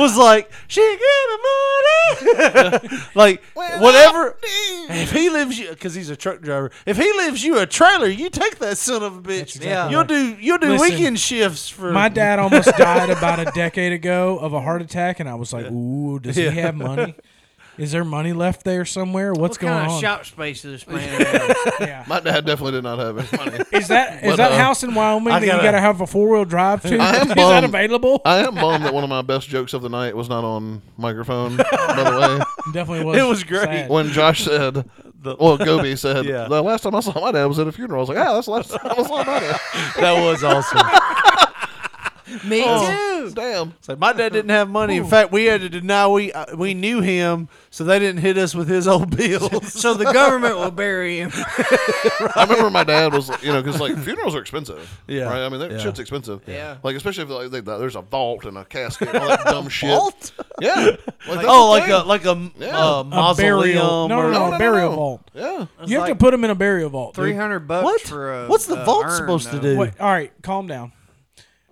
C: was like she get the money. like whatever. If he lives you, because he's a truck driver. If he lives you a trailer, you take that son of a bitch.
F: exactly
C: You'll
F: right.
C: do you'll do
F: Listen,
C: weekend shifts for.
F: My dad almost died about a decade ago of a heart attack, and I was like, "Ooh, does
C: Yeah.
F: he have money? Is there money left there somewhere? What's
D: what
F: going
D: kind
F: on?"
D: of shop space is this man? have?
E: My dad definitely did not have any money.
F: Is that is
E: But,
F: that
E: uh,
F: house in Wyoming
E: I
F: that you
E: gotta-
F: gotta have a four wheel drive to?
E: I am
F: is that
E: bummed-
F: available?
E: I am bummed that one of my best jokes of the night was not on microphone. by the way,
F: Definitely was It was great. sad.
E: when Josh said, "Well, Gobi said
C: Yeah.
E: the last time I saw my dad was at a funeral." I was like, "Ah, that's the last time I saw my dad."
C: That was awesome.
D: Me
C: Oh.
E: too. Damn.
C: It's like my dad didn't have money. In fact, we had to deny we uh, we knew him, so they didn't hit us with his old bills.
D: so the government will bury him.
E: I remember my dad was, you know, because like funerals are expensive.
C: Yeah.
E: Right. I mean, that
C: Yeah.
E: shit's expensive.
D: Yeah.
E: Like especially if like, they, there's a vault and a casket and all that dumb shit.
C: Vault?
E: Yeah. that's
C: oh,
E: the
C: like
E: thing.
C: a like a,
E: Yeah.
C: uh, mausoleum.
F: burial- no,
C: or-
F: no, no, a burial vault.
E: Yeah.
F: you have to put him in a burial vault. dude.
D: Three hundred bucks
C: What?
D: for a.
C: What's the
D: a
C: vault
D: urn,
C: supposed to
D: though.
C: do?
F: Wait, all right, calm down.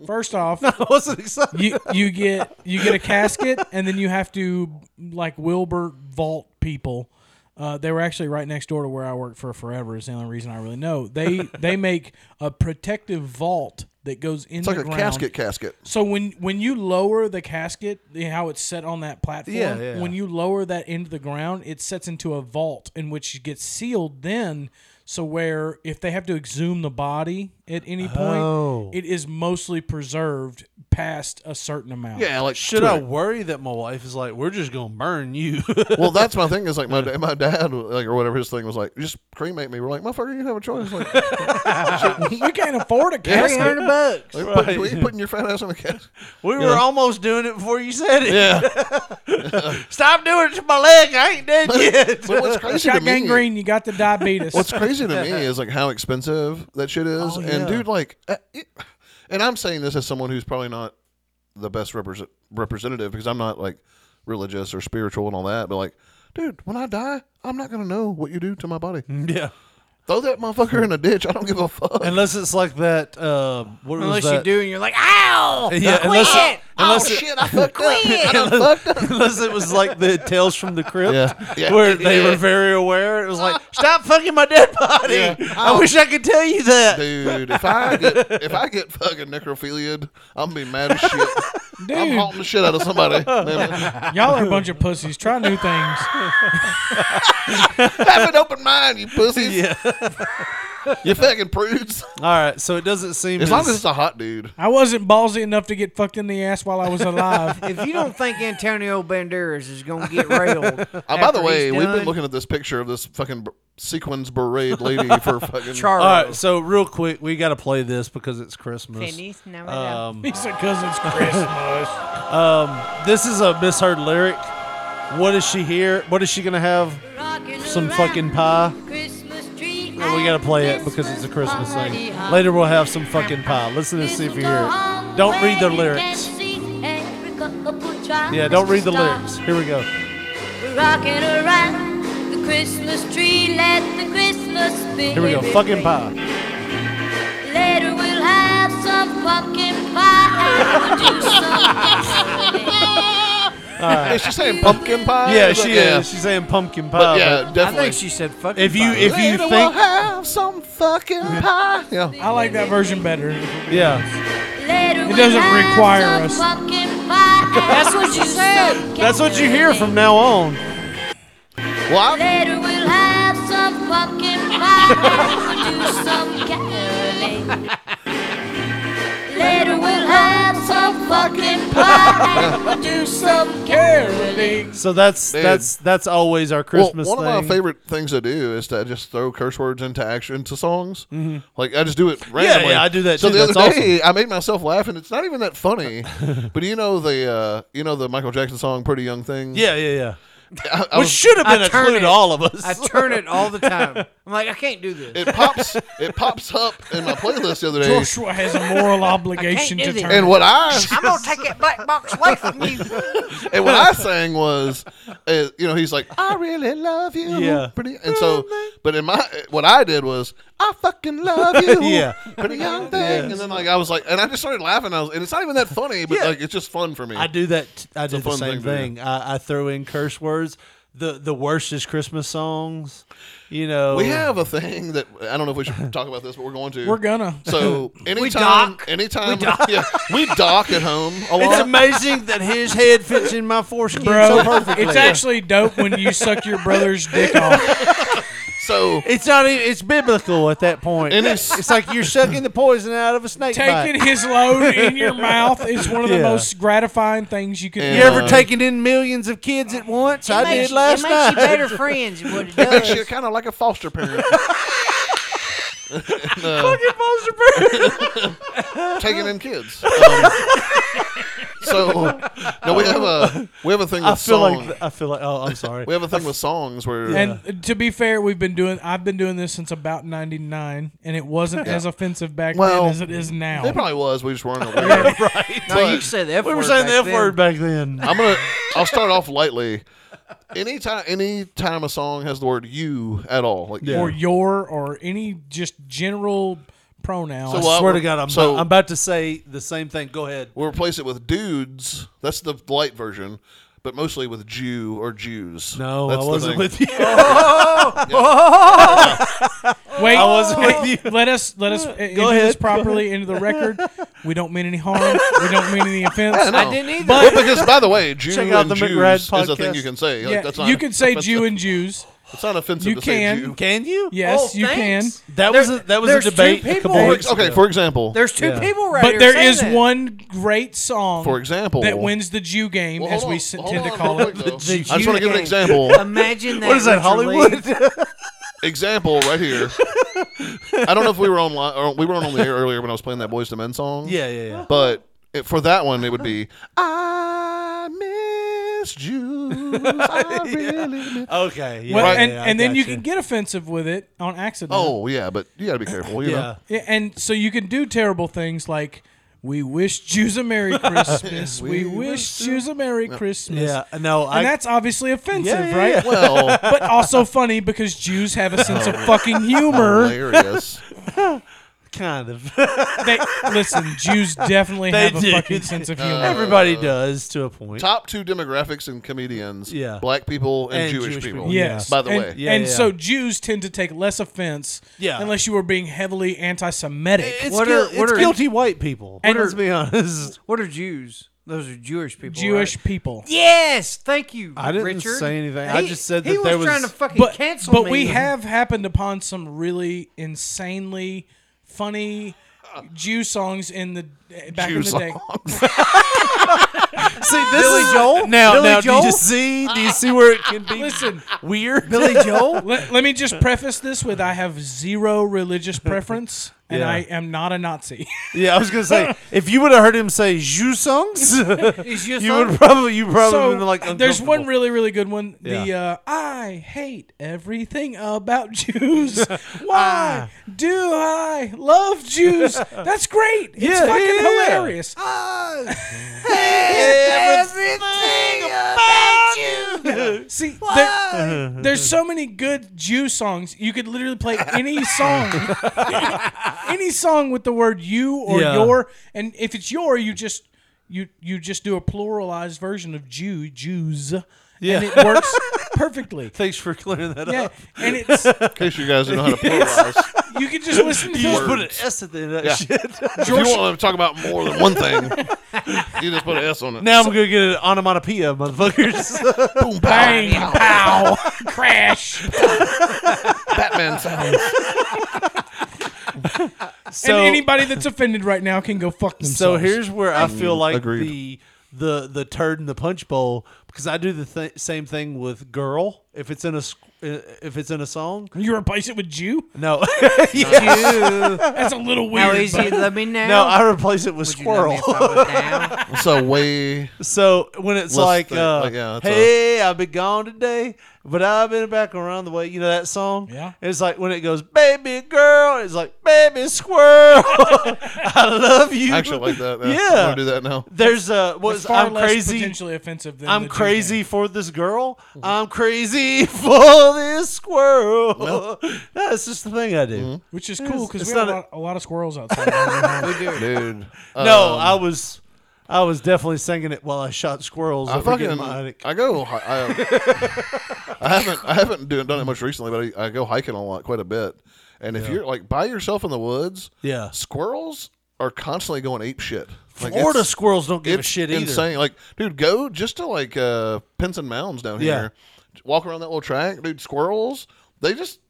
F: First off,
C: I wasn't excited.
F: you you get you get a casket, and then you have to like Wilbur vault people. Uh, they were actually right next door to where I worked for forever. Is the only reason I really know. They they make a protective vault that goes in
E: It's
F: the
E: like a
F: ground.
E: casket. Casket.
F: So when when you lower the casket, you know, how it's set on that platform,
C: Yeah, yeah.
F: when you lower that into the ground, it sets into a vault in which it gets sealed then so where if they have to exhume the body at any point,
C: Oh.
F: it is mostly preserved past a certain amount.
E: Yeah. Like
C: Should
E: to
C: I
E: it.
C: worry that my wife is like, we're just gonna burn you?
E: well, that's my thing. Is like my da- my dad, like or whatever his thing was like, just cremate me. We're like, motherfucker, you have a choice. Like,
F: we can't afford a
D: Three
F: casket.
D: hundred bucks.
E: like, put- you putting your fat ass in a casket.
C: we
E: You
C: were
E: know?
C: almost doing it before you said it.
E: Yeah.
C: Stop doing it to my leg. I ain't dead yet.
E: But what's
F: You
E: crazy to
F: got
E: me?
F: gangrene, you got the diabetes.
E: What's crazy to me is like how expensive that shit is,
C: Oh, yeah.
E: and dude, like, uh, it- and I'm saying this as someone who's probably not the best represent, representative because I'm not like religious or spiritual and all that, but like, dude, when I die, I'm not gonna know what you do to my body.
C: yeah.
E: Throw that motherfucker in a ditch. I don't give a fuck.
C: Unless it's like that. Uh, what was
D: Unless
C: that?
D: you do, and you're like, ow,
C: Yeah,
D: quit.
C: unless it- unless
E: oh
C: it-
E: shit, I fucked up.
D: Quit.
E: I done fucked up.
C: Unless it was like the Tales from the Crypt,
E: Yeah. Yeah.
C: where they
E: Yeah.
C: were very aware. It was like, stop fucking my dead body.
E: Yeah.
C: I wish I could tell you that.
E: Dude, if I get if I get fucking necrophilia, I'm gonna be mad as shit. I'm
F: Dude,
E: haunting the shit out of somebody. Man,
F: y'all are a bunch of pussies. Try new things.
E: have an open mind, you pussies. You fucking prudes.
C: All right. So it doesn't seem
E: As long as it's a hot dude. Uh,
F: I wasn't ballsy enough to get fucked in the ass while I was alive.
D: If you don't think Antonio Banderas is gonna get railed,
E: Uh, by the
D: after
E: way,
D: he's
E: we've been
D: done,
E: looking at this picture of this fucking b- sequins beret lady for fucking.
D: Charles.
C: All right. So real quick, we got to play this because it's Christmas.
I: Feliz Navidad.
C: Um,
F: He said, "Cause it's Christmas."
C: um, this is a misheard lyric. What is she here? What is she gonna have? Some fucking pie.
B: Christmas tree.
C: We gotta play it because it's a Christmas thing. Later we'll have some fucking pie. Listen and see if you hear it. Don't read the lyrics. Yeah, don't read the lyrics. Here we go.
B: We're rocking around the Christmas tree. Let the Christmas spirit
C: Here we go. Fucking pie.
B: ring. Later we'll have some pumpkin pie. and we'll do some
E: Is she saying pumpkin pie?
C: Yeah,
E: It's
C: she
E: like, yeah.
C: is. She's saying pumpkin pie.
E: But yeah,
C: but
D: I
E: definitely.
D: think she said fucking.
C: if you
D: fine.
C: if you
E: Later we'll
C: think
E: have some fucking pie. Yeah.
F: I like that version better.
C: yeah,
B: Later
F: It
B: we'll
F: doesn't
B: have
F: require
B: some
F: us.
B: Pumpkin pie. and
D: That's what
B: we'll
D: you
B: do
D: said.
B: some
C: that's what you hear from now on.
E: Well, I,
B: Later we'll have some pumpkin pie and we'll do some caroling. Later we'll have some pumpkin pie back, do some caroling.
C: So that's
E: Dude.
C: that's that's always our
E: Well,
C: Christmas.
E: one of
C: thing.
E: my favorite things to do is to just throw curse words into action into songs.
C: Mhm.
E: Like I just do it
C: Yeah,
E: randomly.
C: yeah, I do that
E: So
C: too.
E: the
C: That's
E: other day, I made myself laugh, and it's not even that funny. but you know the uh, you know the Michael Jackson song "Pretty Young Thing."
C: Yeah, yeah, yeah.
E: I,
C: Which should have been a clue to all of us.
D: I turn it all the time. I'm like, I can't do this.
E: It pops. It pops up in my playlist the other day.
F: Joshua has a moral obligation to turn.
E: And what I
I: I'm gonna take that black box away from you.
E: and what I sang was, uh, you know, he's like, I really love you.
C: Yeah.
E: Pretty, and so, but in my, what I did was, I fucking love you.
C: Yeah.
E: Pretty young thing. And then, like, I was like, and I just started laughing. I was, and it's not even that funny, but, like, it's just fun for me.
C: I do that. t- I
E: It's
C: do
E: a
C: the
E: fun
C: same
E: thing
C: thing.
E: to
C: I, I throw in curse words. The the worst is Christmas songs. You know,
E: We have a thing that I don't know if we should talk about this, but we're going to.
C: We're gonna.
E: So
C: We
E: anytime,
C: dock.
E: anytime,
C: We dock.
E: Yeah, we dock at home. A lot.
C: It's amazing that his head fits in my foreskin
F: Bro,
C: so perfectly.
F: it's actually dope when you suck your brother's dick off.
E: So
C: it's not. Even, it's biblical at that point.
F: And
C: it's, like you're sucking the poison out of a snake.
F: Taking
C: bite.
F: his load in your mouth is one of the
C: Yeah.
F: most gratifying things you could.
C: You ever taken in millions of kids at once? I
D: makes
C: did
D: you-
C: last
D: it makes
C: night.
D: you better friends, is what it
E: It makes
D: does.
E: you kind of like a foster parent. And, uh, taking in kids. Um, so no, we have a we have a thing with
C: I feel
E: song.
C: like I feel like. Oh, I'm sorry.
E: we have a thing with songs where
F: And uh, to be fair, we've been doing. I've been doing this since about '99, and it wasn't
E: Yeah.
F: as offensive back
E: well
F: then as it is now.
E: It probably was. We just weren't aware.
C: right.
D: No, you said the F
C: We were
D: word
C: saying
D: back
C: the F
D: then.
C: word back then. Uh,
E: I'm gonna. I'll start off lightly. Anytime, any time a song has the word "you" at all, like
F: Or your, or any just general pronoun.
E: So,
C: I
E: uh,
C: swear to God, I'm,
E: so-
C: about, I'm about to say the same thing. Go ahead.
E: we'll replace it with "dudes." That's the light version, but mostly with "Jew" or "Jews."
C: No,
E: That's
C: I
E: the
C: wasn't
E: thing.
C: with you.
F: Wait,
C: I wasn't with you.
F: Let us let us uh,
C: Go
F: enter this
C: ahead.
F: properly into the record. We don't mean any harm. we don't mean any offense.
E: Yeah, no. well, because by the way, Jew
C: Check out
E: and
C: the
E: Jews
C: McRad
E: is a
C: podcast.
E: thing you can say. Like,
F: yeah,
E: that's not
F: you can say
E: offensive.
F: Jew and Jews.
E: It's not offensive
F: You
E: to
F: can.
E: say Jew.
C: Can you?
F: Yes,
D: Oh,
F: you
D: thanks.
F: can.
C: That
D: There-
C: was a, that was
D: there's
C: a
D: two
C: debate. A
D: people.
C: couple
E: For-
C: weeks
E: okay,
C: ago.
E: for example,
D: There's two
C: Yeah.
D: people right
F: But
D: here
F: there
D: saying
F: is
D: that.
F: one great song,
E: For example-
F: that wins the Jew game,
E: Well,
F: as
E: hold
F: we
E: on-
F: s-
E: hold
F: tend to
E: on
F: call
E: real
F: it.
E: quick, though.
D: The
E: I just want to give an
D: Judah
E: example.
D: Imagine that.
C: What is that,
D: Richard Lee.
C: Hollywood?
E: example right here. I don't know if we were on li- or we weren't on the air earlier when I was playing that Boys to Men song.
C: yeah, yeah, yeah.
E: But it, for that one, it would be
C: Uh,
E: I miss Jews. I really miss.
C: Okay. Yeah,
F: Well,
C: yeah,
F: and
C: yeah, I
F: and then you
C: gotcha.
F: can get offensive with it on accident.
E: Oh yeah, but you gotta be careful. You
C: Yeah.
E: know?
F: Yeah, and so you can do terrible things like we wish Jews a Merry Christmas. we, wish Jews a Merry Christmas.
C: Yeah. No, I.
F: And that's obviously offensive,
C: Yeah, yeah,
F: right?
C: yeah.
E: Well,
F: But also funny because Jews have a sense of fucking humor.
E: Oh, hilarious.
C: kind of.
F: They, listen, Jews definitely
C: They
F: have a
C: do.
F: fucking sense
E: Oh,
F: of humor.
C: Everybody does to a point.
E: Top two demographics in comedians:
C: Yeah.
E: black people and,
C: And
E: Jewish,
C: Jewish
E: people.
C: people,
F: Yes.
E: By the
F: and,
E: way,
C: Yeah,
F: and
C: yeah.
F: so Jews tend to take less offense
C: Yeah.
F: unless you are being heavily anti Semitic.
C: It's,
D: What
C: guil-
D: are- what
C: it's
D: are-
C: guilty white people.
F: And-
C: let's be honest.
D: What are Jews? Those are Jewish people.
F: Jewish
D: right?
F: people.
D: Yes, thank you.
C: I didn't
D: Richard.
C: say anything. I
D: He-
C: just said
D: he
C: that there
D: was
C: was-
D: trying to fucking
F: But,
D: cancel
F: but
D: me.
F: we have happened upon some really insanely funny Jew songs in the back
E: Jew
F: in the day.
E: songs.
C: See, this Billy is Joel. Now, now, do you see? Do you see where it can be
F: Listen,
C: weird?
D: Billy Joel.
F: let, let me just preface this with I have zero religious preference and
C: Yeah.
F: I am not a Nazi.
C: Yeah, I was gonna say if you would have heard him say "Jew songs,"
D: Is
C: you
D: your
C: would
D: son-
C: probably you probably
F: so
C: been like.
F: there's one
C: uncomfortable.
F: really really good one. The
C: Yeah.
F: uh, I hate everything about Jews.
C: Ah.
F: Why do I love Jews? That's great. It's
C: Yeah,
F: fucking
C: yeah, yeah. Uh,
F: hilarious.
D: everything about you.
F: See, there, there's so many good Jew songs. You could literally play any song, any song with the word "you" or
C: Yeah.
F: "your," and if it's "your," you just you you just do a pluralized version of Jew Jews,
C: Yeah.
F: and it works perfectly.
C: Thanks for clearing that
F: Yeah,
C: up.
F: and it's
E: in case you guys don't know how to pluralize.
F: you can just listen to
C: You just put an
E: Words.
C: S at the end of that
E: Yeah.
C: shit.
E: if you want to talk about more than one thing, you just put an S on it.
C: Now I'm gonna get an onomatopoeia, motherfuckers.
E: boom,
F: bang pow crash.
E: Batman sounds.
F: and
C: so
F: anybody that's offended right now can go fuck themselves.
C: so here's where I feel like
E: agreed.
C: the the the turd in the punch bowl because I do the th- same thing with girl if it's in a sc- uh, if it's in a song.
F: You replace it with Jew?
C: No,
F: Jew. That's a little How weird, easy, but- let me know.
C: No, I replace it with
F: Would you love me
C: squirrel.
F: if I went
E: So way.
C: So when it's
E: less
C: like,
E: thick.
C: uh,
E: Like, yeah, that's a-
C: hey, i I've been gone today, but I've been back around the way. You know that song? Yeah. It's like when it goes, baby girl, it's like, baby squirrel, I love you.
E: I actually like that. Yeah.
C: Yeah.
E: I wanna do that now.
C: There's a, what's,
F: It's far
C: I'm
F: less
C: crazy.
F: potentially offensive than
C: I'm
F: the Jew
C: crazy for this girl. I'm crazy for this squirrel. That's just the thing I do.
E: mm-hmm.
F: Which is
C: It's-
F: cool because
C: it's
F: we have
C: not
F: a
C: a-
F: lot, a lot of squirrels outside. we do.
E: Dude.
C: no,
E: Um,
C: I was, I was definitely singing it while I shot squirrels.
E: I
C: over
E: fucking
C: Gilmanic.
E: I go hi- I, I haven't I haven't do, done it much recently, but I, I go hiking a lot, quite a bit. And if
C: Yeah.
E: you're like by yourself in the woods,
C: Yeah.
E: squirrels are constantly going ape shit. Like
C: Florida
E: it's-
C: squirrels don't give a
E: it's
C: shit either.
E: Insane, like dude, go just to like uh, Pinson Mounds down
C: Yeah.
E: here, walk around that little track, dude. Squirrels, they just.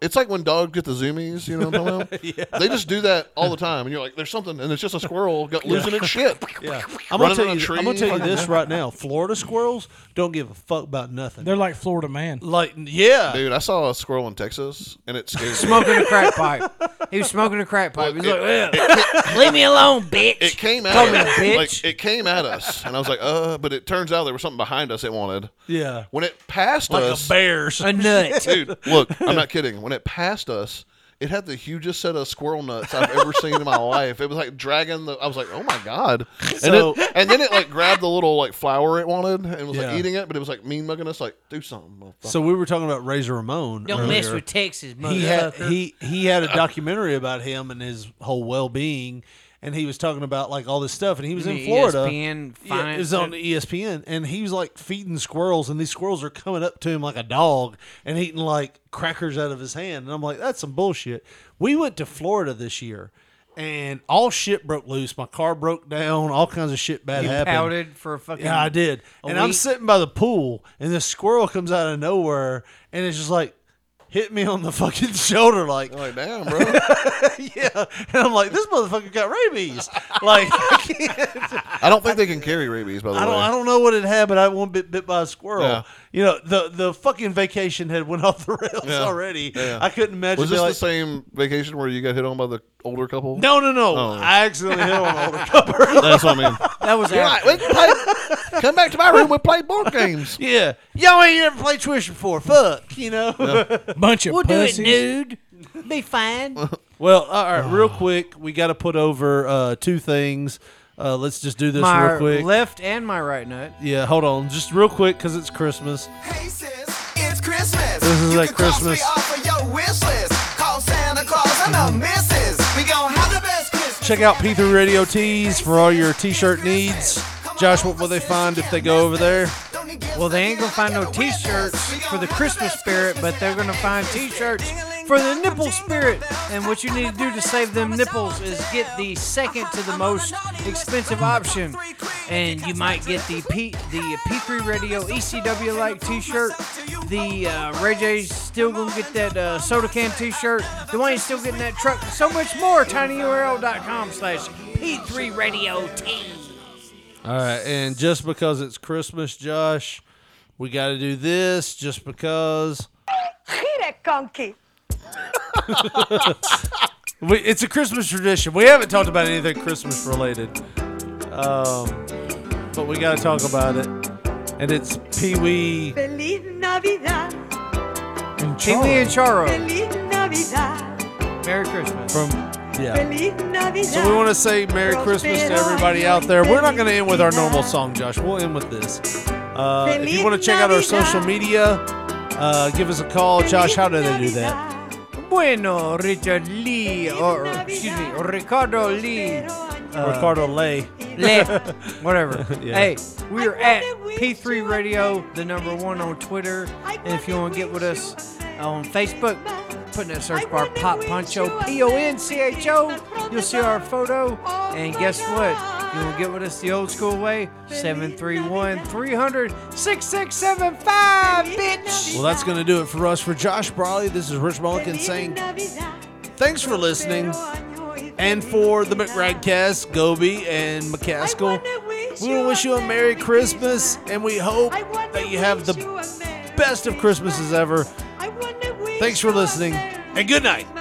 E: It's like when dogs get the zoomies, you know what I'm talking about?
C: Yeah.
E: They just do that all the time, and you're like, "There's something," and it's just a squirrel got,
C: Yeah.
E: losing its shit.
C: Yeah, I'm
E: Running
C: gonna
E: on
C: tell
E: a
C: you.
E: tree,
C: I'm gonna tell you
E: fucking-
C: this right now. Florida squirrels don't give a fuck about nothing.
F: They're like Florida man.
C: Like yeah,
E: Dude, I saw a squirrel in Texas, and it scared me.
D: Smoking a crack pipe. He was smoking a crack pipe. He was
E: It-
D: like, "Ugh."
E: it-
D: leave me alone, bitch.
E: It came at
D: Come
E: us.
D: here,
E: Like, it came at us, and I was like, "Uh," but it turns out there was something behind us it wanted.
C: Yeah.
E: When it passed
C: Like a
E: us,
C: bear or something. A nut.
E: dude. Look, I'm not kidding. When it passed us. It had the hugest set of squirrel nuts I've ever seen in my life. It was like dragging the. I was like, "Oh my god!" And,
C: So-
E: it, and then it like grabbed the little like flower it wanted and was
C: Yeah.
E: like eating it, but it was like mean mugging us. Like, do something. motherfucker."
C: So we were talking about Razor Ramon.
D: Don't
C: earlier.
D: mess with Texas,
C: He had,
D: motherfucker.
C: he he had a documentary about him and his whole well being, and he was talking about like all this stuff. And he was
D: You
C: in
D: mean E
C: Florida.
D: ESPN
C: yeah, it was
D: finance?
C: on E ESPN, and he was like feeding squirrels, and these squirrels are coming up to him like a dog and eating like crackers out of his hand. And I'm like, that's some bullshit. We went to Florida this year. And all shit broke loose. My car broke down. All kinds of shit bad
D: You
C: happened.
D: pouted for a fucking
C: Yeah, I did.
D: a
C: And I'm
D: week?
C: sitting by the pool, and this squirrel comes out of nowhere, and it's just like hit me on the fucking shoulder, like,
E: like damn, bro.
C: yeah. And I'm like, this motherfucker got rabies. like, I can't.
E: I don't think they can carry rabies. By the
C: I
E: way,
C: don't, I don't know what it had, but I won't bit bit by a squirrel.
E: Yeah.
C: You know, the the fucking vacation had went off the rails
E: Yeah.
C: already.
E: Yeah.
C: I couldn't imagine.
E: Was this
C: being
E: the
C: like,
E: same vacation where you got hit on by the older couple?
C: No, no, no.
E: Oh.
C: I accidentally hit on an older couple.
E: That's what I mean.
D: That was
E: You're
D: after.
E: like, we can play, come back to my room. We play board games.
C: Yeah. Y'all ain't never played Twitch before. Fuck, you know?
F: Bunch of
D: we'll
F: pussies.
D: do it, dude. Be fine.
C: Well, all right, real quick, we got to put over uh, two things. Uh, let's just do this
D: my
C: real quick.
D: left and my right nut.
C: yeah, hold on, just real quick because it's Christmas.
K: Hey sis, it's Christmas.
C: This is
K: you
C: like
K: can cross
C: Christmas.
K: me off of your wish list. Call Santa Claus and the missus. We gon' have the best Christmas.
C: Check out P3 Radio Tees for all your T-shirt needs. Josh, what will they find if they go over there?
D: Well, they ain't gonna find no T-shirts for the Christmas spirit, but they're gonna find T-shirts for the nipple spirit. And what you need to do to save them nipples is get the second to the most expensive option, and you might get the P the P3 Radio E ECW like T-shirt. The uh, Ray J's still gonna get that uh, soda can T-shirt. Dwayne's still getting that truck. So much more. tinyurl.com/slash P3 Radio Tees.
C: All right, and just because it's Christmas, Josh, we got to do this. Just because
I: Gire conky.
C: we, it's a Christmas tradition, we haven't talked about anything Christmas related, um, but we got to talk about it. And it's Pee Wee
L: Feliz Navidad.
C: and
D: Pee Wee and Charo.
L: Feliz Navidad.
D: Merry Christmas.
C: from yeah.
L: Feliz Navidad.
C: So we want to say Merry Christmas to everybody out there. We're not going to end with our normal song, Josh. We'll end with this. Uh, if you
L: Feliz
C: want to check out our social media, uh, give us a call. Josh, how do they do that?
D: Bueno, Richard Lee, or excuse me, Ricardo Lee. Uh,
C: Ricardo Lay.
D: Lay, whatever.
C: Yeah.
D: Hey, we are at P3 Radio, the number one on Twitter. And if you want to get with us on Facebook, put in that search bar Pop Poncho, P O N C H O. You'll see our photo. And guess what? You want to get with us the old school way? 731 300 6675, bitch.
C: Well, that's going to do it for us. For Josh Brawley, this is Rich Mulligan saying thanks for listening. And for the McRadcast, Gobi, and McCaskill, We want to wish you a Merry Christmas, and we hope that you have the best of Christmases ever. Thanks for listening, and good night.
D: Oh